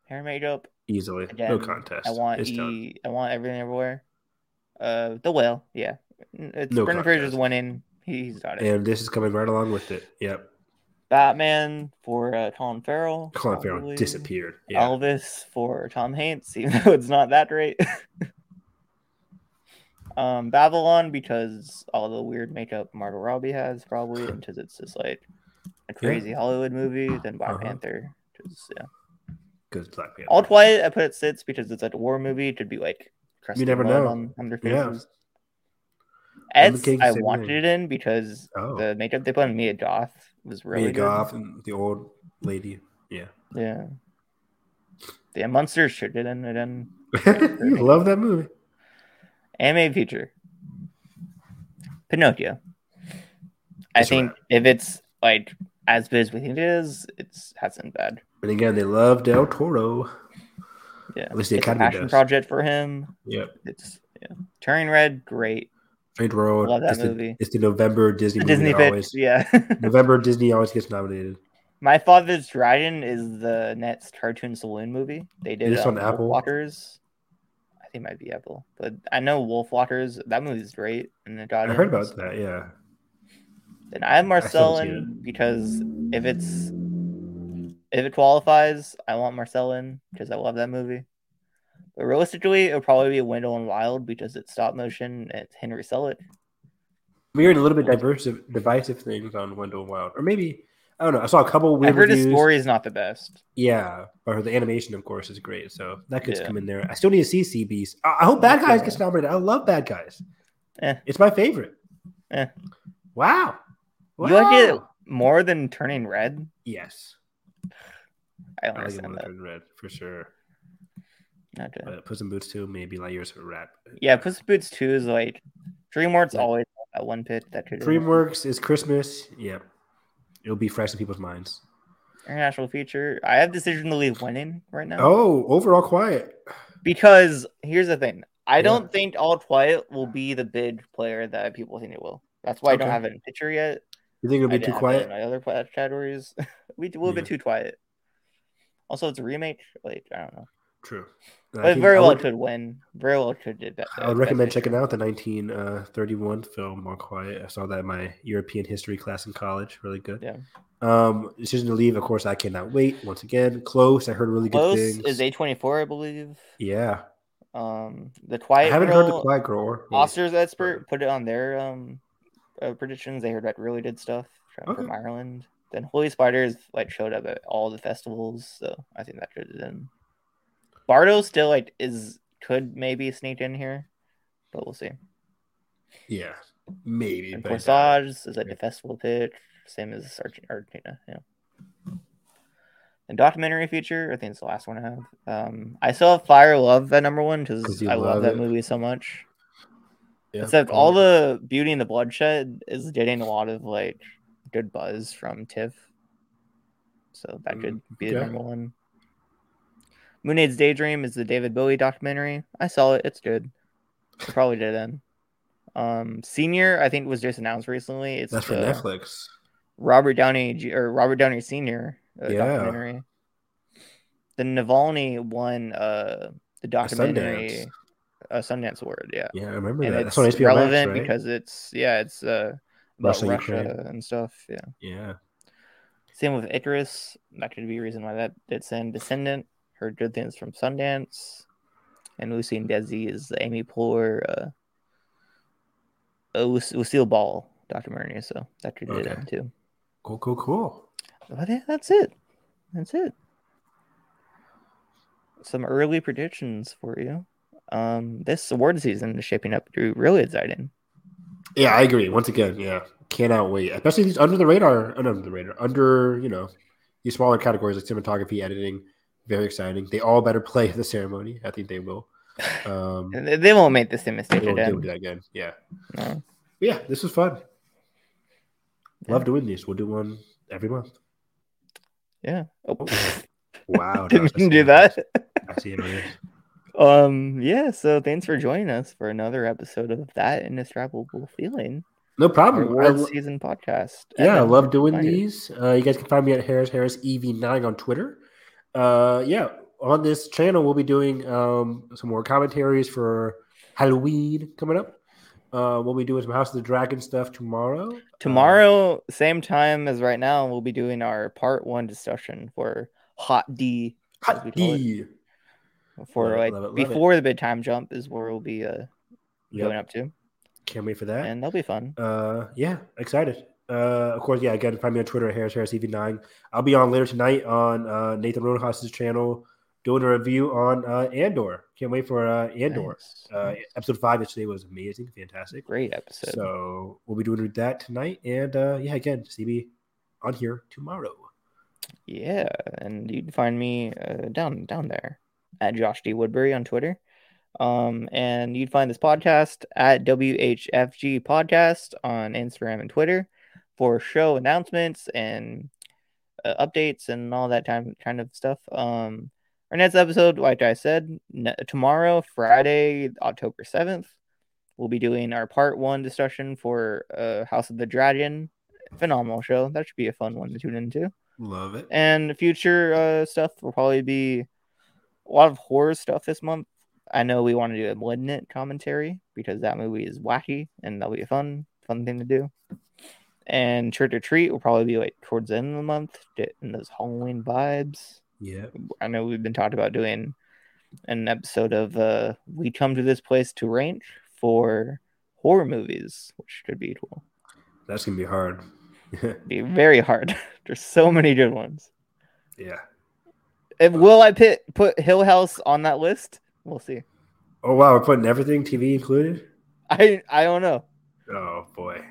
[SPEAKER 1] Hair makeup.
[SPEAKER 3] easily, no
[SPEAKER 1] Again,
[SPEAKER 3] contest.
[SPEAKER 1] I want
[SPEAKER 3] It's done.
[SPEAKER 1] e. I want everything everywhere. Uh, the whale. Yeah, it's
[SPEAKER 3] No
[SPEAKER 1] Brendan Fraser's
[SPEAKER 3] contest.
[SPEAKER 1] winning. He's got it.
[SPEAKER 3] and this is coming right along with it. Yep,
[SPEAKER 1] Batman for uh, Colin Farrell.
[SPEAKER 3] Colin Farrell
[SPEAKER 1] probably.
[SPEAKER 3] disappeared. Yeah,
[SPEAKER 1] Elvis for Tom Hanks, [LAUGHS] even though it's not that great. [LAUGHS] um, Babylon because all the weird makeup Margot Robbie has probably, and because it's just like a crazy Hollywood movie. Then Black
[SPEAKER 3] Uh-huh.
[SPEAKER 1] Panther, 'cause, yeah.
[SPEAKER 3] good Black Panther.
[SPEAKER 1] All Quiet, I put it sits because it's like a war movie. It could be like crust
[SPEAKER 3] You
[SPEAKER 1] of
[SPEAKER 3] never
[SPEAKER 1] blood
[SPEAKER 3] know.
[SPEAKER 1] on, on their
[SPEAKER 3] Yeah.
[SPEAKER 1] faces.
[SPEAKER 3] I'm
[SPEAKER 1] Ed's,
[SPEAKER 3] thinking
[SPEAKER 1] I
[SPEAKER 3] same
[SPEAKER 1] wanted
[SPEAKER 3] thing.
[SPEAKER 1] it in because
[SPEAKER 3] Oh,
[SPEAKER 1] the makeup they put on Mia Goth was really
[SPEAKER 3] Mia
[SPEAKER 1] good.
[SPEAKER 3] Goth and the old lady. Yeah,
[SPEAKER 1] Yeah. Yeah, Munster should it in it in. [LAUGHS]
[SPEAKER 3] you love that movie.
[SPEAKER 1] Anime feature. Pinocchio. I
[SPEAKER 3] That's
[SPEAKER 1] think
[SPEAKER 3] right.
[SPEAKER 1] if it's like as good as we think it is, it's hasn't bad.
[SPEAKER 3] And again, they love Del Toro.
[SPEAKER 1] Yeah.
[SPEAKER 3] At least the
[SPEAKER 1] it's a
[SPEAKER 3] Academy
[SPEAKER 1] passion
[SPEAKER 3] does.
[SPEAKER 1] project for him.
[SPEAKER 3] Yep,
[SPEAKER 1] It's yeah. Turning Red, great.
[SPEAKER 3] Strange World.
[SPEAKER 1] Love that
[SPEAKER 3] it's, The,
[SPEAKER 1] movie.
[SPEAKER 3] it's the November Disney
[SPEAKER 1] The
[SPEAKER 3] movie
[SPEAKER 1] Disney
[SPEAKER 3] that
[SPEAKER 1] pitch,
[SPEAKER 3] always.
[SPEAKER 1] yeah. [LAUGHS]
[SPEAKER 3] November Disney always gets nominated.
[SPEAKER 1] My Father's Dragon is the next cartoon saloon movie. They did
[SPEAKER 3] Is this
[SPEAKER 1] um,
[SPEAKER 3] on Apple?
[SPEAKER 1] Wolfwalkers. I think it might be Apple, but I know Wolfwalkers. That movie's great, and it got
[SPEAKER 3] I
[SPEAKER 1] in,
[SPEAKER 3] heard about
[SPEAKER 1] so-
[SPEAKER 3] that. Yeah,
[SPEAKER 1] And I have Marcel
[SPEAKER 3] seen
[SPEAKER 1] in because if it's if it qualifies, I want Marcel in because I love that movie. But realistically, it'll probably be Wendell and Wild because it's stop motion and it's Henry Selick.
[SPEAKER 3] we heard a little bit diverse, divisive things on Wendell Wild, or maybe I don't know. I saw a couple
[SPEAKER 1] I
[SPEAKER 3] weird
[SPEAKER 1] heard his
[SPEAKER 3] reviews.
[SPEAKER 1] story is not the best.
[SPEAKER 3] Yeah, but the animation, of course, is great. So that could
[SPEAKER 1] Yeah.
[SPEAKER 3] come in there. I still need to see CBs. I, I hope Bad Guys gets nominated. I love Bad Guys.
[SPEAKER 1] Eh.
[SPEAKER 3] It's my favorite.
[SPEAKER 1] Eh.
[SPEAKER 3] Wow.
[SPEAKER 1] You like it
[SPEAKER 3] Wow.
[SPEAKER 1] more than Turning Red?
[SPEAKER 3] Yes,
[SPEAKER 1] I don't
[SPEAKER 3] I like it
[SPEAKER 1] understand
[SPEAKER 3] when
[SPEAKER 1] that.
[SPEAKER 3] turned red for sure.
[SPEAKER 1] Not good.
[SPEAKER 3] But Puss in Boots too, maybe like yours for rap.
[SPEAKER 1] Yeah, Puss in Boots 2 is like DreamWorks
[SPEAKER 3] Yeah.
[SPEAKER 1] always at one pit that could
[SPEAKER 3] DreamWorks is Christmas. Yep, it'll be fresh in people's minds.
[SPEAKER 1] international feature. I have decision to leave winning right now.
[SPEAKER 3] Oh, overall quiet.
[SPEAKER 1] Because here's the thing. I
[SPEAKER 3] Yeah.
[SPEAKER 1] don't think All Quiet will be the big player that people think it will. That's why I don't
[SPEAKER 3] Okay.
[SPEAKER 1] have it in picture yet.
[SPEAKER 3] You think it'll
[SPEAKER 1] I
[SPEAKER 3] be
[SPEAKER 1] didn't
[SPEAKER 3] too
[SPEAKER 1] have it
[SPEAKER 3] quiet?
[SPEAKER 1] in my other pla- categories. [LAUGHS] we do a little bit too quiet. Also, it's a remake. Like I don't know,
[SPEAKER 3] True.
[SPEAKER 1] but it very well
[SPEAKER 3] I would,
[SPEAKER 1] could win. Very well could did that.
[SPEAKER 3] I would recommend checking out the 1931 film More Quiet. I saw that in my European history class in college. Really good.
[SPEAKER 1] Yeah.
[SPEAKER 3] Um, Decision to Leave, of course, I cannot wait. Once again, Close. I heard really
[SPEAKER 1] Close
[SPEAKER 3] good things.
[SPEAKER 1] is A twenty four, I believe.
[SPEAKER 3] yeah.
[SPEAKER 1] Um, the
[SPEAKER 3] I
[SPEAKER 1] Quiet
[SPEAKER 3] haven't
[SPEAKER 1] Girl,
[SPEAKER 3] heard The Quiet Girl. or-
[SPEAKER 1] Oscars expert put it on their um uh, predictions. They heard that really good stuff from,
[SPEAKER 3] Okay.
[SPEAKER 1] from Ireland. Then Holy Spiders like showed up at all the festivals, so I think that could in. Bardo still like is could maybe sneak in here, but we'll see.
[SPEAKER 3] Yeah. Maybe.
[SPEAKER 1] And
[SPEAKER 3] but I doubt it.
[SPEAKER 1] Corsage is like the festival pitch, same as Arge- Argentina. Yeah. the documentary feature. I think it's the last one I have. Um, I still have Fire Love at number one
[SPEAKER 4] 'Cause
[SPEAKER 1] because
[SPEAKER 4] you
[SPEAKER 1] I love
[SPEAKER 4] love
[SPEAKER 1] that
[SPEAKER 4] it.
[SPEAKER 1] movie so much.
[SPEAKER 4] Yeah,
[SPEAKER 1] Except
[SPEAKER 4] probably.
[SPEAKER 1] all the Beauty and the Bloodshed is getting a lot of like good buzz from TIFF. So that could be the
[SPEAKER 4] Mm, okay.
[SPEAKER 1] number one. Moonade's Daydream is the David Bowie documentary. I saw it. It's good. It probably did end. Um, Senior, I think, was just announced recently. It's
[SPEAKER 4] That's for
[SPEAKER 1] the
[SPEAKER 4] Netflix.
[SPEAKER 1] Robert Downey Ju- or Robert Downey Senior uh,
[SPEAKER 4] Yeah.
[SPEAKER 1] documentary. The Navalny won uh, the documentary,
[SPEAKER 4] Sundance.
[SPEAKER 1] a Sundance award. Yeah
[SPEAKER 4] Yeah, I remember
[SPEAKER 1] and
[SPEAKER 4] that.
[SPEAKER 1] it's
[SPEAKER 4] That's on HBO
[SPEAKER 1] relevant
[SPEAKER 4] Max, right?
[SPEAKER 1] because it's yeah, it's uh, about
[SPEAKER 4] Russia,
[SPEAKER 1] Russia,
[SPEAKER 4] Ukraine.
[SPEAKER 1] and stuff. Yeah,
[SPEAKER 4] yeah,
[SPEAKER 1] same with Icarus. That could be a reason why that it's in Descendant. Heard good things from Sundance, and Lucy and Desi is the Amy Poehler, uh, uh, Luc- Lucille Ball documentary. So that could be
[SPEAKER 4] Okay.
[SPEAKER 1] them too.
[SPEAKER 4] cool, cool, cool.
[SPEAKER 1] But yeah, that's it. That's it. Some early predictions for you. Um, this award season is shaping up to be really exciting.
[SPEAKER 4] Yeah,
[SPEAKER 3] I agree. Once again, yeah, cannot wait. Especially these under the radar, uh, not under the radar, under you know these smaller categories like cinematography, editing. Very exciting. They all better [LAUGHS] play at the ceremony. I think
[SPEAKER 1] [LAUGHS]
[SPEAKER 3] they will. Um,
[SPEAKER 1] They they won't make the same mistake
[SPEAKER 3] they will, they will
[SPEAKER 1] again.
[SPEAKER 3] do that again. Yeah.
[SPEAKER 1] No.
[SPEAKER 3] Yeah, this was fun. Love
[SPEAKER 1] Yeah.
[SPEAKER 3] doing these. We'll do one every month.
[SPEAKER 1] [LAUGHS]
[SPEAKER 3] [LAUGHS]
[SPEAKER 1] Oh,
[SPEAKER 4] Wow,
[SPEAKER 1] [LAUGHS] didn't
[SPEAKER 4] Josh, I see
[SPEAKER 1] do
[SPEAKER 4] your
[SPEAKER 1] that. [LAUGHS]
[SPEAKER 4] face. I see it on yours.
[SPEAKER 1] Um, yeah. So thanks for joining us for another episode of that indescribable feeling
[SPEAKER 3] No
[SPEAKER 1] our
[SPEAKER 3] problem. I
[SPEAKER 1] award
[SPEAKER 3] lo-
[SPEAKER 1] season podcast.
[SPEAKER 3] yeah, I
[SPEAKER 1] Evan,
[SPEAKER 3] love doing
[SPEAKER 1] find it.
[SPEAKER 3] these. Uh, you guys can find me at Harris Harris EV9 on Twitter. Uh, yeah, on this channel we'll be doing um, some more commentaries for Halloween coming up. Uh, we'll be doing some House of the Dragon stuff tomorrow.
[SPEAKER 1] Tomorrow, same time as right now, we'll be doing our part one discussion for Hot D as we
[SPEAKER 3] Hot
[SPEAKER 1] call it,
[SPEAKER 3] D.
[SPEAKER 1] for
[SPEAKER 3] Love it,
[SPEAKER 1] like
[SPEAKER 3] love it, love it.
[SPEAKER 1] before the big time jump is where we'll be uh,
[SPEAKER 3] Yep,
[SPEAKER 1] going up to,
[SPEAKER 3] Can't wait for that.
[SPEAKER 1] and that'll be fun.
[SPEAKER 3] uh yeah excited uh of course yeah again find me on twitter at harris harris ev9 i'll be on later tonight on uh nathan rodenhaus's channel doing a review on uh andor can't wait for uh andor
[SPEAKER 1] Nice.
[SPEAKER 3] uh episode five yesterday was amazing fantastic
[SPEAKER 1] Great episode.
[SPEAKER 3] so we'll be doing that tonight and uh yeah again see me on here tomorrow
[SPEAKER 1] Yeah, and you can find me uh, down down there at Josh D Woodbury on Twitter. Um, and you'd find this podcast at WHFG Podcast on Instagram and Twitter for show announcements and uh, updates and all that time kind of stuff. Um, our next episode, like I said, n- tomorrow, Friday, October seventh, we'll be doing our part one discussion for uh, House of the Dragon. Phenomenal show. That should be a fun one to tune into
[SPEAKER 4] Love it.
[SPEAKER 1] and future uh, stuff will probably be a lot of horror stuff this month. I know we want to do a Malignant commentary because that movie is wacky and that'll be a fun, fun thing to do. And Trick or Treat will probably be like towards the end of the month, getting those Halloween vibes.
[SPEAKER 4] Yeah,
[SPEAKER 1] I know we've been talking about doing an episode of uh, We Come to This Place to Range for horror movies, which could be cool.
[SPEAKER 3] that's gonna be hard
[SPEAKER 1] Be very hard. [LAUGHS] There's so many good ones.
[SPEAKER 3] yeah
[SPEAKER 1] If, will I pit, put Hill House on that list? We'll see.
[SPEAKER 3] oh wow we're putting everything tv included
[SPEAKER 1] I I don't know.
[SPEAKER 3] oh boy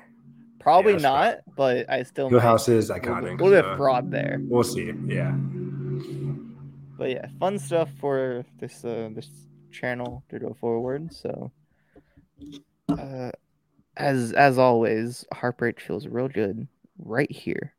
[SPEAKER 1] Probably
[SPEAKER 3] that's
[SPEAKER 1] not,
[SPEAKER 3] fair.
[SPEAKER 1] but I still
[SPEAKER 3] your
[SPEAKER 1] might.
[SPEAKER 3] house is
[SPEAKER 1] We'll,
[SPEAKER 3] iconic
[SPEAKER 1] we'll do a
[SPEAKER 3] so
[SPEAKER 1] fraud there.
[SPEAKER 3] we'll see yeah
[SPEAKER 1] But yeah, fun stuff for this uh, this channel to go forward. So, uh, as as always, heartbreak feels real good right here.